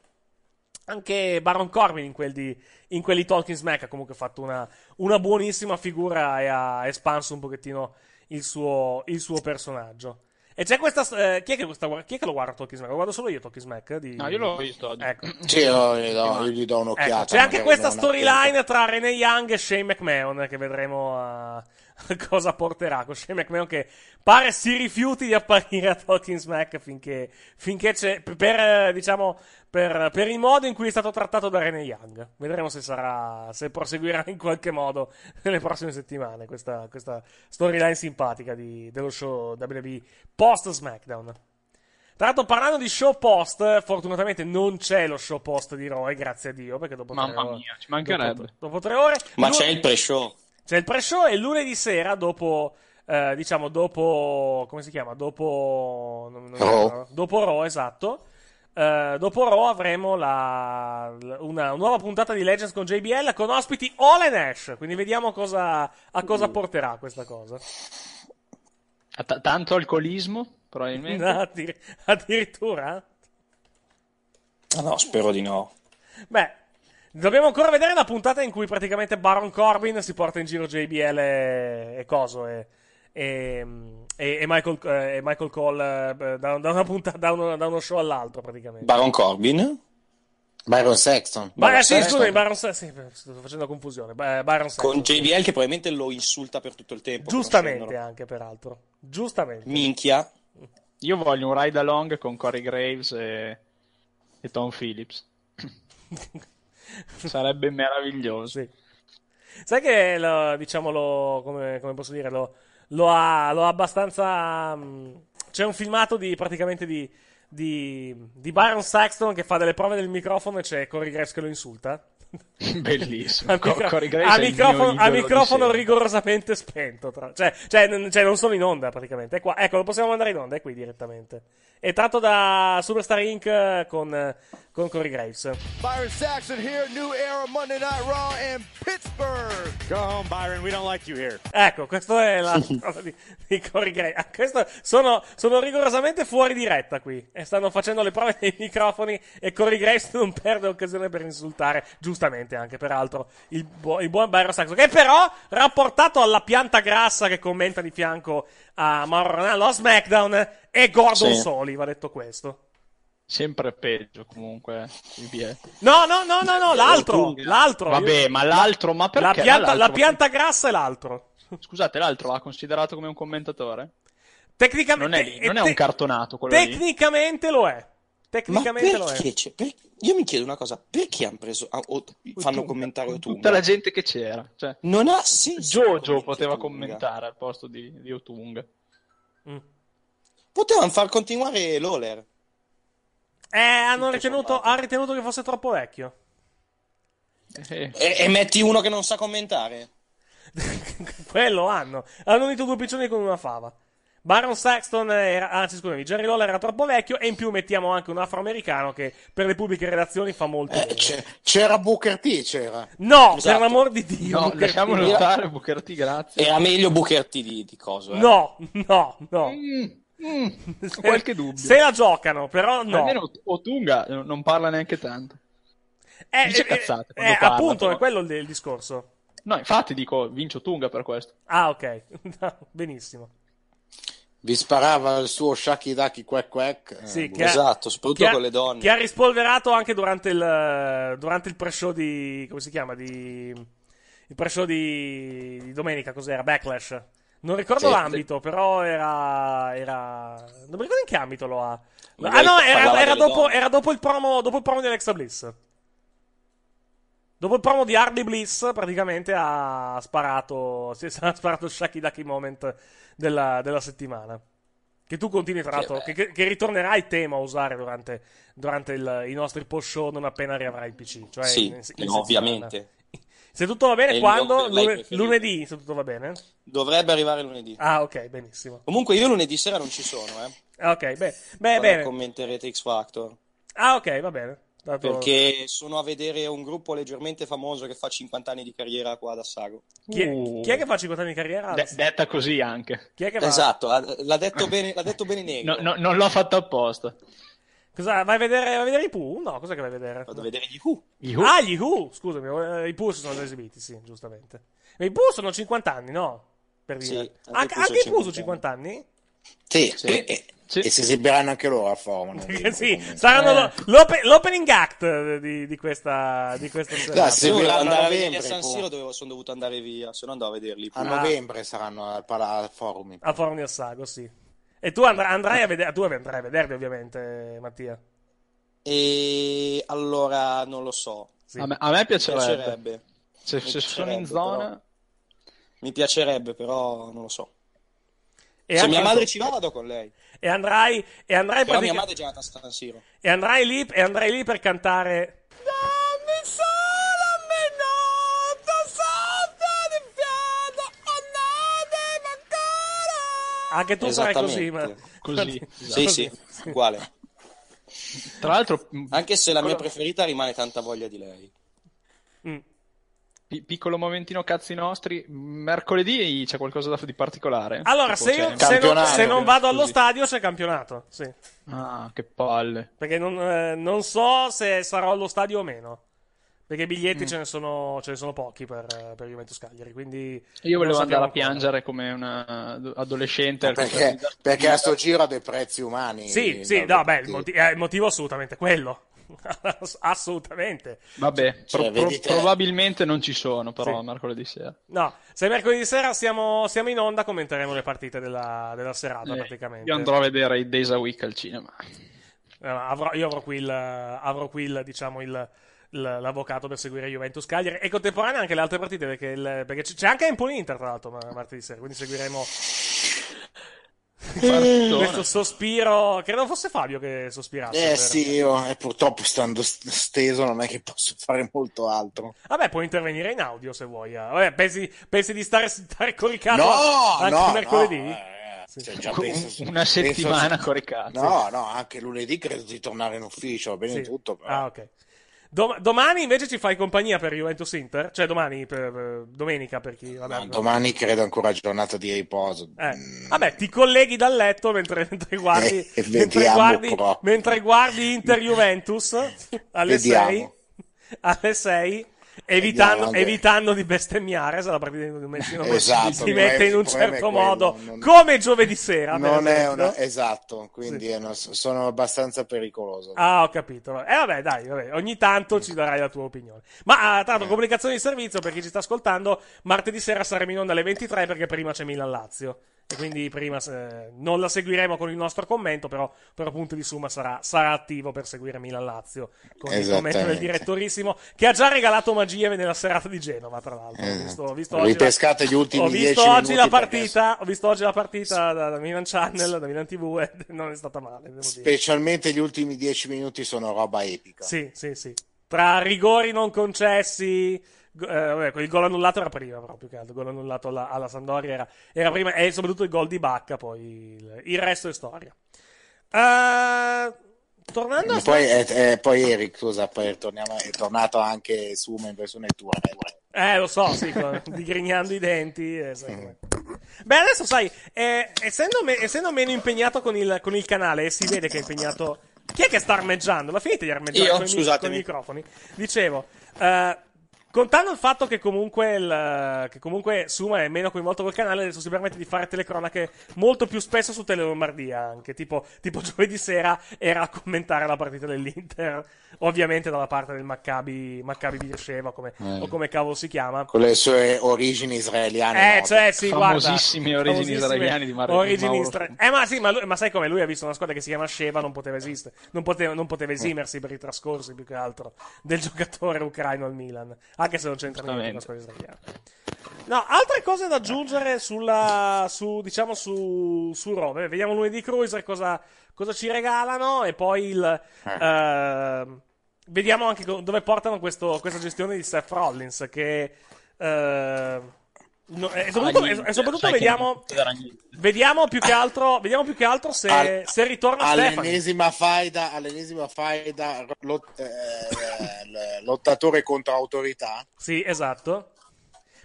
[SPEAKER 7] Anche Baron Corbin in quel di, in quel di Talking Smack ha comunque fatto una, una buonissima figura e ha espanso un pochettino il suo, il suo personaggio. E c'è questa. eh, chi, è che questa chi è che lo guarda Talking Smack? Lo guardo solo io Talking Smack? eh, Di...
[SPEAKER 9] No, io l'ho visto oggi.
[SPEAKER 7] Ecco.
[SPEAKER 10] Sì, io gli
[SPEAKER 8] Eh,
[SPEAKER 10] do, io gli do un'occhiata.
[SPEAKER 7] Ecco, c'è anche
[SPEAKER 10] magari
[SPEAKER 7] questa
[SPEAKER 10] non attento.
[SPEAKER 7] storyline tra Renee Young e Shane McMahon eh, che vedremo a, a cosa porterà con Shane McMahon che pare si rifiuti di apparire a Talking Smack finché, finché c'è per, eh, diciamo, per, per il modo in cui è stato trattato da Renee Young vedremo se sarà se proseguirà in qualche modo nelle prossime settimane questa, questa storyline simpatica di- dello show WWE post SmackDown tra l'altro, parlando di show post, eh, fortunatamente non c'è lo show post di Roy, grazie a Dio, perché dopo tre
[SPEAKER 9] Mamma
[SPEAKER 7] ore-
[SPEAKER 9] mia, ci mancherebbe.
[SPEAKER 7] Dopo, dopo tre ore.
[SPEAKER 8] Ma
[SPEAKER 7] Lu-
[SPEAKER 8] c'è il pre-show.
[SPEAKER 7] c'è il pre-show e lunedì sera, dopo, eh, diciamo, dopo, come si chiama? Dopo, non- non mi
[SPEAKER 10] Raw.
[SPEAKER 7] ricordo. dopo Raw, esatto. Eh, dopo Raw avremo la, la- una nuova puntata di Legends con JBL con ospiti Ole Nash. Quindi vediamo cosa, a cosa porterà questa cosa.
[SPEAKER 9] A ta- tanto alcolismo, probabilmente.
[SPEAKER 7] Addir- addirittura?
[SPEAKER 8] Ah, no, spero di no.
[SPEAKER 7] Beh, dobbiamo ancora vedere la puntata in cui praticamente Baron Corbin si porta in giro JBL e, e Coso e, e- e- e Michael, e Michael Cole eh, da, da una punta- da uno, da uno show all'altro praticamente.
[SPEAKER 8] Baron Corbin?
[SPEAKER 10] Byron Sexton.
[SPEAKER 7] Ba- sì,
[SPEAKER 8] Sexton.
[SPEAKER 7] scusami, Baron Sa- sì, sto facendo confusione. Ba- eh, Baron
[SPEAKER 8] Con
[SPEAKER 7] Sexton.
[SPEAKER 8] JBL che probabilmente lo insulta per tutto il tempo.
[SPEAKER 7] Giustamente
[SPEAKER 8] conoscendolo.
[SPEAKER 7] anche, peraltro. Giustamente.
[SPEAKER 8] Minchia.
[SPEAKER 9] Io voglio un ride along con Corey Graves e, e Tom Phillips. Sarebbe meraviglioso.
[SPEAKER 7] Sì. Sai che lo, diciamo lo, come, come posso dire, lo, lo ha, lo ha abbastanza. mm, c'è un filmato di praticamente di, di, di Byron Saxton che fa delle prove del microfono e c'è Corey Graves che lo insulta.
[SPEAKER 9] Bellissimo.
[SPEAKER 7] A,
[SPEAKER 9] Co-
[SPEAKER 7] micro-
[SPEAKER 9] Corey Graves
[SPEAKER 7] a
[SPEAKER 9] è il
[SPEAKER 7] microfono,
[SPEAKER 9] mio
[SPEAKER 7] a
[SPEAKER 9] idolo di
[SPEAKER 7] microfono
[SPEAKER 9] sempre.
[SPEAKER 7] rigorosamente spento. tra- Cioè, cioè, n- cioè, non sono in onda praticamente. È qua. Ecco, lo possiamo mandare in onda, è qui direttamente. È tratto da Superstar Inc. eh, con, eh, con Corey Graves.
[SPEAKER 12] Byron Saxon here, new era Monday Night Raw in Pittsburgh. Go home, Byron. We don't like you here.
[SPEAKER 7] Ecco, questo è la cosa di, di Corey Graves. Ah, questo- sono, sono rigorosamente fuori diretta qui. E stanno facendo le prove dei microfoni. E Corey Graves non perde occasione per insultare, giustamente anche peraltro, il, bu- il buon Byron Saxon. Che però, rapportato alla pianta grassa che commenta di fianco a Mauro Ronaldo a SmackDown, è Gordon
[SPEAKER 9] Sì.
[SPEAKER 7] Soli, va detto questo.
[SPEAKER 9] Sempre peggio comunque. IBA.
[SPEAKER 7] No, no, no, no, no, l'altro, l'altro.
[SPEAKER 9] Vabbè, ma l'altro, ma perché
[SPEAKER 7] La pianta,
[SPEAKER 9] l'altro?
[SPEAKER 7] la pianta grassa è l'altro.
[SPEAKER 9] Scusate, l'altro l'ha considerato come un commentatore?
[SPEAKER 7] Tecnicamente
[SPEAKER 9] non è, lì, non è un cartonato quello lì.
[SPEAKER 7] Tecnicamente lo è.
[SPEAKER 8] Ma
[SPEAKER 7] Tecnicamente lo è.
[SPEAKER 8] perché c'è- per- Io mi chiedo una cosa, perché hanno preso... ah, o fanno commentare o tu?
[SPEAKER 9] Tutta la gente che c'era, cioè,
[SPEAKER 8] Non ha senso.
[SPEAKER 9] Jojo poteva commentare al posto di, di Otunga.
[SPEAKER 7] Mm.
[SPEAKER 8] Potevano far continuare l'Oler.
[SPEAKER 7] Eh, hanno ritenuto, ha ritenuto che fosse troppo vecchio.
[SPEAKER 8] E, e metti uno che non sa commentare.
[SPEAKER 7] Quello hanno. Hanno unito due piccioni con una fava. Baron Saxton era, anzi scusami, Jerry Lawler era troppo vecchio e in più mettiamo anche un afroamericano che per le pubbliche redazioni fa
[SPEAKER 9] Eh,
[SPEAKER 7] molto
[SPEAKER 8] Eh,
[SPEAKER 7] bene.
[SPEAKER 10] C'era Booker T, c'era.
[SPEAKER 7] No,
[SPEAKER 10] Esatto.
[SPEAKER 7] per l'amor di Dio.
[SPEAKER 9] No,
[SPEAKER 7] Booker
[SPEAKER 9] lasciamolo
[SPEAKER 7] T.
[SPEAKER 9] stare, Booker T, grazie.
[SPEAKER 8] Era meglio bucherti di, di coso. eh.
[SPEAKER 7] No, no, no.
[SPEAKER 9] Mm, ho qualche dubbio.
[SPEAKER 7] Se la giocano, però no.
[SPEAKER 9] Almeno Ot- Otunga eh, non parla neanche tanto.
[SPEAKER 7] Eh,
[SPEAKER 9] Dice
[SPEAKER 7] eh,
[SPEAKER 9] cazzate
[SPEAKER 7] eh,
[SPEAKER 9] quando
[SPEAKER 7] eh,
[SPEAKER 9] parla,
[SPEAKER 7] appunto,
[SPEAKER 9] però.
[SPEAKER 7] è quello il, il discorso.
[SPEAKER 9] No, infatti dico, vince Otunga per questo.
[SPEAKER 7] Ah, ok. No, Benissimo.
[SPEAKER 10] Vi sparava il suo Shaki Daki Quack Quack. eh,
[SPEAKER 7] Sì,
[SPEAKER 10] boh.
[SPEAKER 7] che ha-
[SPEAKER 8] Esatto,
[SPEAKER 7] che ha- Che ha rispolverato anche durante il, durante il pre-show di. come si chiama? Di, il pre-show di, di domenica, cos'era? Backlash. Non ricordo
[SPEAKER 8] Sì.
[SPEAKER 7] l'ambito, però era, era. Non mi ricordo in che ambito lo ha. Ah
[SPEAKER 8] Magari
[SPEAKER 7] no, era,
[SPEAKER 8] parlava
[SPEAKER 7] era
[SPEAKER 8] delle
[SPEAKER 7] dopo,
[SPEAKER 8] donne.
[SPEAKER 7] era dopo il promo, dopo il promo di Alexa Bliss. Dopo il promo di Hardy Bliss, praticamente ha sparato. Si è sparato il Shaki Daki Moment della, della settimana. Che tu continui, tra l'altro, che, che- che ritornerà il tema a usare durante, durante il- i nostri post show non appena riavrai il PC. Cioè
[SPEAKER 8] Sì,
[SPEAKER 7] in- in settimana.
[SPEAKER 8] ovviamente.
[SPEAKER 7] Se tutto va bene,
[SPEAKER 8] È il mio
[SPEAKER 7] quando?
[SPEAKER 8] overlay
[SPEAKER 7] Lune-
[SPEAKER 8] preferito.
[SPEAKER 7] lunedì, se tutto va bene.
[SPEAKER 8] Dovrebbe arrivare lunedì.
[SPEAKER 7] Ah, ok, benissimo.
[SPEAKER 8] Comunque io lunedì sera non ci sono, eh.
[SPEAKER 7] Ah, Ok, beh, beh,
[SPEAKER 8] Quando
[SPEAKER 7] bene.
[SPEAKER 8] commenterete X Factor.
[SPEAKER 7] Ah, ok, va bene. Tanto-
[SPEAKER 8] Perché sono a vedere un gruppo leggermente famoso che fa 50 anni di carriera qua ad Assago.
[SPEAKER 7] Chi è, chi è che fa 50 anni di carriera?
[SPEAKER 9] De- detta così anche.
[SPEAKER 7] Chi è che va?
[SPEAKER 8] Esatto, ha- l'ha detto bene, l'ha detto bene Negro.
[SPEAKER 9] No, no, non l'ho fatto apposta.
[SPEAKER 7] Cosa, vai, a vedere, vai a vedere i Pooh? No, cosa che vai a vedere?
[SPEAKER 8] Vado a vedere gli Who.
[SPEAKER 7] Ah, gli Who! Scusami, eh, i Pooh si sono già esibiti, sì, giustamente. Ma i Pooh sono 50 anni, no? Per
[SPEAKER 8] Sì,
[SPEAKER 7] dire.
[SPEAKER 8] anche i
[SPEAKER 7] anche
[SPEAKER 8] Pooh
[SPEAKER 7] anche i
[SPEAKER 8] sono
[SPEAKER 7] Pooh sono 50 anni?
[SPEAKER 10] Sì, E, e- e si esibiranno anche loro a Formula.
[SPEAKER 7] Perché sì, saranno
[SPEAKER 8] Eh.
[SPEAKER 7] lo- l'ope- l'opening act di, di questa, di questa serata.
[SPEAKER 8] Io volevo
[SPEAKER 10] andare
[SPEAKER 8] andare
[SPEAKER 10] a
[SPEAKER 8] a vedere
[SPEAKER 10] novembre,
[SPEAKER 8] San
[SPEAKER 10] Pooh.
[SPEAKER 8] Siro dove sono dovuto andare via, se no andavo a vederli.
[SPEAKER 10] A novembre saranno al, pala- al forum.
[SPEAKER 7] A Forni Assago, sì. E tu andr- andrai a vedere, tu andrai a vederli, ovviamente, Mattia.
[SPEAKER 8] E allora non lo so.
[SPEAKER 9] A me- a me piacerebbe. Se-
[SPEAKER 8] Mi
[SPEAKER 9] se sono in
[SPEAKER 8] piacerebbe,
[SPEAKER 9] zona-
[SPEAKER 8] però. Mi piacerebbe, però non lo so.
[SPEAKER 7] E
[SPEAKER 8] se
[SPEAKER 7] anche-
[SPEAKER 8] mia madre ci va, vado con lei.
[SPEAKER 7] E andrai, e andrai,
[SPEAKER 8] Però mia
[SPEAKER 7] pratica-
[SPEAKER 8] madre è già andata a San Siro.
[SPEAKER 7] e andrai lì, e andrai lì per cantare.
[SPEAKER 12] Dammi solo un minuto sotto di fiato, andatemi ancora.
[SPEAKER 7] Anche tu sarai così, ma...
[SPEAKER 8] Esattamente.
[SPEAKER 9] Così. esatto.
[SPEAKER 8] Sì, sì, uguale.
[SPEAKER 9] Tra l'altro,
[SPEAKER 8] Anche se la mia
[SPEAKER 9] Quello-
[SPEAKER 8] preferita rimane tanta voglia di lei.
[SPEAKER 7] Mm.
[SPEAKER 9] pi- piccolo momentino cazzi nostri, mercoledì c'è qualcosa da- di particolare?
[SPEAKER 7] Allora,
[SPEAKER 9] Tipo,
[SPEAKER 7] se,
[SPEAKER 9] c'è
[SPEAKER 7] io,
[SPEAKER 9] un
[SPEAKER 7] se, non,
[SPEAKER 9] campionato,
[SPEAKER 7] se non vado allo
[SPEAKER 9] così.
[SPEAKER 7] stadio c'è campionato, sì.
[SPEAKER 9] Ah, che palle.
[SPEAKER 7] Perché non, eh, non so se sarò allo stadio o meno. Perché
[SPEAKER 9] Mm.
[SPEAKER 7] biglietti ce, ne sono, ce ne sono pochi per, eh, per Juventus Cagliari, quindi...
[SPEAKER 9] Io volevo
[SPEAKER 7] non
[SPEAKER 9] andare
[SPEAKER 7] sappiamo
[SPEAKER 9] a piangere come una adolescente. al
[SPEAKER 10] Perché,
[SPEAKER 9] concerto di-
[SPEAKER 10] perché a sto giro ha dei prezzi umani.
[SPEAKER 7] Sì, sì, no, beh, il, moti- eh, il motivo è assolutamente quello. Ass- assolutamente.
[SPEAKER 9] Vabbè, pro-
[SPEAKER 7] Cioè, vedi
[SPEAKER 9] pro-
[SPEAKER 7] te.
[SPEAKER 9] probabilmente non ci sono, però
[SPEAKER 7] Sì.
[SPEAKER 9] mercoledì sera.
[SPEAKER 7] No, se mercoledì sera siamo, siamo in onda commenteremo le partite della, della serata
[SPEAKER 9] Eh,
[SPEAKER 7] praticamente.
[SPEAKER 9] Io andrò a vedere i Days a Week al cinema.
[SPEAKER 7] Eh, avrò- io avrò qui il, avrò qui il, diciamo, il- il- l'avvocato per seguire Juventus Cagliari e contemporanea anche le altre partite
[SPEAKER 10] Eh.
[SPEAKER 7] perché, il- perché c- c'è anche Empoli Inter tra l'altro ma- martedì sera, quindi seguiremo... Questo sospiro, credo fosse Fabio che sospirasse.
[SPEAKER 10] Eh
[SPEAKER 7] per-
[SPEAKER 10] sì, io eh, purtroppo stando st- steso non è che posso fare molto altro.
[SPEAKER 7] Vabbè, puoi intervenire in audio se vuoi. eh. Vabbè, pensi, pensi di stare, stare coricato
[SPEAKER 10] No,
[SPEAKER 7] anche
[SPEAKER 10] no,
[SPEAKER 7] mercoledì?
[SPEAKER 10] no, Cioè, già penso-
[SPEAKER 9] Una
[SPEAKER 10] penso-
[SPEAKER 9] settimana coricato.
[SPEAKER 10] No, no, anche lunedì credo di tornare in ufficio, va bene
[SPEAKER 7] Sì.
[SPEAKER 10] tutto. Però.
[SPEAKER 7] Ah, ok. Dom- domani invece ci fai compagnia per Juventus Inter? Cioè domani, per, per- domenica per chi... Vabbè,
[SPEAKER 10] No, Domani credo ancora giornata di riposo.
[SPEAKER 7] Eh, Vabbè, ti colleghi dal letto mentre, mentre guardi,
[SPEAKER 10] Eh,
[SPEAKER 7] mentre,
[SPEAKER 10] vediamo
[SPEAKER 7] guardi,
[SPEAKER 10] proprio.
[SPEAKER 7] mentre guardi Inter Juventus alle
[SPEAKER 10] Vediamo.
[SPEAKER 7] 6, alle 6
[SPEAKER 10] Vediamo,
[SPEAKER 7] evitando,
[SPEAKER 10] vabbè.
[SPEAKER 7] evitando di bestemmiare se la partita di domenica non
[SPEAKER 10] Esatto,
[SPEAKER 7] si
[SPEAKER 10] il
[SPEAKER 7] mette in
[SPEAKER 10] problema
[SPEAKER 7] un
[SPEAKER 10] è
[SPEAKER 7] certo
[SPEAKER 10] quello,
[SPEAKER 7] modo,
[SPEAKER 10] non-
[SPEAKER 7] come giovedì sera. per
[SPEAKER 10] Non è
[SPEAKER 7] esempio.
[SPEAKER 10] una... Esatto, quindi è una- sono abbastanza pericoloso.
[SPEAKER 7] Ah, ho capito. E vabbè, dai, vabbè. ogni tanto ci darai la tua opinione. Ma ah,
[SPEAKER 10] Eh.
[SPEAKER 7] tanto, comunicazione di servizio per chi ci sta ascoltando. Martedì sera saremo in onda alle 23 perché prima c'è Milan Lazio. E quindi prima eh, non la seguiremo con il nostro commento, però per punto di summa sarà, sarà attivo per seguire Milan Lazio con il commento del
[SPEAKER 10] Esattamente.
[SPEAKER 7] direttorissimo che ha già regalato magie nella serata di Genova, tra l'altro. Ho visto,
[SPEAKER 10] Eh,
[SPEAKER 7] ho visto oggi la-
[SPEAKER 10] Ripescate gli ultimi
[SPEAKER 7] ho visto
[SPEAKER 10] 10
[SPEAKER 7] oggi la
[SPEAKER 10] minuti perché
[SPEAKER 7] partita, ho visto oggi la partita da, da Milan Channel, da Milan TV e non è stata male, devo dire.
[SPEAKER 10] Specialmente gli ultimi dieci minuti sono roba
[SPEAKER 8] Ecco.
[SPEAKER 10] epica.
[SPEAKER 7] Sì, sì, sì. Tra rigori non concessi, go- eh, vabbè, quel gol annullato era prima proprio, più che altro. Il gol annullato alla, alla Sampdoria era, era prima, e soprattutto il gol di Bacca, poi il, il resto è storia. Eh, tornando a...
[SPEAKER 10] E poi, eh, eh, poi Eric, scusa, poi torniamo- è tornato anche Suma in versione tua.
[SPEAKER 7] Eh, lo so, sì, con- digrignando i denti. eh, sai com'è. Beh, adesso sai, eh, essendo, me- essendo meno impegnato con il, con il canale, e si vede che è impegnato. Chi è che sta armeggiando? La finite di armeggiare
[SPEAKER 8] Io,
[SPEAKER 7] con, i mic-
[SPEAKER 8] scusatemi.
[SPEAKER 7] con i microfoni? Dicevo, eh, contando il fatto che comunque, il- che comunque Suma è meno coinvolto col canale, adesso si permette di fare telecronache molto più spesso su Telelombardia anche. Tipo, tipo giovedì sera era a commentare la partita dell'Inter, ovviamente dalla parte del Maccabi, Maccabi Birsceva, come,
[SPEAKER 10] Eh.
[SPEAKER 7] o come cavolo si chiama.
[SPEAKER 10] Con le sue origini israeliane.
[SPEAKER 7] Eh,
[SPEAKER 10] note.
[SPEAKER 7] cioè, sì, guarda.
[SPEAKER 9] Famosissime origini israeliane di Mar-
[SPEAKER 7] origini
[SPEAKER 9] Mauro.
[SPEAKER 7] isra- Eh, ma sì, ma, lui- ma sai come? Lui ha visto una squadra che si chiama Sheva, non poteva esistere. Non poteva, non poteva esimersi per i trascorsi, più che altro, del giocatore ucraino al Milan. Anche se non c'entra niente con la squadra israeliana. No, altre cose da aggiungere sulla, su, diciamo, su, su Rome. Vediamo lunedì Cruiser cosa, cosa ci regalano e poi il...
[SPEAKER 10] Eh.
[SPEAKER 7] ehm, vediamo anche co- dove portano questo- questa gestione di Seth Rollins che... ehm, no, e
[SPEAKER 10] Ah,
[SPEAKER 7] soprattutto, e- e soprattutto vediamo, vediamo più che altro, vediamo più che altro se,
[SPEAKER 10] Al-
[SPEAKER 7] se ritorna Stefani.
[SPEAKER 10] All'ennesima faida, all'ennesima faida lot- eh, l- lottatore contro autorità.
[SPEAKER 7] Sì, esatto.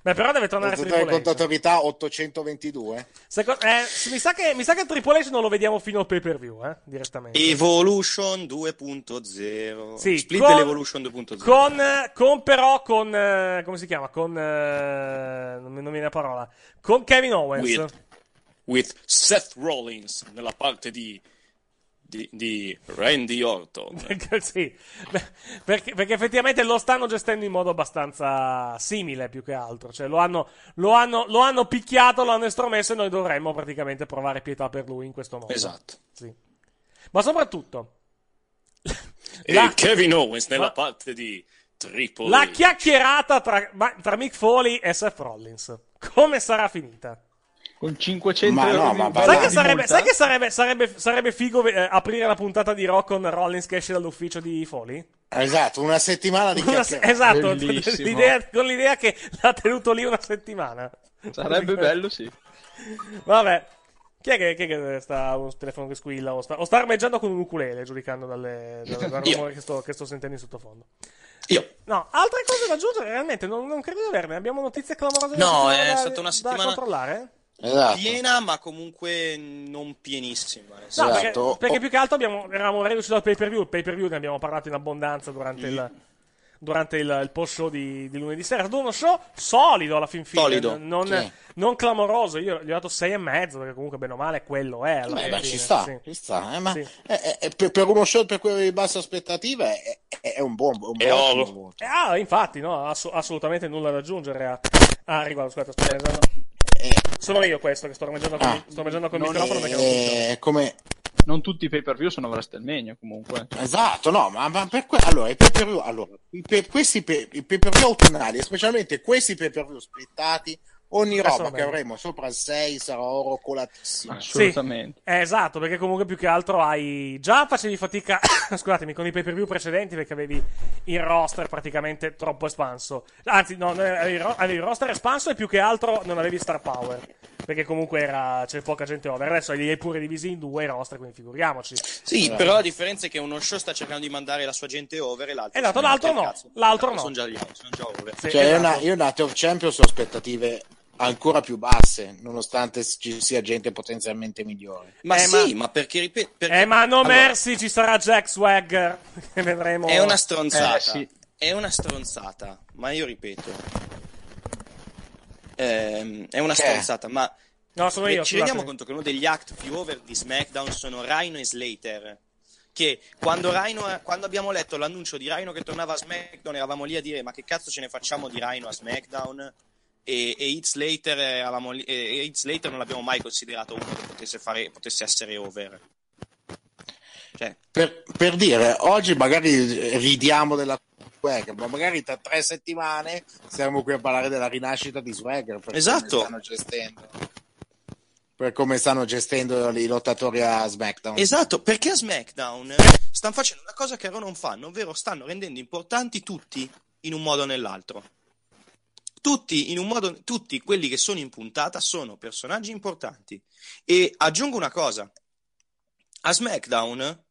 [SPEAKER 7] Beh, però deve tornare
[SPEAKER 10] Lottatore
[SPEAKER 7] Triple H.
[SPEAKER 10] contro autorità 822.
[SPEAKER 7] Secondo- eh, mi, sa che, mi sa che Triple H non lo vediamo fino al pay per view, eh, direttamente.
[SPEAKER 8] Evolution 2.0.
[SPEAKER 7] Sì,
[SPEAKER 8] Split
[SPEAKER 7] con-
[SPEAKER 8] dell'Evolution 2.0.
[SPEAKER 7] Con, con però con eh, come si chiama? Con eh, non mi non mi viene la parola. Con Kevin Owens.
[SPEAKER 8] With, with Seth Rollins nella parte di, di, di Randy Orton.
[SPEAKER 7] Perché- sì. Beh, perché, perché effettivamente lo stanno gestendo in modo abbastanza simile più che altro. Cioè, lo hanno, lo hanno- lo hanno picchiato, lo hanno estromesso e noi dovremmo praticamente provare pietà per lui in questo modo.
[SPEAKER 8] Esatto.
[SPEAKER 7] Sì. Ma soprattutto
[SPEAKER 8] E
[SPEAKER 7] La-
[SPEAKER 8] Kevin Owens nella
[SPEAKER 7] Ma-
[SPEAKER 8] parte di Triple
[SPEAKER 7] la
[SPEAKER 8] H.
[SPEAKER 7] chiacchierata tra, ma- tra Mick Foley e Seth Rollins. Come sarà finita?
[SPEAKER 9] Con 500
[SPEAKER 10] Ma Ah, no,
[SPEAKER 9] euro
[SPEAKER 10] ma
[SPEAKER 9] di-
[SPEAKER 10] va-
[SPEAKER 7] Sai
[SPEAKER 10] Alla-
[SPEAKER 7] che,
[SPEAKER 10] di
[SPEAKER 7] sarebbe,
[SPEAKER 10] multa?
[SPEAKER 7] sai che sarebbe, sarebbe, sarebbe figo eh, aprire la puntata di Rock con Rollins che esce dall'ufficio di Foley?
[SPEAKER 10] Esatto, una settimana di
[SPEAKER 7] Una se-
[SPEAKER 10] chiacchierate.
[SPEAKER 7] esatto, l'idea- con l'idea che l'ha tenuto lì una settimana.
[SPEAKER 9] Sarebbe bello, sì.
[SPEAKER 7] Vabbè. Chi è che, chi è che sta un telefono che squilla o sta, o sta armeggiando con un ukulele, giudicando dalle- dal, dal
[SPEAKER 8] Io.
[SPEAKER 7] rumore che sto, che sto sentendo in sottofondo?
[SPEAKER 8] Io.
[SPEAKER 7] No, altre cose da aggiungere, realmente, non, non credo di averne. Abbiamo notizie clamorose da-
[SPEAKER 8] No,
[SPEAKER 7] da-
[SPEAKER 8] è stata una
[SPEAKER 7] da
[SPEAKER 8] settimana
[SPEAKER 7] controllare?
[SPEAKER 10] esatto.
[SPEAKER 8] piena, ma comunque non pienissima. nel
[SPEAKER 7] No,
[SPEAKER 8] senso-
[SPEAKER 10] Esatto.
[SPEAKER 7] Ah, perché,
[SPEAKER 10] Oh.
[SPEAKER 7] perché più che altro abbiamo, eravamo riusciti al pay per view. Il pay per view ne abbiamo parlato in abbondanza durante il, durante il, post show di, di lunedì sera. È stato uno show solido alla fin fine.
[SPEAKER 8] Solido,
[SPEAKER 7] n- non,
[SPEAKER 10] sì.
[SPEAKER 7] non clamoroso. Io gli ho dato 6 e mezzo, perché comunque, bene o male, quello è.
[SPEAKER 10] Eh,
[SPEAKER 7] alla
[SPEAKER 10] Beh,
[SPEAKER 7] fin
[SPEAKER 10] ma
[SPEAKER 7] fine,
[SPEAKER 10] ci sta,
[SPEAKER 7] sì.
[SPEAKER 10] ci sta. eh, ma
[SPEAKER 7] Sì.
[SPEAKER 10] eh, eh, per, per uno show per cui avevi basse aspettative è, è- è un buon, un buon voto.
[SPEAKER 7] Eh, Ah, infatti, no, ass- assolutamente nulla da aggiungere a, a riguardo. Scusate, sto mangiando. Sono io questo che sto mangiando con,
[SPEAKER 10] Eh, Ah.
[SPEAKER 7] sto mangiando con il
[SPEAKER 10] Non
[SPEAKER 7] microfono perché non funziona.
[SPEAKER 10] è- Eh, come...
[SPEAKER 9] Non tutti i pay per view sono WrestleMania comunque.
[SPEAKER 10] Esatto, no, ma, ma per que- allora, i pay-per-view, allora, i pe- questi pe- i pay-per-view autunnali, specialmente questi pay-per-view splittati,
[SPEAKER 7] Eh,
[SPEAKER 10] ogni roba che
[SPEAKER 7] Assolutamente.
[SPEAKER 10] avremo sopra il 6 sarà oro colatissimo.
[SPEAKER 7] Sì, eh, esatto, perché comunque più che altro hai. Già facevi fatica, scusatemi, con i pay per view precedenti perché avevi il roster praticamente troppo espanso. Anzi, no, non era- avevi il ro- avevi il roster espanso e più che altro non avevi star power. Perché comunque era... c'è poca gente over. Adesso li hai pure divisi in due i roster, quindi figuriamoci.
[SPEAKER 8] Sì, però la differenza è che uno show sta cercando di mandare la sua gente over e l'altro.
[SPEAKER 7] Esatto,
[SPEAKER 8] si mette
[SPEAKER 7] l'altro
[SPEAKER 8] il
[SPEAKER 7] no,
[SPEAKER 8] cazzo.
[SPEAKER 7] l'altro no.
[SPEAKER 8] Sono già lì, sono già over.
[SPEAKER 10] cioè, è una, io una Tour Champions ho aspettative ancora più basse, nonostante ci sia gente potenzialmente migliore.
[SPEAKER 8] Ma sì, ma perché ripeto.
[SPEAKER 7] Eh, ma no
[SPEAKER 8] Allora-
[SPEAKER 7] mercy, ci sarà Jack Swagger. Che vedremo.
[SPEAKER 8] È una stronzata.
[SPEAKER 7] Eh, sì.
[SPEAKER 8] È una stronzata, ma io ripeto. Ehm, è una
[SPEAKER 7] Che?
[SPEAKER 10] Cioè,
[SPEAKER 8] stronzata, ma.
[SPEAKER 7] No, sono io,
[SPEAKER 8] Eh, Ci
[SPEAKER 7] scusate.
[SPEAKER 8] rendiamo conto che uno degli act più over di SmackDown sono Rhino e Slater. Che quando, Rhino- quando abbiamo letto l'annuncio di Rhino che tornava a SmackDown, eravamo lì a dire: Ma che cazzo ce ne facciamo di Rhino a SmackDown? E, e Heath Slater, eravamo lì- e- e Heath Slater non l'abbiamo mai considerato uno che potesse, fare, potesse essere over.
[SPEAKER 10] Per, per dire, oggi magari ridiamo della Swagger, ma magari tra tre settimane saremo qui a parlare della rinascita di Swagger. per
[SPEAKER 8] Esatto.
[SPEAKER 10] come stanno gestendo- per come stanno gestendo i lottatori a SmackDown.
[SPEAKER 8] Esatto, perché a SmackDown stanno facendo una cosa che a Raw non fanno, ovvero stanno rendendo importanti tutti in un modo o nell'altro. Tutti, in un modo, tutti quelli che sono in puntata sono personaggi importanti. E aggiungo una cosa, a SmackDown,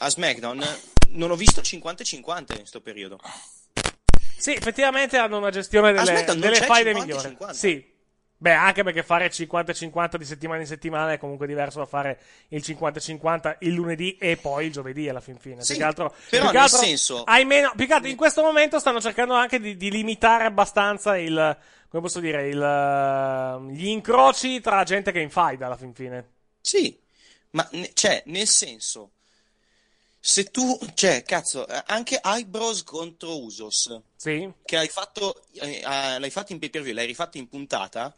[SPEAKER 8] a SmackDown non ho visto 50-50 in questo periodo.
[SPEAKER 7] Sì, effettivamente hanno una gestione delle,
[SPEAKER 8] Aspetta, non
[SPEAKER 7] delle
[SPEAKER 8] c'è
[SPEAKER 7] faide
[SPEAKER 8] 50,
[SPEAKER 7] migliori.
[SPEAKER 8] 50.
[SPEAKER 7] Sì. Beh, anche perché fare 50-50 di settimana in settimana è comunque diverso da fare il 50-50 il lunedì e poi il giovedì alla fin fine.
[SPEAKER 8] Sì,
[SPEAKER 7] più che altro,
[SPEAKER 8] però
[SPEAKER 7] più che
[SPEAKER 8] nel
[SPEAKER 7] altro
[SPEAKER 8] senso-
[SPEAKER 7] hai meno- più che altro in questo momento stanno cercando anche di, di limitare abbastanza il, come posso dire, il, eh, gli incroci tra gente che è in faida alla fin fine.
[SPEAKER 8] Sì, ma ne- cioè, nel senso, se tu, cioè, cazzo, eh, anche Eyebrows contro Usos,
[SPEAKER 7] Sì.
[SPEAKER 8] che hai fatto, eh, eh, l'hai fatto in pay per view, l'hai rifatto in puntata,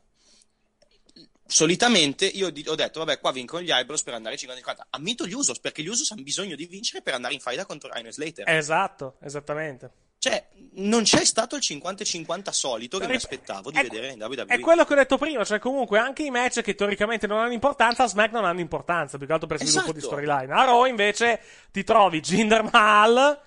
[SPEAKER 8] solitamente io di- ho detto, vabbè, qua vincono gli Eyebrows per andare 50-50. Ammito gli Usos, perché gli Usos hanno bisogno di vincere per andare in faida contro Rhino e Slater.
[SPEAKER 7] Esatto, esattamente.
[SPEAKER 8] Cioè, non c'è stato il 50-50 solito che mi aspettavo di
[SPEAKER 7] è-
[SPEAKER 8] vedere in WWE.
[SPEAKER 7] È quello che ho detto prima, cioè comunque anche i match che teoricamente non hanno importanza, a SmackDown hanno importanza, più che altro per sviluppo
[SPEAKER 8] Esatto.
[SPEAKER 7] di storyline. A Raw invece ti trovi Jinder Mahal,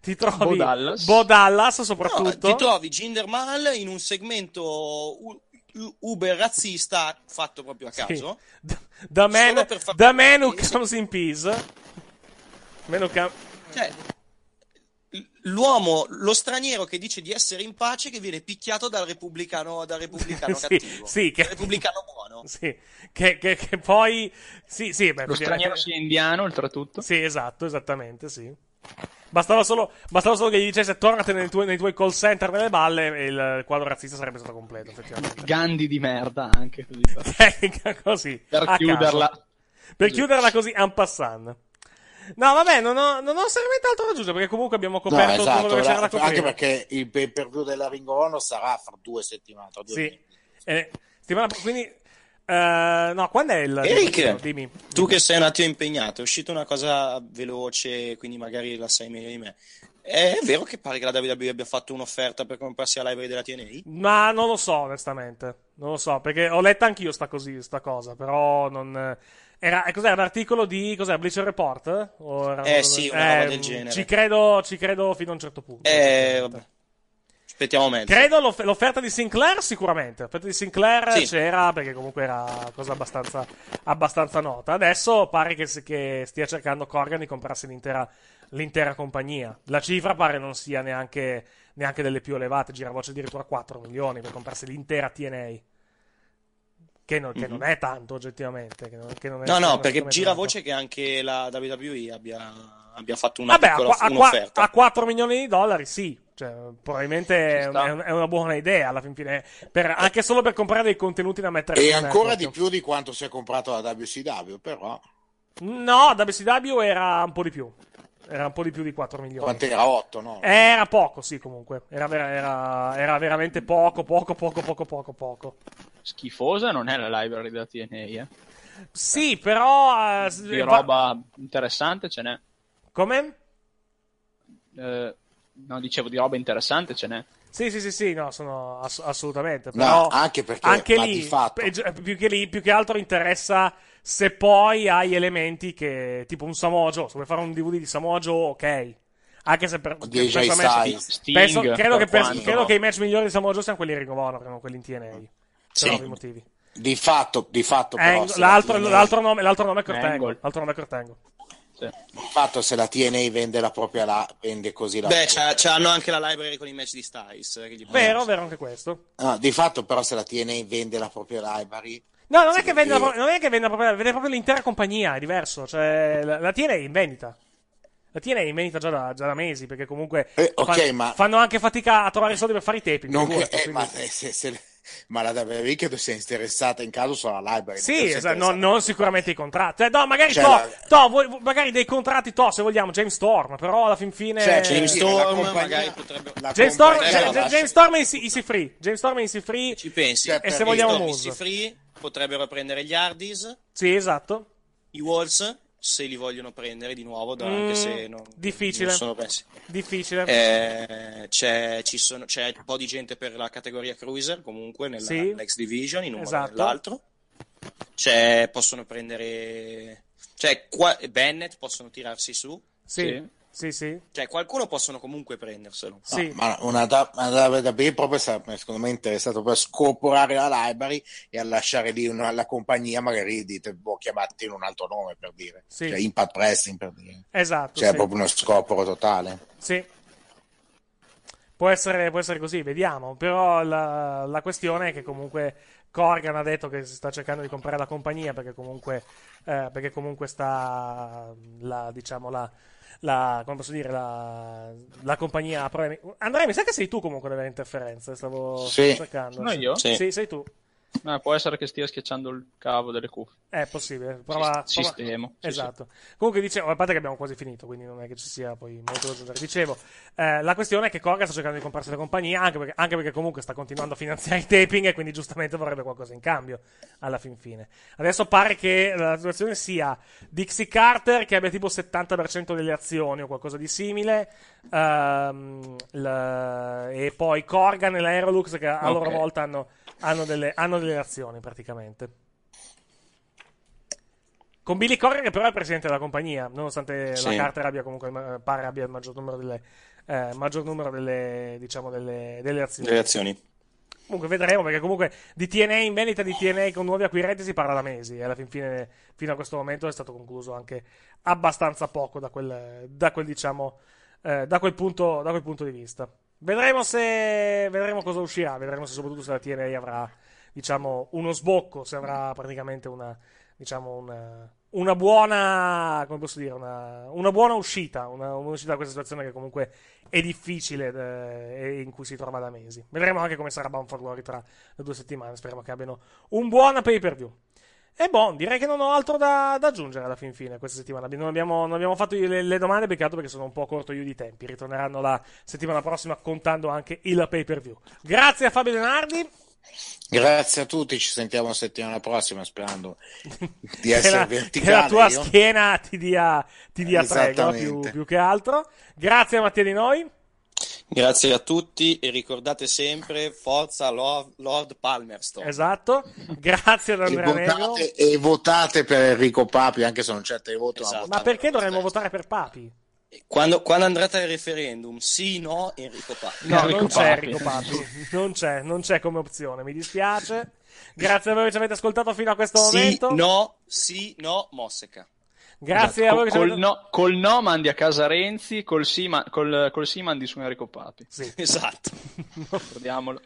[SPEAKER 7] ti
[SPEAKER 8] Bo
[SPEAKER 7] trovi
[SPEAKER 8] Dallas.
[SPEAKER 7] Bo Dallas
[SPEAKER 8] No,
[SPEAKER 7] soprattutto.
[SPEAKER 8] ti trovi Jinder Mahal in un segmento u- u- uber razzista fatto proprio a caso.
[SPEAKER 7] The Man,
[SPEAKER 8] solo per far-
[SPEAKER 7] The Man Who Comes in Peace. Meno che...
[SPEAKER 8] Cioè, l- l'uomo, lo straniero che dice di essere in pace, che viene picchiato dal repubblicano, dal repubblicano
[SPEAKER 7] Sì,
[SPEAKER 8] cattivo.
[SPEAKER 7] sì, che-
[SPEAKER 8] Dal repubblicano buono.
[SPEAKER 7] Sì, che, che- che poi... Sì, sì, beh,
[SPEAKER 9] Lo straniero sia indiano, oltretutto.
[SPEAKER 7] Sì, esatto, esattamente, sì. Bastava solo, bastava solo che gli dicesse tornate nei tuoi, nei tuoi call center nelle balle e il quadro razzista sarebbe stato completo, effettivamente.
[SPEAKER 9] Gandhi di merda anche così. per-
[SPEAKER 7] così.
[SPEAKER 9] Per
[SPEAKER 7] a caso.
[SPEAKER 9] chiuderla.
[SPEAKER 7] Per chiuderla così, en passant. No, vabbè, non ho, non ho seriamente altro da aggiungere perché comunque abbiamo
[SPEAKER 10] No,
[SPEAKER 7] coperto
[SPEAKER 10] esatto,
[SPEAKER 7] tutto dove c'era
[SPEAKER 10] la-
[SPEAKER 7] da coprire.
[SPEAKER 10] anche perché il pay per view della Ring of Honor sarà fra due settimane. Tra due
[SPEAKER 7] Sì. Eh, settimana- quindi... eh, no, quando è il...
[SPEAKER 8] Eric,
[SPEAKER 7] dimmi.
[SPEAKER 8] tu che sei un attimo impegnato, è uscita una cosa veloce, quindi magari la sai meglio di me. È vero che pare che la WWE abbia fatto un'offerta per comprarsi la library della TNA?
[SPEAKER 7] Ma non lo so, onestamente. Non lo so, perché ho letto anch'io sta, così, sta cosa, però non... Era, eh, cos'era un articolo di cos'è, Bleacher Report? O era-
[SPEAKER 8] Eh, sì, una roba del
[SPEAKER 7] mh,
[SPEAKER 8] genere.
[SPEAKER 7] Ci credo, ci credo fino a un certo punto.
[SPEAKER 8] Eh, vabbè. Aspettiamo meglio.
[SPEAKER 7] Credo l'off- l'offerta di Sinclair sicuramente. L'offerta di Sinclair
[SPEAKER 8] Sì.
[SPEAKER 7] c'era perché comunque era cosa abbastanza, abbastanza nota. Adesso pare che, si- che stia cercando Corgan di comprarsi l'intera, l'intera compagnia. La cifra pare non sia neanche, neanche delle più elevate. Giravoce addirittura 4 milioni per comprarsi l'intera TNA. Che non, che
[SPEAKER 8] Mhm.
[SPEAKER 7] non è tanto oggettivamente. Che non, che non è
[SPEAKER 8] No, no,
[SPEAKER 7] assolutamente
[SPEAKER 8] perché gira
[SPEAKER 7] tanto.
[SPEAKER 8] voce che anche la WWE abbia, abbia fatto una
[SPEAKER 7] Vabbè, a,
[SPEAKER 8] piccola
[SPEAKER 7] qua- a qua-
[SPEAKER 8] un'offerta.
[SPEAKER 7] a 4 milioni di dollari sì. Cioè, probabilmente è,
[SPEAKER 10] sta.
[SPEAKER 7] un- è una buona idea alla fin fine. Per- anche solo per comprare dei contenuti da mettere
[SPEAKER 10] E
[SPEAKER 7] sul
[SPEAKER 10] ancora
[SPEAKER 7] network.
[SPEAKER 10] di più di quanto si è comprato la WCW, però
[SPEAKER 7] No, WCW era un po' di più. Era un po' di più di 4 milioni.
[SPEAKER 10] quant'era 8, no?
[SPEAKER 7] Era poco, sì, comunque. Era, vera- era- era veramente poco, poco, poco, poco, poco, poco.
[SPEAKER 9] Schifosa non è la library della TNA, eh.
[SPEAKER 7] Sì, però... eh, s-
[SPEAKER 9] Di
[SPEAKER 7] va-
[SPEAKER 9] roba interessante ce n'è.
[SPEAKER 7] Come?
[SPEAKER 9] Eh, no, dicevo di roba interessante ce n'è.
[SPEAKER 7] Sì, sì, sì, sì, no, sono ass- assolutamente.
[SPEAKER 10] No,
[SPEAKER 7] Però
[SPEAKER 10] anche perché,
[SPEAKER 7] anche
[SPEAKER 10] ma
[SPEAKER 7] lì,
[SPEAKER 10] di fatto-
[SPEAKER 7] pe- più che lì, più che altro interessa se poi hai elementi che, tipo un Samojo, se vuoi fare un DVD di Samojo, ok. Anche se per,
[SPEAKER 10] DJ
[SPEAKER 7] penso a match-
[SPEAKER 10] Styles, Sting,
[SPEAKER 7] penso- credo,
[SPEAKER 10] per
[SPEAKER 7] che per-
[SPEAKER 10] quanto,
[SPEAKER 7] credo
[SPEAKER 10] no?
[SPEAKER 7] che i match migliori di Samojo siano quelli in Ring of Honor, non quelli in TNA.
[SPEAKER 10] Sì. eh.
[SPEAKER 7] Per ovvi motivi.
[SPEAKER 10] Di fatto, di fatto però,
[SPEAKER 7] Angle-
[SPEAKER 10] se la
[SPEAKER 7] l'altro,
[SPEAKER 10] TNA
[SPEAKER 7] l'altro nome, l'altro nome è Kurt
[SPEAKER 10] Angle.
[SPEAKER 7] Angle. L'altro nome è Kurt Angle.
[SPEAKER 10] Di fatto, se la TNA vende la propria la, vende così la
[SPEAKER 8] Beh, c'ha- c'hanno anche la library con i match di Styles. eh, che gli
[SPEAKER 7] Vero, vero anche questo.
[SPEAKER 10] No, Ah, di fatto, però, se la TNA vende la propria library,
[SPEAKER 7] No, non è che vende, la pro- non è che vende, la propria- vende proprio l'intera compagnia, è diverso. Cioè, la, la TNA è in vendita. La TNA è in vendita già da, già da mesi, perché comunque
[SPEAKER 10] Eh, ok,
[SPEAKER 7] fan-
[SPEAKER 10] ma-
[SPEAKER 7] fanno anche fatica a trovare i soldi per fare i tapping.
[SPEAKER 10] non che-
[SPEAKER 7] figurati,
[SPEAKER 10] eh,
[SPEAKER 7] quindi-
[SPEAKER 10] ma, eh, se, se- ma la WWE credo sia interessata in caso solo alla library. non
[SPEAKER 7] Sì,
[SPEAKER 10] credo sia
[SPEAKER 7] esatto,
[SPEAKER 10] interessata-
[SPEAKER 7] non, non sicuramente i contratti. Eh, no, magari,
[SPEAKER 10] Cioè,
[SPEAKER 7] to,
[SPEAKER 10] la-
[SPEAKER 7] to, vuoi- vu- magari dei contratti to, se vogliamo, James Storm, però alla fin fine...
[SPEAKER 10] Cioè, James Storm,
[SPEAKER 8] magari potrebbe...
[SPEAKER 10] la
[SPEAKER 7] James Storm, cioè,
[SPEAKER 10] compagnia
[SPEAKER 7] James-
[SPEAKER 10] la lascia-
[SPEAKER 7] James Storm è in Easy Free. James Storm è in Free.
[SPEAKER 8] Ci pensi?
[SPEAKER 7] E se vogliamo Moose.
[SPEAKER 8] Moose. Free potrebbero prendere gli Hardys,
[SPEAKER 7] Sì, esatto.
[SPEAKER 8] i Wolves, se li vogliono prendere di nuovo, da-
[SPEAKER 7] Mm,
[SPEAKER 8] anche se non,
[SPEAKER 7] difficile.
[SPEAKER 8] non sono pensi.
[SPEAKER 7] Difficile.
[SPEAKER 8] Eh, c'è, ci sono- c'è un po' di gente per la categoria cruiser comunque nella,
[SPEAKER 7] Sì.
[SPEAKER 8] nell'ex division in uno
[SPEAKER 7] Esatto.
[SPEAKER 8] nell'altro C'è- possono prendere cioè qua- Bennett possono tirarsi su
[SPEAKER 7] Sì, sì, sì.
[SPEAKER 8] cioè qualcuno possono comunque prenderselo Ah,
[SPEAKER 10] No, ma una da, una da- da WWE proprio sarebbe, secondo me è interessato per scorporare la library e a lasciare lì una, la compagnia magari dite boh, chiamate in un altro nome per dire
[SPEAKER 7] Sì.
[SPEAKER 10] cioè Impact Wrestling per dire
[SPEAKER 7] Esatto.
[SPEAKER 10] cioè
[SPEAKER 7] sì.
[SPEAKER 10] proprio uno scoporo totale
[SPEAKER 7] Sì. Può essere, può essere così, vediamo. Però la, la questione è che comunque Corgan ha detto che si sta cercando di comprare la compagnia perché comunque, eh, perché comunque sta la, diciamo, la, la- come posso dire, la, la compagnia ha problemi. Andrea, mi sa che sei tu comunque ad avere interferenze, stavo
[SPEAKER 9] Sì.
[SPEAKER 7] cercando.
[SPEAKER 9] Sono io?
[SPEAKER 7] Sì.
[SPEAKER 9] Sì.
[SPEAKER 7] sei tu.
[SPEAKER 9] Ma può essere che stia schiacciando il cavo delle cuffie.
[SPEAKER 7] È possibile. Prova,
[SPEAKER 9] Sis-
[SPEAKER 7] prova-
[SPEAKER 9] sistemo, sì,
[SPEAKER 7] Esatto. Comunque dicevo, a parte che abbiamo quasi finito, quindi non è che ci sia poi molto da aggiungere. Dicevo, eh, la questione è che Corgan sta cercando di comprarsi la compagnia, anche perché, anche perché comunque sta continuando a finanziare i taping e quindi giustamente vorrebbe qualcosa in cambio alla fin fine. Adesso pare che la situazione sia Dixie Carter che abbia tipo il 70% delle azioni o qualcosa di simile, ehm, la- e poi Corgan e l'Aerolux che a loro
[SPEAKER 9] Ok.
[SPEAKER 7] volta hanno, hanno delle- hanno delle azioni praticamente. Con Billy Corgan, che però è il presidente della compagnia, nonostante la
[SPEAKER 8] Sì.
[SPEAKER 7] Carter abbia comunque, il ma- pare abbia il maggior numero delle, eh, maggior numero delle, diciamo, delle, delle azioni.
[SPEAKER 8] le azioni
[SPEAKER 7] Comunque vedremo, perché comunque di TNA in vendita, di TNA con nuovi acquirenti si parla da mesi, e alla fin fine, fino a questo momento è stato concluso anche abbastanza poco da quel, da quel, diciamo, eh, da quel punto, da quel punto di vista. Vedremo se, vedremo cosa uscirà, vedremo se soprattutto se la TNA avrà, diciamo, uno sbocco, se avrà praticamente una, diciamo, una, una buona, come posso dire, una, una buona uscita, una, un'uscita da questa situazione che comunque è difficile eh, e in cui si trova da mesi. Vedremo anche come sarà Bound for Glory tra le due settimane, speriamo che abbiano un buon pay per view. E buon, direi che non ho altro da, da aggiungere alla fin fine questa settimana. Non abbiamo, non abbiamo fatto le, le domande peccato perché sono un po' corto io di tempi. Ritorneranno la settimana prossima contando anche il pay per view. Grazie a Fabio Denardi.
[SPEAKER 10] grazie a tutti ci sentiamo la settimana prossima sperando di
[SPEAKER 7] che
[SPEAKER 10] essere
[SPEAKER 7] la,
[SPEAKER 10] verticali
[SPEAKER 7] che la tua
[SPEAKER 10] io.
[SPEAKER 7] schiena ti dia, ti dia tregua più,
[SPEAKER 10] Esattamente.
[SPEAKER 7] più che altro. Grazie a Mattia di noi.
[SPEAKER 8] grazie a tutti e ricordate sempre forza Lord, Lord Palmerston
[SPEAKER 7] Esatto. Grazie ad
[SPEAKER 10] e,
[SPEAKER 7] Andrea Negro.
[SPEAKER 10] votate, e votate per Enrico Papi anche se non certe voto ma
[SPEAKER 7] Esatto. Ma
[SPEAKER 10] votate.
[SPEAKER 7] perché dovremmo votare per Papi?
[SPEAKER 8] Esatto. quando, quando andrete al referendum sì no Enrico Papi
[SPEAKER 7] No, non c'è Enrico Papi. Non c'è, non c'è come opzione. Mi dispiace. Grazie a voi che ci avete ascoltato fino a questo
[SPEAKER 8] sì
[SPEAKER 7] momento.
[SPEAKER 8] no sì no Mosseca
[SPEAKER 7] Grazie a
[SPEAKER 9] Esatto.
[SPEAKER 7] voi che ci
[SPEAKER 9] Col,
[SPEAKER 7] avete-
[SPEAKER 9] no, col no mandi a casa Renzi, col sì, ma- col, col sì mandi su Enrico Papi.
[SPEAKER 8] Esatto.
[SPEAKER 9] Ricordiamolo.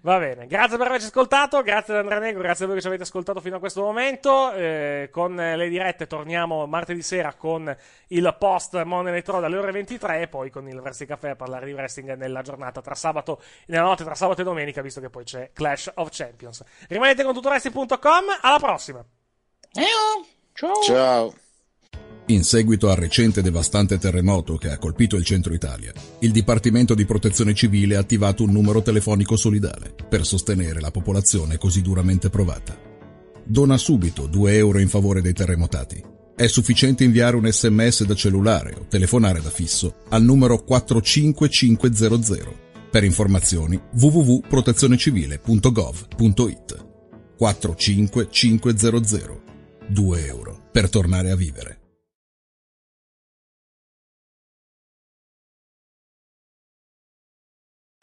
[SPEAKER 7] Va bene, grazie per averci ascoltato, grazie ad Andrea Negro, grazie a voi che ci avete ascoltato fino a questo momento. Eh, con eh, le dirette torniamo martedì sera con il post Mon Electro dalle ore 23 e poi con il Wrestling Café a parlare di wrestling nella giornata tra sabato, nella notte tra sabato e domenica, visto che poi c'è Clash of Champions. Rimanete con tutowrestling.com, alla prossima!
[SPEAKER 10] ciao
[SPEAKER 3] In seguito al recente e devastante terremoto che ha colpito il centro Italia, il Dipartimento di Protezione Civile ha attivato un numero telefonico solidale per sostenere la popolazione così duramente provata. Dona subito 2 euro in favore dei terremotati. È sufficiente inviare un sms da cellulare o telefonare da fisso al numero 45500. Per informazioni www.protezionecivile.gov.it 45500 2 euro per tornare a vivere.